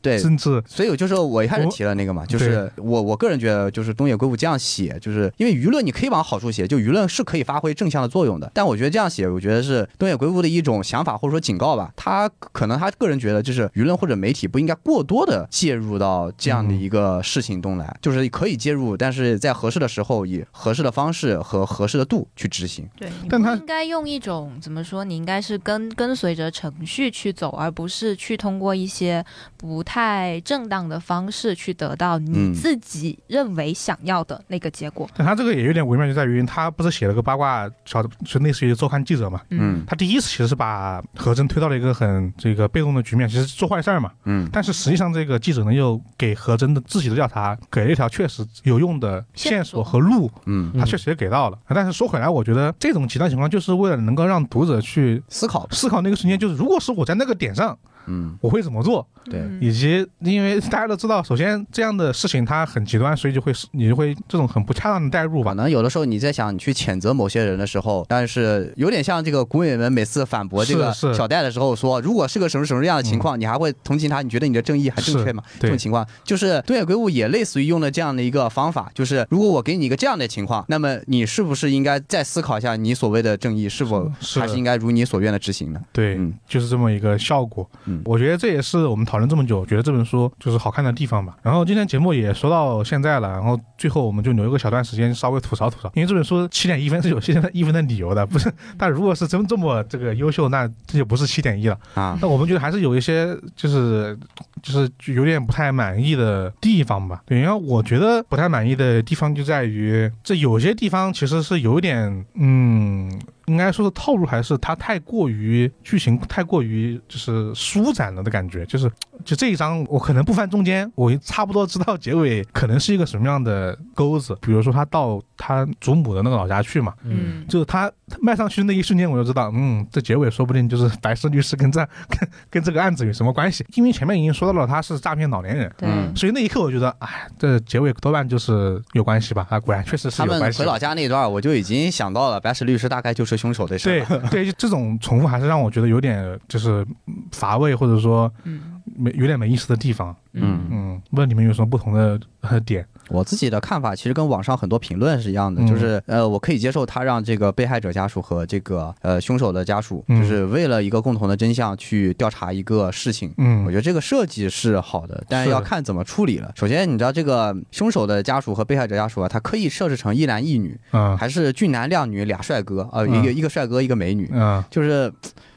Speaker 3: 对，
Speaker 1: 政治，
Speaker 3: 所以我就是我一开始
Speaker 1: 我
Speaker 3: 提了那个嘛，就是我我个人觉得，就是东野圭吾这样写，就是因为舆论你可以往好处写，就舆论是可以发挥正向的作用的。但我觉得这样写，我觉得是东野圭吾的一种想法或者说警告吧。他可能他个人觉得，就是舆论或者媒体不应该过多的介入到这样的一个事情中来，就是可以介入，但是在合适的时候以合适的方式和合适的度去执行。
Speaker 5: 对，你
Speaker 1: 但
Speaker 5: 不
Speaker 1: 他
Speaker 5: 应该用一种怎么说？你应该是跟跟随着程序去走，而不是去通过一些不太正当的方式去得到
Speaker 3: 嗯
Speaker 5: 你自己认为想要的那个结果。
Speaker 1: 但他这个也有点微妙，就在于他不是写了个八卦小，就类似于周刊记者嘛。
Speaker 3: 嗯
Speaker 1: 他第一次其实是把何真推到了一个很这个被动的局面，其实做坏事儿嘛。
Speaker 3: 嗯
Speaker 1: 但是实际上，这个记者呢又给何真的自己的调查给了一条确实有用的线索和路，
Speaker 3: 嗯，
Speaker 1: 他确实也给到了。但是说回来，我觉得这种极端情况就是为了能够让读者去
Speaker 3: 思考吧。
Speaker 1: 思考那个瞬间，就是如果是我在那个点上，
Speaker 3: 嗯，
Speaker 1: 我会怎么做。
Speaker 3: 对，
Speaker 1: 以及因为大家都知道，首先这样的事情它很极端，所以就会你就会这种很不恰当的代入
Speaker 3: 可
Speaker 1: 吧。
Speaker 3: 能有的时候你在想你去谴责某些人的时候，但是有点像这个古美们每次反驳这个
Speaker 1: 是是
Speaker 3: 小戴的时候说，如果是个什么什么样的情况，你还会同情他？你觉得你的正义还正确吗？这种
Speaker 1: 对，
Speaker 3: 情况就是东野圭吾也类似于用了这样的一个方法，就是如果我给你一个这样的情况，那么你是不是应该再思考一下你所谓的正义是否
Speaker 1: 是
Speaker 3: 还是应该如你所愿的执行呢？
Speaker 1: 对，
Speaker 3: 嗯
Speaker 1: 就是这么一个效果。
Speaker 3: 嗯
Speaker 1: 我觉得这也是我们讨论这么久，觉得这本书就是好看的地方吧。然后今天节目也说到现在了，然后最后我们就留一个小段时间稍微吐槽吐槽，因为这本书七点一分是有七点一分的理由的，不是？但如果是真这么这个优秀，那这就不是七点一了。
Speaker 3: 啊，
Speaker 1: 那我们觉得还是有一些就是就是有点不太满意的地方吧。对，然后我觉得不太满意的地方就在于这有些地方其实是有点嗯。应该说是套路，还是它太过于剧情太过于就是舒展了的感觉，就是就这一章我可能不翻中间，我差不多知道结尾可能是一个什么样的钩子，比如说他到他祖母的那个老家去嘛，
Speaker 2: 嗯，
Speaker 1: 就是他他迈上去那一瞬间，我就知道，嗯，这结尾说不定就是白石律师跟这跟跟这个案子有什么关系，因为前面已经说到了他是诈骗老年人，
Speaker 5: 对，
Speaker 3: 嗯
Speaker 1: 所以那一刻我觉得，哎，这结尾多半就是有关系吧，啊，果然确实是
Speaker 3: 他
Speaker 1: 有
Speaker 3: 们
Speaker 1: 关系
Speaker 3: 回。老家那段，我就已经想到了白石律师大概就是凶手的事儿
Speaker 1: 对
Speaker 3: 了。
Speaker 1: 对，就这种重复还是让我觉得有点就是乏味，或者说
Speaker 5: 嗯，
Speaker 1: 没有点没意思的地方。
Speaker 3: 嗯
Speaker 1: 嗯，不知道你们有什么不同的呃点？
Speaker 3: 我自己的看法其实跟网上很多评论是一样的，
Speaker 1: 嗯
Speaker 3: 就是呃，我可以接受他让这个被害者家属和这个呃凶手的家属，
Speaker 1: 嗯
Speaker 3: 就是为了一个共同的真相去调查一个事情。我
Speaker 1: 嗯
Speaker 3: 觉得这个设计是好的，但
Speaker 1: 是
Speaker 3: 是
Speaker 1: 的
Speaker 3: 要看怎么处理了。首先，你知道这个凶手的家属和被害者家属啊，他刻意设置成一男一女，
Speaker 1: 啊
Speaker 3: 还是俊男靓女俩帅哥，呃，
Speaker 1: 嗯
Speaker 3: 一个一个帅哥一个美女，
Speaker 1: 啊，
Speaker 3: 就是。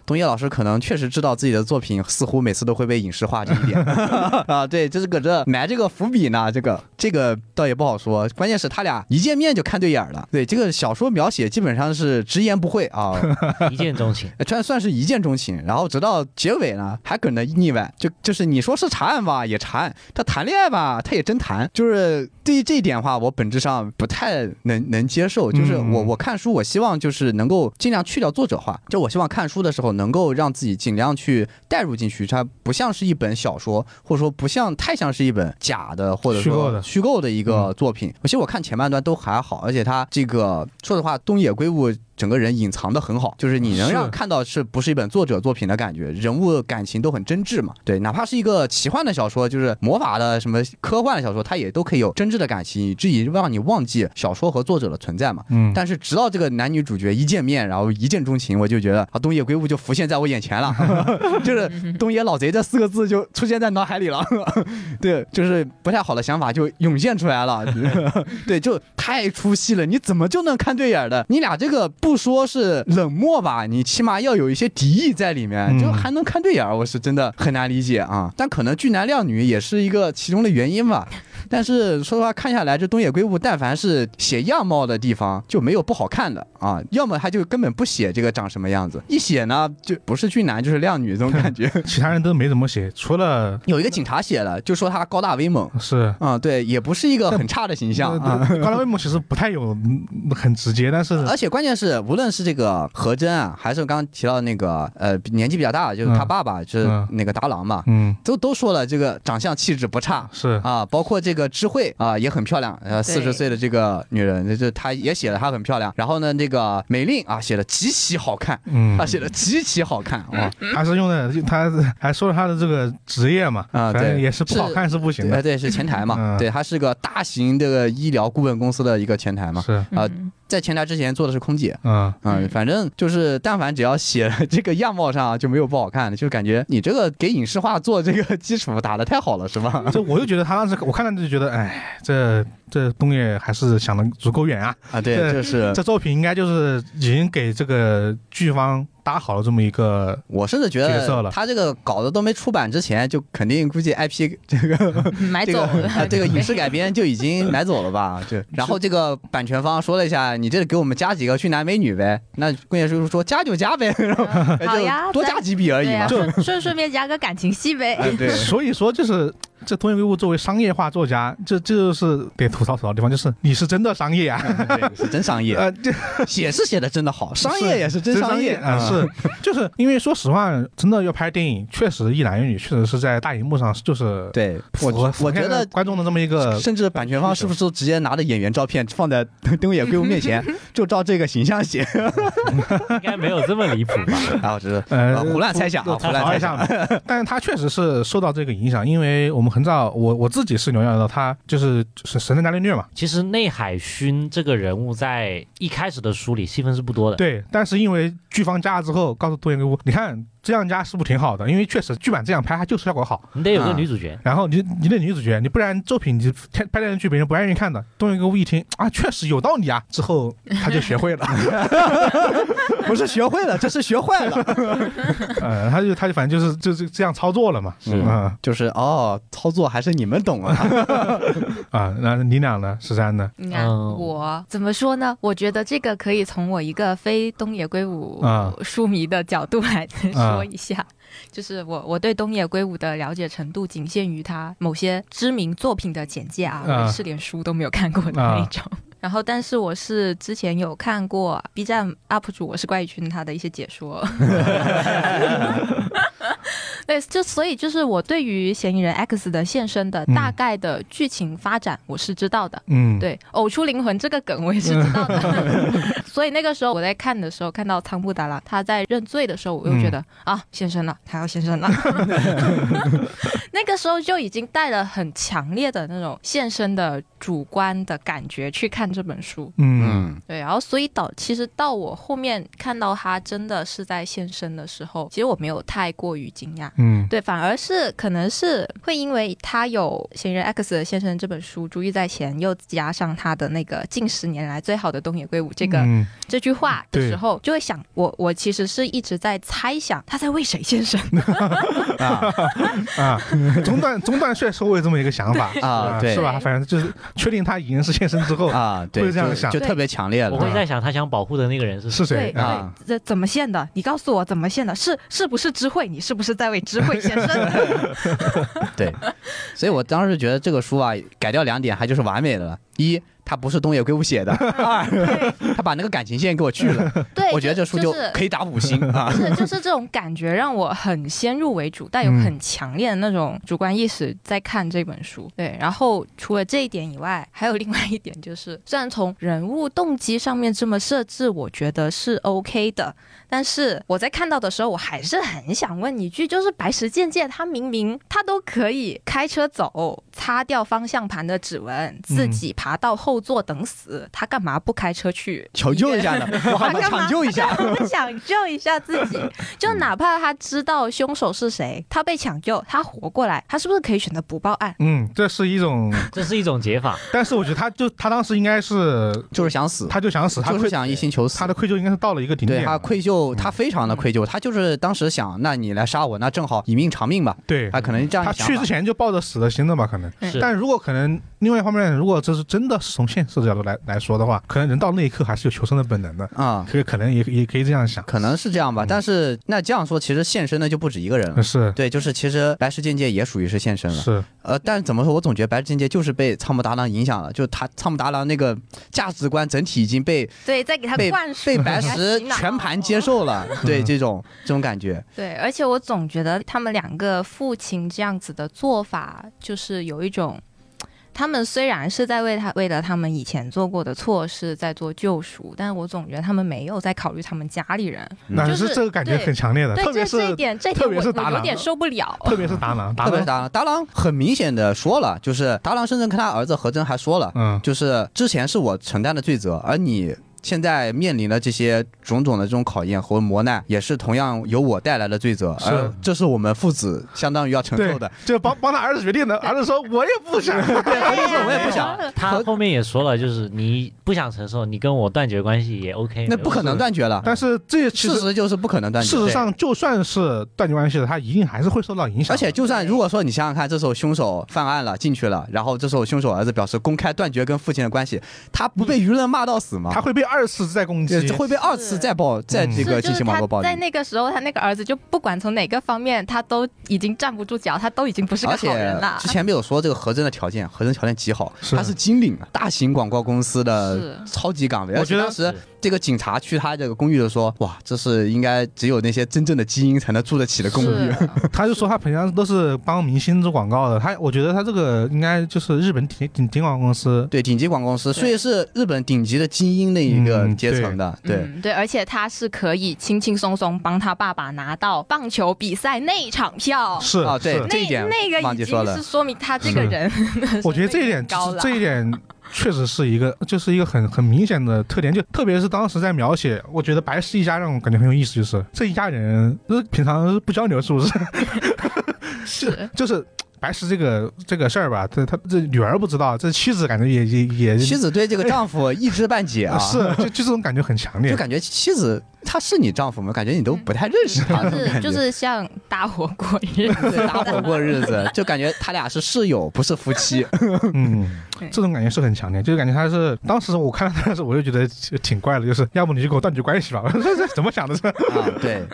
Speaker 3: 东野老师可能确实知道自己的作品似乎每次都会被影视化这一点啊，对，就是搁这埋这个伏笔呢，这个这个倒也不好说，关键是他俩一见面就看对眼儿了，对，这个小说描写基本上是直言不讳啊，
Speaker 2: 嗯一见钟
Speaker 1: 嗯
Speaker 2: 情，
Speaker 3: 算呃算是一见钟情，然后直到结尾呢还搁那腻歪，就就是你说是查案吧也查案，他谈恋爱吧他也真谈，就是对于这一点的话，我本质上不太能能接受，就是
Speaker 1: 嗯
Speaker 3: 我我看书我希望就是能够尽量去掉作者化，就我希望看书的时候能够让自己尽量去带入进去，它不像是一本小说，或者说不像太像是一本假的或者
Speaker 1: 虚构
Speaker 3: 说
Speaker 1: 的
Speaker 3: 虚构的一
Speaker 1: 嗯
Speaker 3: 个作品。其实我看前半段都还好，而且他这个说实话，东野圭吾。整个人隐藏的很好，就是你能让
Speaker 1: 是
Speaker 3: 看到是不是一本作者作品的感觉，人物感情都很真挚嘛。对，哪怕是一个奇幻的小说，就是魔法的什么科幻的小说，它也都可以有真挚的感情，以至于让你忘记小说和作者的存在嘛。
Speaker 1: 嗯，
Speaker 3: 但是直到这个男女主角一见面，然后一见钟情，我就觉得啊，东野圭吾就浮现在我眼前了， 就是 东野老贼这四个字就出现在脑海里了， 对，就是不太好的想法就涌现出来了， 对，就太出戏了，你怎么就能看对眼儿的？你俩这个不说是冷漠吧，你起码要有一些敌意在里面，
Speaker 1: 嗯
Speaker 3: 就还能看对眼儿，我是真的很难理解啊。但可能俊男靓女也是一个其中的原因吧，但是说实话，看下来这东野圭吾，但凡是写样貌的地方，就没有不好看的啊。要么他就根本不写这个长什么样子，一写呢就不是俊男就是靓女这种感觉。
Speaker 1: 其他人都没怎么写，除了
Speaker 3: 有一个警察写了，就说他高大威猛。
Speaker 1: 是。
Speaker 3: 啊、对，也不是一个
Speaker 1: 但
Speaker 3: 很差的形象啊。呃
Speaker 1: 呃高达威猛其实不太有嗯很直接，但是
Speaker 3: 而且关键是，无论是这个和真啊，还是刚刚提到那个呃比年纪比较大，就是他
Speaker 1: 嗯
Speaker 3: 爸爸，就是
Speaker 1: 嗯
Speaker 3: 那个达郎嘛，
Speaker 1: 嗯
Speaker 3: 都都说了这个长相气质不差，
Speaker 1: 是
Speaker 3: 啊，包括这个智慧啊也很漂亮，呃，四十岁的这个女人，就是她也写了她很漂亮。然后呢，这个美令啊写的极其好看，
Speaker 1: 嗯
Speaker 3: 啊，写的极其好看啊。
Speaker 1: 还是用的他还说了他的这个职业嘛，
Speaker 3: 啊
Speaker 1: 反正
Speaker 3: 对
Speaker 1: 也是不好
Speaker 3: 是
Speaker 1: 看是不行
Speaker 3: 对，
Speaker 1: 的，
Speaker 3: 呃对，是前台嘛，
Speaker 1: 嗯
Speaker 3: 对，她是个大型这个医疗顾问公司的一个前台嘛，
Speaker 1: 是
Speaker 3: 啊
Speaker 5: 嗯
Speaker 3: 在前台之前做的是空姐，
Speaker 1: 嗯
Speaker 3: 嗯，
Speaker 5: 嗯
Speaker 3: 反正就是，但凡只要写了这个样貌上啊就没有不好看的，就感觉你这个给影视化做这个 基础打得太好了，是吧？
Speaker 1: 这我就觉得他当时我看到就觉得，哎，这这东野还是想的足够远啊。
Speaker 3: 啊，对，
Speaker 1: 对
Speaker 3: 就是
Speaker 1: 这作品应该就是已经给这个剧方搭好了这么一个，
Speaker 3: 我甚至觉
Speaker 1: 角色
Speaker 3: 得
Speaker 1: 了
Speaker 3: 他这个稿子都没出版之前，就肯定估计 IP 这个
Speaker 5: 嗯买
Speaker 3: 这个
Speaker 5: 走了
Speaker 3: 啊，这个影视改编就已经买走了 吧？就然后这个版权方说了一下，你这给我们加几个俊男美女呗？那工业叔叔说加就加呗，然后
Speaker 5: 好呀
Speaker 3: 就多加几笔而已
Speaker 5: 对呀，
Speaker 3: 嘛。
Speaker 5: 顺顺顺便加个感情戏呗。
Speaker 3: 哎对
Speaker 1: 所以说就是这东野圭吾作为商业化作家，这这就是得吐槽吐槽的地方，就是你是真的商业啊，
Speaker 3: 对 是真商业，
Speaker 1: 呃，这
Speaker 3: 写是写的真的好，商业也是真
Speaker 1: 真
Speaker 3: 商
Speaker 1: 业啊，
Speaker 3: 嗯
Speaker 1: 是 就是因为说实话，真的要拍电影，确实一男一女确实是在大荧幕上就是
Speaker 3: 对
Speaker 1: 符
Speaker 3: 我
Speaker 1: 合
Speaker 3: 我
Speaker 1: 符合呃
Speaker 3: 觉得
Speaker 1: 观众的这么一个
Speaker 3: 甚至版权方是不是直接拿着演员照片放在东野圭吾 面前，就照这个形象写？
Speaker 2: 应该没有这么离谱吧？
Speaker 3: 啊，我知道，
Speaker 1: 呃
Speaker 3: 啊胡乱猜想啊，
Speaker 1: 我
Speaker 3: 胡
Speaker 1: 吐
Speaker 3: 乱
Speaker 1: 槽
Speaker 3: 猜
Speaker 1: 一
Speaker 3: 想
Speaker 1: 下。嘛，但是他确实是受到这个影响，因为我们很早，我我自己是留意到他就是是《神探大略略》嘛，
Speaker 2: 其实内海薰这个人物在一开始的书里戏份是不多的，
Speaker 1: 对，但是因为剧方加了之后，告诉多元圭吾，你看这样加是不是挺好的？因为确实剧版这样拍，它就是效果好。
Speaker 2: 你得有个
Speaker 3: 啊
Speaker 2: 女主角。
Speaker 1: 然后你你得女主角，你不然作品你拍拍电视剧别人不愿意看的。东野圭吾一听啊，确实有道理啊，之后他就学会了，
Speaker 3: 不是学会了，这是学坏了。
Speaker 1: 呃，他就他就反正就是就是这样操作了嘛，
Speaker 3: 是
Speaker 1: 啊
Speaker 3: 就是哦，操作还是你们懂啊。
Speaker 1: 啊，那你俩呢？十三呢？
Speaker 5: 你看、
Speaker 2: 嗯
Speaker 5: 我怎么说呢？我觉得这个可以从我一个非东野圭吾
Speaker 1: 啊
Speaker 5: 书迷的角度来
Speaker 1: 啊
Speaker 5: 说一下，就是我我对东野圭吾的了解程度仅限于他某些知名作品的简介啊，
Speaker 1: 啊
Speaker 5: 我是连书都没有看过的那种。 然后，但是我是之前有看过 B 站 UP 主我是怪异群他的一些解 说，对，就所以就是我对于嫌疑人 X 的现身的
Speaker 1: 嗯
Speaker 5: 大概的剧情发展我是知道的，
Speaker 1: 嗯，
Speaker 5: 对，呕出灵魂这个梗我也是知道的，所以那个时候我在看的时候，看到仓布达拉他在认罪的时候，我又觉得、啊，现身了，他要现身了。那个时候就已经带了很强烈的那种现身的主观的感觉去看这本书，
Speaker 1: 嗯，
Speaker 5: 对，然后所以导其实到我后面看到他真的是在现身的时候，其实我没有太过于惊讶，
Speaker 1: 嗯
Speaker 5: 对，反而是可能是会因为他有《嫌疑人 X 的先生》这本书注意在前，又加上他的那个近十年来最好的东野圭吾这个、
Speaker 1: 嗯
Speaker 5: 这句话的
Speaker 1: 对
Speaker 5: 时候，就会想我我其实是一直在猜想他在为谁献身。
Speaker 3: 啊
Speaker 1: 啊，中段中段确实我有这么一个想法。
Speaker 3: 啊，对
Speaker 1: 是吧？反正就是确定他已经是现身之后，
Speaker 3: 啊，对，
Speaker 1: 会这样
Speaker 3: 就
Speaker 1: 想
Speaker 3: 就特别强烈
Speaker 2: 我
Speaker 3: 了
Speaker 2: 会在想，他想保护的那个人是谁？
Speaker 1: 是谁
Speaker 5: 对
Speaker 1: 啊？
Speaker 3: 啊。
Speaker 5: 这怎么献的？你告诉我怎么献的？是是不是知慧？你是不是在为知慧献 身？
Speaker 1: 嗯
Speaker 3: 对，所以我当时觉得这个书啊，改掉两点还就是完美的了。一，他不是东野圭吾 写的；二，他把那个感情线给我去了。
Speaker 5: 对，
Speaker 3: 我觉得这书
Speaker 5: 就
Speaker 3: 可以打 五星啊。
Speaker 5: 是就是这种感觉让我很先入为主，带有
Speaker 1: 嗯
Speaker 5: 很强烈的那种主观意识在看这本书。对，然后除了这一点以外，还有另外一点就是，虽然从人物动机上面这么设置，我觉得是 OK 的，但是我在看到的时候，我还是很想问一句，就是白石健介他明明他都可以开车走，擦掉方向盘的指纹，自己爬到后座等死，他干嘛不开车去
Speaker 3: 求救一下呢， 我还能
Speaker 5: 他干嘛
Speaker 3: 抢救一下。
Speaker 5: 不抢救一下自己，就哪怕他知道凶手是谁，他被抢救，他活过来，他是不是可以选择不报案？
Speaker 1: 嗯，这是一种，
Speaker 2: 这是一种解法。
Speaker 1: 但是我觉得他就他当时应该是，
Speaker 3: 就是想死，
Speaker 1: 他就想死，他
Speaker 3: 就是
Speaker 1: 愧
Speaker 3: 想一心求死
Speaker 1: 他。的愧疚应该是到了一个顶
Speaker 3: 对
Speaker 1: 点
Speaker 3: 他
Speaker 1: 了，
Speaker 3: 愧疚，嗯他非常的愧疚，他就是当时想，那你来杀我，那正好以命偿命吧，
Speaker 1: 对
Speaker 3: 他可能这样
Speaker 1: 他
Speaker 3: 一想
Speaker 1: 去
Speaker 3: 法
Speaker 1: 之。前就抱着死的心了吧，可能。
Speaker 3: 嗯
Speaker 2: 是，
Speaker 1: 但如果可能，另外一方面，如果这是真的是从现实的角度来来说的话，可能人到那一刻还是有求生的本能的，
Speaker 3: 啊、
Speaker 1: 可以可能也也可以这样想，
Speaker 3: 可能是这样吧。但是那这样说，其实现身的就不止一个人了。
Speaker 1: 是
Speaker 3: 对，嗯就是其实白石间介也属于是现身了。
Speaker 1: 是，
Speaker 3: 呃，但是怎么说，我总觉得白石间介就是被仓木达郎影响了，就他仓木达郎那个价值观整体已经被
Speaker 5: 对，再给他
Speaker 3: 被
Speaker 5: 灌输
Speaker 3: 被白石
Speaker 5: 洗脑哦
Speaker 3: 全盘接受了，对这种这种感觉。
Speaker 5: 对，而且我总觉得他们两个父亲这样子的做法，就是有一种，他们虽然是在为他为了他们以前做过的错事在做救赎，但我总觉得他们没有在考虑他们家里人。
Speaker 3: 嗯
Speaker 1: 那
Speaker 5: 就是
Speaker 1: 这个感觉
Speaker 5: 对
Speaker 1: 很强烈的，
Speaker 5: 对
Speaker 1: 特，别
Speaker 5: 这
Speaker 1: 是
Speaker 5: 这一点，这一点
Speaker 1: 特别
Speaker 5: 我
Speaker 1: 是达
Speaker 5: 我有
Speaker 1: 郎
Speaker 5: 点受不了。
Speaker 1: 特别是 达郎，达
Speaker 3: 哦特别
Speaker 1: 郎
Speaker 3: 是达郎，达郎很明显的说了，就是达郎甚至跟他儿子和真还说了，
Speaker 1: 嗯
Speaker 3: 就是之前是我承担的罪责，而你现在面临的这些种种的这种考验和磨难，也是同样由我带来的罪责，
Speaker 1: 是
Speaker 3: 而这是我们父子相当于要承
Speaker 1: 对
Speaker 3: 受的。，
Speaker 1: 就帮帮他儿子决定的，儿子 说我也不想，
Speaker 3: 对，关键是我也不想，
Speaker 2: 他后面也说了，就是你不想承受，你跟我断绝关系也 OK。
Speaker 3: 那不可能断绝了。
Speaker 1: 但是这其
Speaker 3: 事
Speaker 1: 实
Speaker 3: 实就是不可能断绝。
Speaker 1: 事实
Speaker 3: 对
Speaker 1: 上，就算是断绝关系了，他一定还是会受到影响的，
Speaker 3: 而且，就算如果说你想想看，这时候凶手犯案了，进去了，然后这时候凶手儿子表示公开断绝跟父亲的关系，他不
Speaker 1: 嗯
Speaker 3: 被舆论骂到死吗？
Speaker 1: 他会被二次再攻击，
Speaker 3: 会被二次再暴再
Speaker 1: 嗯
Speaker 3: 这
Speaker 5: 是，
Speaker 3: 个
Speaker 5: 就
Speaker 3: 进
Speaker 5: 是
Speaker 3: 行网
Speaker 5: 他
Speaker 3: 络暴力
Speaker 5: 在。那个时候，他那个儿子就不管从哪个方面，他都已经站不住脚，他都已经不是个
Speaker 3: 而
Speaker 5: 好人
Speaker 3: 且
Speaker 5: 了。
Speaker 3: 之前没有说这个何真的条件，何真条件极好，
Speaker 1: 是
Speaker 3: 他是金领啊，大型广告公司的
Speaker 5: 是
Speaker 3: 超级岗位。
Speaker 1: 我
Speaker 3: 而且
Speaker 1: 觉得
Speaker 3: 当时这个警察去他这个公寓的说，哇，这是应该只有那些真正的精英才能住得起的公寓。
Speaker 5: 是
Speaker 1: 他就说他平常都是帮明星做广告的，他我觉得他这个应该就是日本顶顶顶广告公司，
Speaker 3: 对，顶级广告公司，所以是日本顶级的精英那一个
Speaker 1: 嗯
Speaker 3: 阶层的，对。
Speaker 5: 嗯对，而且他是可以轻轻松松帮他爸爸拿到棒球比赛内场票，
Speaker 1: 是
Speaker 3: 啊对
Speaker 1: 是
Speaker 5: 那
Speaker 3: 这一点
Speaker 5: 那个
Speaker 3: 忘
Speaker 5: 已
Speaker 3: 记说
Speaker 5: 经
Speaker 3: 了
Speaker 5: 是说明他这个人，
Speaker 1: 我觉得这一点，
Speaker 5: 高了。
Speaker 1: 这一点确实是一个，就是一个很很明显的特点，就特别是当时在描写，我觉得白石一家让我感觉很有意思，就是这一家人，就是平常是不交流，是不是？
Speaker 5: 是
Speaker 1: 就是白石这个这个事儿吧，他他这女儿不知道，这妻子感觉也也也
Speaker 5: 嗯
Speaker 3: 妻子对这个丈夫一知半解 啊，
Speaker 1: 是就就这种感觉很强烈
Speaker 3: 就，感觉妻子他是你丈夫吗？感觉你都不太认识他，那
Speaker 5: 就
Speaker 3: 种
Speaker 5: 是
Speaker 3: 感
Speaker 5: 就
Speaker 3: 觉
Speaker 5: 是像搭伙过日子，
Speaker 3: 对搭伙过日子，就感觉他俩是室友，不是夫妻。
Speaker 1: 嗯
Speaker 5: 对，
Speaker 1: 这种感觉是很强烈，就是感觉他是当时我看到他的时候，我就觉得挺怪的，就是 要不你就跟我断绝关系吧， 我说这怎么想的这？
Speaker 3: 啊，对，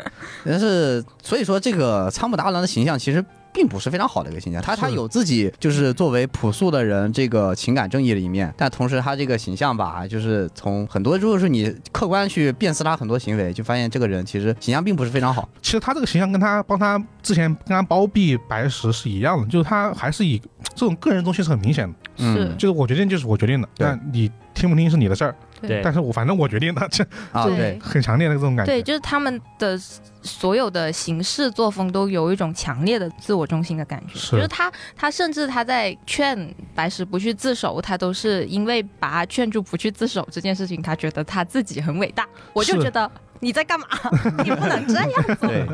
Speaker 3: 但是所以说这个仓木达郎的形象其实并不是非常好的一个形象，他他
Speaker 1: 是
Speaker 3: 有自己就是作为朴素的人这个情感正义的一面，但同时他这个形象吧，就是从很多如果说你客观去辨识他很多行为，就发现这个人其实形象并不是非常好。
Speaker 1: 其实他这个形象跟他帮他之前跟他包庇白石是一样的，就是他还是以这种个人中心是很明显的，
Speaker 3: 嗯
Speaker 5: 是
Speaker 1: 就是我决定就是我决定的，
Speaker 3: 对
Speaker 1: 但你听不听是你的事儿，
Speaker 2: 对
Speaker 1: 但是我反正我决定的， 这
Speaker 3: 啊，
Speaker 5: 对
Speaker 3: 对，
Speaker 1: 很强烈的这种感觉。
Speaker 5: 对，就是他们的所有的行事作风都有一种强烈的自我中心的感觉。
Speaker 1: 是
Speaker 5: 就是他，他甚至他在劝白石不去自首，他都是因为把他劝住不去自首这件事情，他觉得他自己很伟大。我就是觉得你在干嘛？ 你不能这 样，
Speaker 3: 对，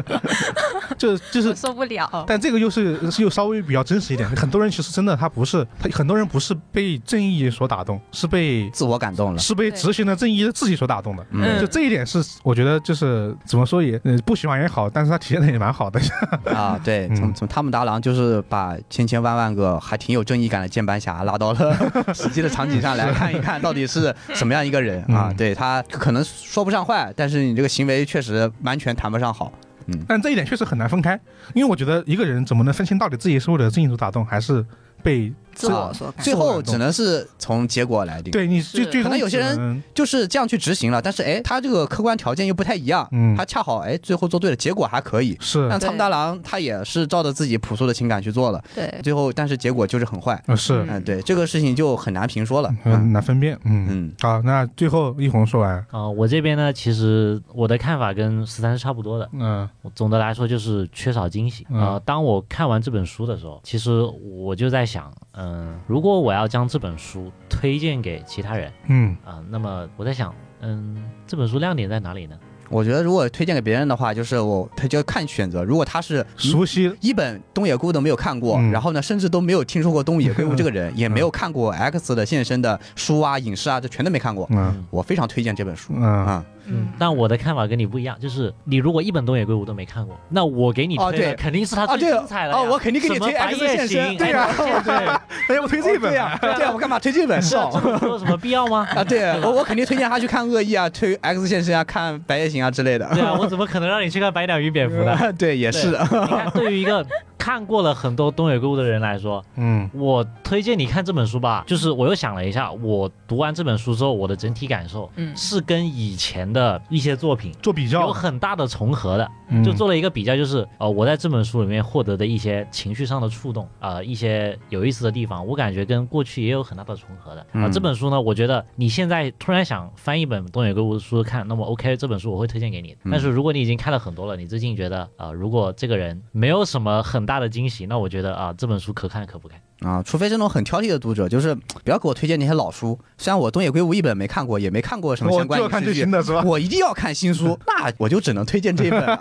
Speaker 1: 就就是
Speaker 5: 我受不了。
Speaker 1: 但这个又是是又稍微比较真实一点，很多人其实真的他不是他很多人不是被正义所打动，是被
Speaker 3: 自我感动了。
Speaker 1: 是被
Speaker 5: 对
Speaker 1: 执行的正义自己所打动的。
Speaker 3: 嗯
Speaker 1: 就这一点是我觉得就是怎么说也呃不喜欢也好，但是他体现的也蛮好的。
Speaker 3: 啊，对，
Speaker 1: 嗯
Speaker 3: 从从汤姆达郎就是把千千万万个还挺有正义感的键盘侠拉 到了实际的场景上来看一看，到底是什么样一个人啊？
Speaker 1: 嗯
Speaker 3: 对他可能说不上坏，但是你这个行为确实完全谈不上好。
Speaker 1: 但这一点确实很难分开，因为我觉得一个人怎么能分清到底自己是为了正义所打动，还是被
Speaker 4: 自我所感
Speaker 3: 最
Speaker 1: 是我
Speaker 3: 后
Speaker 1: 感动
Speaker 3: 只能是从结果来定。
Speaker 1: 对你
Speaker 4: 是
Speaker 1: 最最
Speaker 4: 可
Speaker 3: 能
Speaker 1: 终
Speaker 3: 有些
Speaker 1: 只
Speaker 3: 人
Speaker 1: 能
Speaker 3: 就是这样去执行了，但是哎，他这个客观条件又不太一样，
Speaker 1: 嗯
Speaker 3: 他恰好哎最后做对了，结果还可以。
Speaker 1: 是
Speaker 3: 但
Speaker 4: 对
Speaker 3: 仓木大郎他也是照着自己朴素的情感去做了，
Speaker 5: 对，
Speaker 3: 最后但是结果就是很坏。
Speaker 1: 呃是
Speaker 4: 嗯
Speaker 3: 嗯，对，这个事情就很难评说了。
Speaker 1: 很难分辨，嗯
Speaker 3: 嗯
Speaker 1: 好，那最后一红说完，
Speaker 2: 啊、我这边呢，其实我的看法跟十三是差不多的。
Speaker 1: 嗯
Speaker 2: 总的来说就是缺少惊喜。
Speaker 1: 嗯
Speaker 2: 呃，当我看完这本书的时候，其实我就在想，嗯、如果我要将这本书推荐给其他人
Speaker 1: 嗯
Speaker 2: 啊、那么我在想，嗯，这本书亮点在哪里呢？
Speaker 3: 我觉得如果推荐给别人的话，就是我他就看选择。如果他是
Speaker 1: 熟悉
Speaker 3: 一本东野圭吾都没有看过，
Speaker 1: 嗯
Speaker 3: 然后呢，甚至都没有听说过东野圭吾这个人，也没有看过 X 的现身的书啊、影视啊，这全都没看过。
Speaker 1: 嗯
Speaker 3: 我非常推荐这本书
Speaker 1: 嗯
Speaker 3: 啊、
Speaker 4: 嗯，
Speaker 2: 但我的看法跟你不一样，就是你如果一本东野圭吾都没看过，那我给你推
Speaker 3: 哦
Speaker 2: 的
Speaker 3: 对
Speaker 2: 肯定是他
Speaker 3: 啊！
Speaker 2: 最
Speaker 3: 对
Speaker 2: 精彩的呀、
Speaker 3: 哦，我肯定给你推
Speaker 2: 什么白
Speaker 3: X 的
Speaker 2: 夜
Speaker 3: 现
Speaker 2: 行
Speaker 3: 身，，对呀、
Speaker 2: 呀、
Speaker 1: 哎我推这本啊
Speaker 3: 对呀、哦对呀、啊我干嘛推这本？是
Speaker 2: 这
Speaker 3: 哦
Speaker 2: 这有什么必要吗？
Speaker 3: 啊，对我我肯定推荐他去看《恶意》啊，推《X 现身》啊，看《白夜行》啊之 类的。啊
Speaker 2: 对啊，我怎么可能让你去看《白鸟与蝙蝠》 呢？
Speaker 3: 对，也是的。
Speaker 2: 你看，对于一个看过了很多东野圭吾的人来说，
Speaker 1: 嗯
Speaker 2: 我推荐你看这本书吧，就是我又想了一下，我读完这本书之后，我的整体感受，
Speaker 5: 嗯
Speaker 2: 是跟以前的一些作品
Speaker 1: 做比
Speaker 2: 有
Speaker 1: 较
Speaker 2: 很大的重合的，
Speaker 1: 嗯
Speaker 2: 就做了一个比较，就是呃，我在这本书里面获得的一些情绪上的触动，呃，一些有意思的地方，我感觉跟过去也有很大的重合的。啊、
Speaker 3: 嗯
Speaker 2: 这本书呢，我觉得你现在突然想翻一本东野圭吾的书看，那么 OK，这本书我会推荐给你。
Speaker 3: 嗯
Speaker 2: 但是如果你已经看了很多了，你最近觉得呃，如果这个人没有什么很大的惊喜，那我觉得啊、这本书可看可不看。
Speaker 3: 啊，除非是那种很挑剔的读者，就是不要给我推荐那些老书。虽然我东野圭吾一本没看过，也没看过什么
Speaker 1: 我
Speaker 3: 相
Speaker 1: 就
Speaker 3: 关
Speaker 1: 要
Speaker 3: 影
Speaker 1: 嗯看
Speaker 3: 视
Speaker 1: 最
Speaker 3: 剧
Speaker 1: 新，的是 吧？
Speaker 3: 我一定要看新 书，那我就只能推荐这一本了。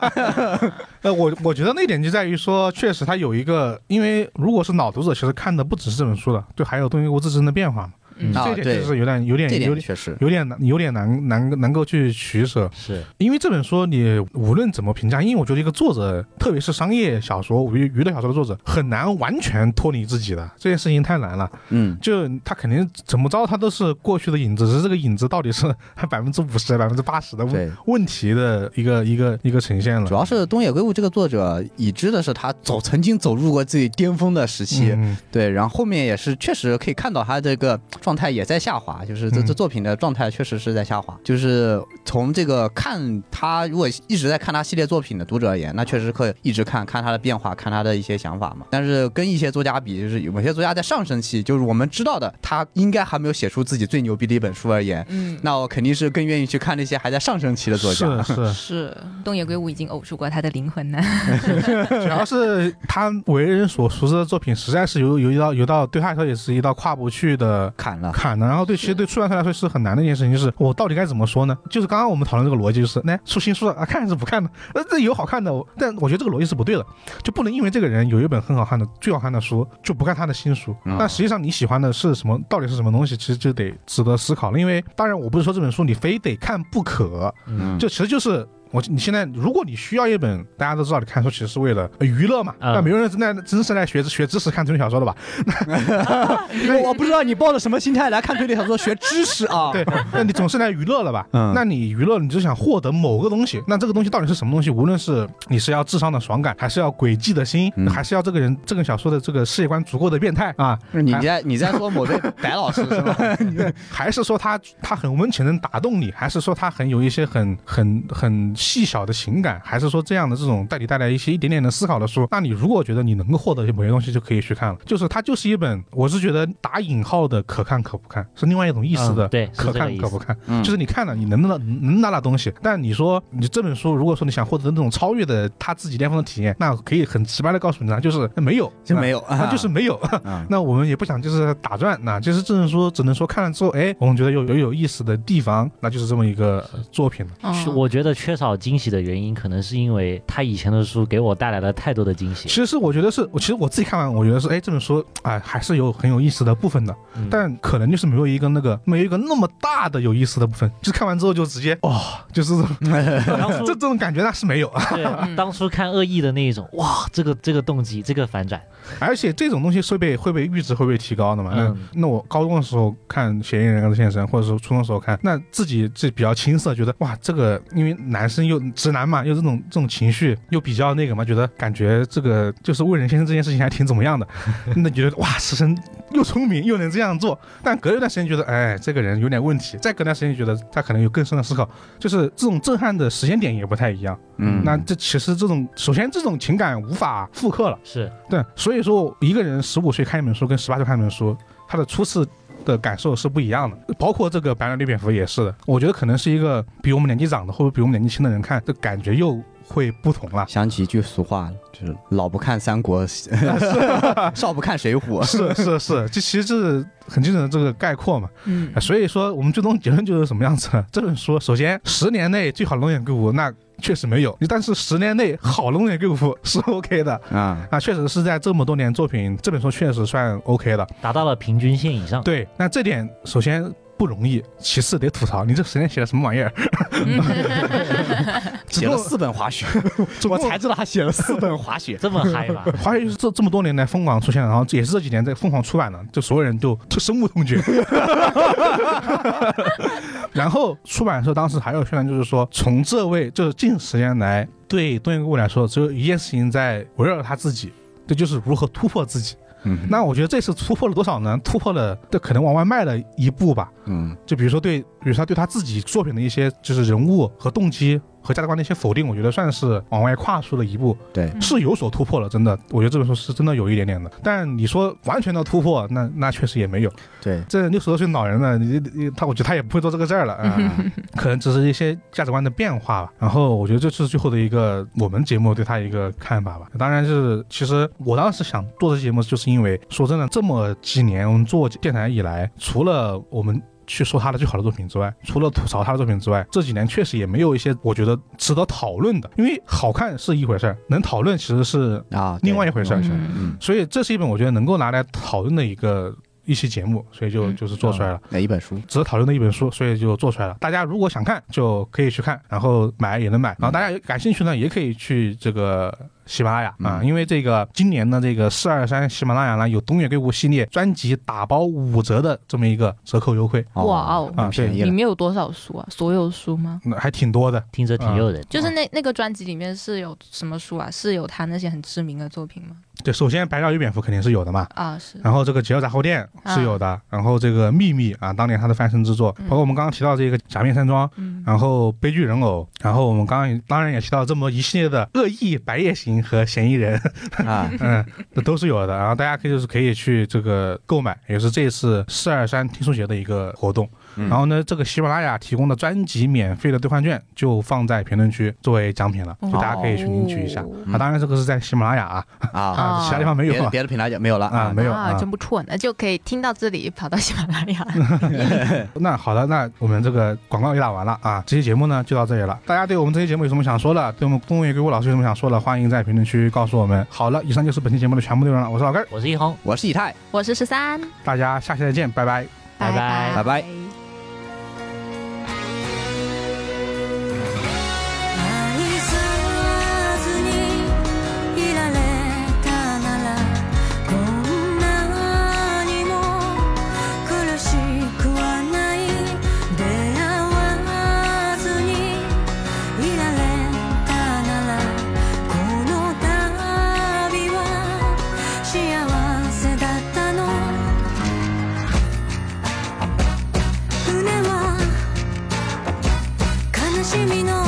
Speaker 1: 呃，我我觉得那点就在于说，确实它有一个，因为如果是老读者，其实看的不只是这本书了，对，还有东西国自身的变化嘛，
Speaker 2: 嗯
Speaker 3: 啊
Speaker 1: 这，点
Speaker 3: 对
Speaker 1: 就，是有点有点
Speaker 3: 这
Speaker 1: 有
Speaker 3: 点
Speaker 1: 点
Speaker 3: 确实。
Speaker 1: 有点难有点难难能够去取舍。
Speaker 2: 是，
Speaker 1: 因为这本书你无论怎么评价，因为我觉得一个作者，特别是商业小说、娱娱乐小说的作者，很难完全脱离自己的这件事情太难了。
Speaker 3: 嗯，
Speaker 1: 就他肯定怎么着，他都是过去的影子，只是这个影子到底是 百分之五十、百分之八十的问
Speaker 3: 对，
Speaker 1: 问题的一个一个一个呈现了。
Speaker 3: 主要是东野圭吾这个作者已知的是他走曾经走入过最巅峰的时期，
Speaker 1: 嗯
Speaker 3: 对，然后后面也是确实可以看到他这个状态也在下滑，就是这
Speaker 1: 嗯
Speaker 3: 这作品的状态确实是在下滑。就是从这个看他如果一直在看他系列作品的读者而言，那确实可以一直看看他的变化，看他的一些想法嘛。但是跟一些作家比，就是有些作家在上升期，就是我们知道的他应该还没有写出自己最牛逼的一本书而言，
Speaker 5: 嗯，
Speaker 3: 那我肯定是更愿意去看那些还在上升期的作家。
Speaker 1: 是是，
Speaker 5: 嗯是东野圭吾已经呕出过他的灵魂呢。
Speaker 1: 主要是他为人所熟知的作品，实在是有有一道有道对他来说也是一道跨不去的
Speaker 3: 砍了，
Speaker 1: 坎的。然后对，其实对出版社来说是很难的一件事情，就是我到底该怎么说呢？就是刚刚我们讨论这个逻辑，就是那出新书了啊，看还是不看呢？那这有好看的，我但我觉得这个逻辑是不对的，就不能因为这个人有一本很好看的、最好看的书，就不看他的新书。
Speaker 3: 嗯
Speaker 1: 那实际上你喜欢的是什么，到底是什么东西，其实就得值得思考了。因为当然，我不是说这本书你非得看不可，
Speaker 3: 嗯，
Speaker 1: 就其实就是我，你现在如果你需要一本大家都知道的看书，其实是为了呃娱乐嘛，
Speaker 2: 嗯
Speaker 1: 那没有人真的真是来学学知识看推理小说的吧？
Speaker 3: 我我不知道你抱着什么心态来看推理小说学知识啊？
Speaker 1: 对，那你总是来娱乐了吧？
Speaker 3: 嗯
Speaker 1: 那你娱乐你就想获得某个东西，那这个东西到底是什么东西？无论是你是要智商的爽感，还是要诡计的心，
Speaker 3: 嗯
Speaker 1: 还是要这个人这个小说的这个世界观足够的变态啊，
Speaker 3: 是你在你在说某位白老师是吗？
Speaker 1: 还是说他他很温情能打动你，还是说他很有一些很很很细小的情感，还是说这样的这种带你带来一些一点点的思考的书？那你如果觉得你能够获得某些东西，就可以去看了。就是它就是一本，我是觉得打引号的可看可不看，是另外一种意思的。
Speaker 2: 嗯对是
Speaker 1: 可
Speaker 2: 这个
Speaker 1: 看
Speaker 2: 意
Speaker 1: 可不
Speaker 2: 思。
Speaker 1: 看，
Speaker 3: 嗯
Speaker 1: 就是你看了，你能拿到能拿到东西，但你说你这本书，如果说你想获得那种超越的他自己巅峰的体验，那可以很直白的告诉你啊， 就是没有，
Speaker 3: 就没
Speaker 1: 有，
Speaker 3: 有，
Speaker 1: 那就是没有，
Speaker 3: 啊
Speaker 1: 那我们也不想就是打转，那就是这本书只能说看了之后，哎，我们觉得有有有意思的地方，那就是这么一个呃作品了。
Speaker 5: 嗯
Speaker 2: 是我觉得缺少惊喜的原因，可能是因为他以前的书给我带来了太多的惊喜
Speaker 1: 其。实是我觉得是，我其实我自己看完，我觉得是，哎，这本书哎还是有很有意思的部分的，
Speaker 2: 嗯
Speaker 1: 但可能就是没有一个那个没有一个那么大的有意思的部分，就是看完之后就直接哦，就是这种
Speaker 2: 当
Speaker 1: 这
Speaker 2: 初
Speaker 1: 这种感觉那是没有，
Speaker 2: 对，当初看恶意的那一种，哇，这个这个动机，这个反转，
Speaker 1: 而且这种东西是被会被阈值会被提高的嘛。那、
Speaker 2: 嗯
Speaker 1: 那我高中的时候看《嫌疑人的现身》，或者是初中的时候看，那自己这比较青涩，觉得哇，这个因为男生又直男嘛，又这种这种情绪，又比较那个嘛，觉得感觉这个就是魏仁先生这件事情还挺怎么样的， 那觉得哇，石生又聪明又能这样做，但隔一段时间觉得哎，这个人有点问题，再隔段时间觉得他可能有更深的思考，就是这种震撼的时间点也不太一样。
Speaker 3: 嗯，。
Speaker 1: 那这其实这种，首先这种情感无法复刻了。
Speaker 2: 是
Speaker 1: 对，所以说一个人十五岁看一本书跟十八岁看一本书，他的初次的感受是不一样的。包括这个《白鸟绿蝙蝠》也是的，我觉得可能是一个比我们年纪长的或者比我们年纪轻的人看，这感觉又会不同了
Speaker 3: 想起一句俗话，就是“老不看三国， 少不看水浒
Speaker 1: 是是是，这其实是很精准的这个概括嘛。
Speaker 5: 嗯
Speaker 1: 啊，所以说我们最终结论就是什么样子呢？这本书首先十年内最好的龙眼歌舞那确实没有，但是十年内好龙眼歌舞是 OK 的。”
Speaker 3: 啊。
Speaker 1: 啊，确实是在这么多年作品，这本书确实算 OK 的。
Speaker 2: 达到了平均线以上。
Speaker 1: 对，那这点首先不容易，其次得吐槽，你这十年写的什么玩意儿？
Speaker 3: 写了四本 滑雪，我才知道他写了四本滑雪。
Speaker 2: 这么嗨吧？
Speaker 1: 华语就是这这么多年来疯狂出现的，然后也是这几年在疯狂出版的，就所有人都就深恶痛绝。 然后出版社当时还有宣传，就是说从这位就是近十年来对东野圭吾来说，只有一件事情在围绕着他自己，这就是如何突破自己。
Speaker 3: 嗯
Speaker 1: 那我觉得这次突破了多少呢？突破了，这可能往外迈了一步吧。
Speaker 3: 嗯
Speaker 1: 就比如说对，比如说他对他自己作品的一些就是人物和动机和价值观的一些否定，我觉得算是往外跨出了一步，
Speaker 3: 对，
Speaker 1: 是有所突破了。真的，我觉得这本书是真的有一点点的。但你说完全的突破，那那确实也没有。
Speaker 3: 对，
Speaker 1: 这六十多岁老人呢，你你他，我觉得他也不会做这个事儿了啊、可能只是一些价值观的变化吧。然后我觉得这是最后的一个我们节目对他一个看法吧。当然是，其实我当时想做这节目，就是因为说真的，这么几年我们做电台以来，除了我们。去说他的最好的作品之外，除了吐槽他的作品之外，这几年确实也没有一些我觉得值得讨论的。因为好看是一回事儿，能讨论其实是
Speaker 3: 啊，
Speaker 1: 另外一回事儿
Speaker 3: 对
Speaker 5: 嗯
Speaker 3: 嗯，
Speaker 1: 所以这是一本我觉得能够拿来讨论的一个一期节目，所以就
Speaker 5: 嗯
Speaker 1: 就是做出来了。
Speaker 3: 哪一本书？
Speaker 1: 只是讨论的一本书，所以就做出来了。大家如果想看，就可以去看，然后买也能买。
Speaker 5: 嗯
Speaker 1: 然后大家有感兴趣呢，也可以去这个喜马拉雅啊，
Speaker 3: 嗯
Speaker 1: 因为这个今年的这个四二三喜马拉雅呢有东野圭吾系列专辑打包五折的这么一个折扣优惠，
Speaker 5: 哇哦
Speaker 1: 啊
Speaker 3: 很便
Speaker 2: 嗯
Speaker 3: 宜
Speaker 5: 里
Speaker 3: 了。
Speaker 5: 面有多少书啊？所有书吗？
Speaker 1: 那还挺多的。
Speaker 2: 听着挺诱人。
Speaker 1: 哦
Speaker 5: 就是那那个专辑里面是有什么书啊？是有他那些很知名的作品吗？
Speaker 1: 对，首先《白鸟与蝙蝠》肯定是有的嘛。
Speaker 5: 啊，是。
Speaker 1: 然后这个《解忧杂货店》是有的，然后这个《秘密》啊，当年他的翻身之作，
Speaker 5: 嗯
Speaker 1: 包括我们刚刚提到这个《假面山庄》，
Speaker 5: 嗯
Speaker 1: 然后悲剧人偶，然后我们刚刚也当然也提到这么一系列的恶意白夜行和嫌疑人，
Speaker 3: 啊，
Speaker 1: 嗯，这都是有的。然后大家可以就是可以去这个购买，也是这次四二三听书节的一个活动。
Speaker 3: 嗯
Speaker 1: 然后呢，这个喜马拉雅提供的专辑免费的兑换券就放在评论区作为奖品了，就大家可以去领取一下。
Speaker 5: 哦
Speaker 1: 啊，当然这个是在喜马拉雅啊，
Speaker 3: 啊，
Speaker 1: 啊，其他地方没
Speaker 3: 别
Speaker 1: 有
Speaker 3: 的
Speaker 1: 啊，
Speaker 3: 别的平台就没有了
Speaker 1: 啊没有
Speaker 5: 啊，真不错呢，就可以听到这里，跑到喜马拉雅。
Speaker 1: 那好的，那我们这个广告也打完了啊，这期节目呢就到这里了。大家对我们这期节目有什么想说的，对我们东野圭吾老师有什么想说的，欢迎在评论区告诉我们。好了，以上就是本期节目的全部内容了。我是老根儿，
Speaker 2: 我是一红，
Speaker 3: 我是以太，
Speaker 5: 我是十三，
Speaker 1: 大家下期再见，拜拜。
Speaker 2: 拜拜
Speaker 3: 拜拜。
Speaker 7: 「愛さずにいられたなら」「こんなにも苦しくはない」「出会わずにいられたなら」「この旅は幸せだったの」「船は」悲しみの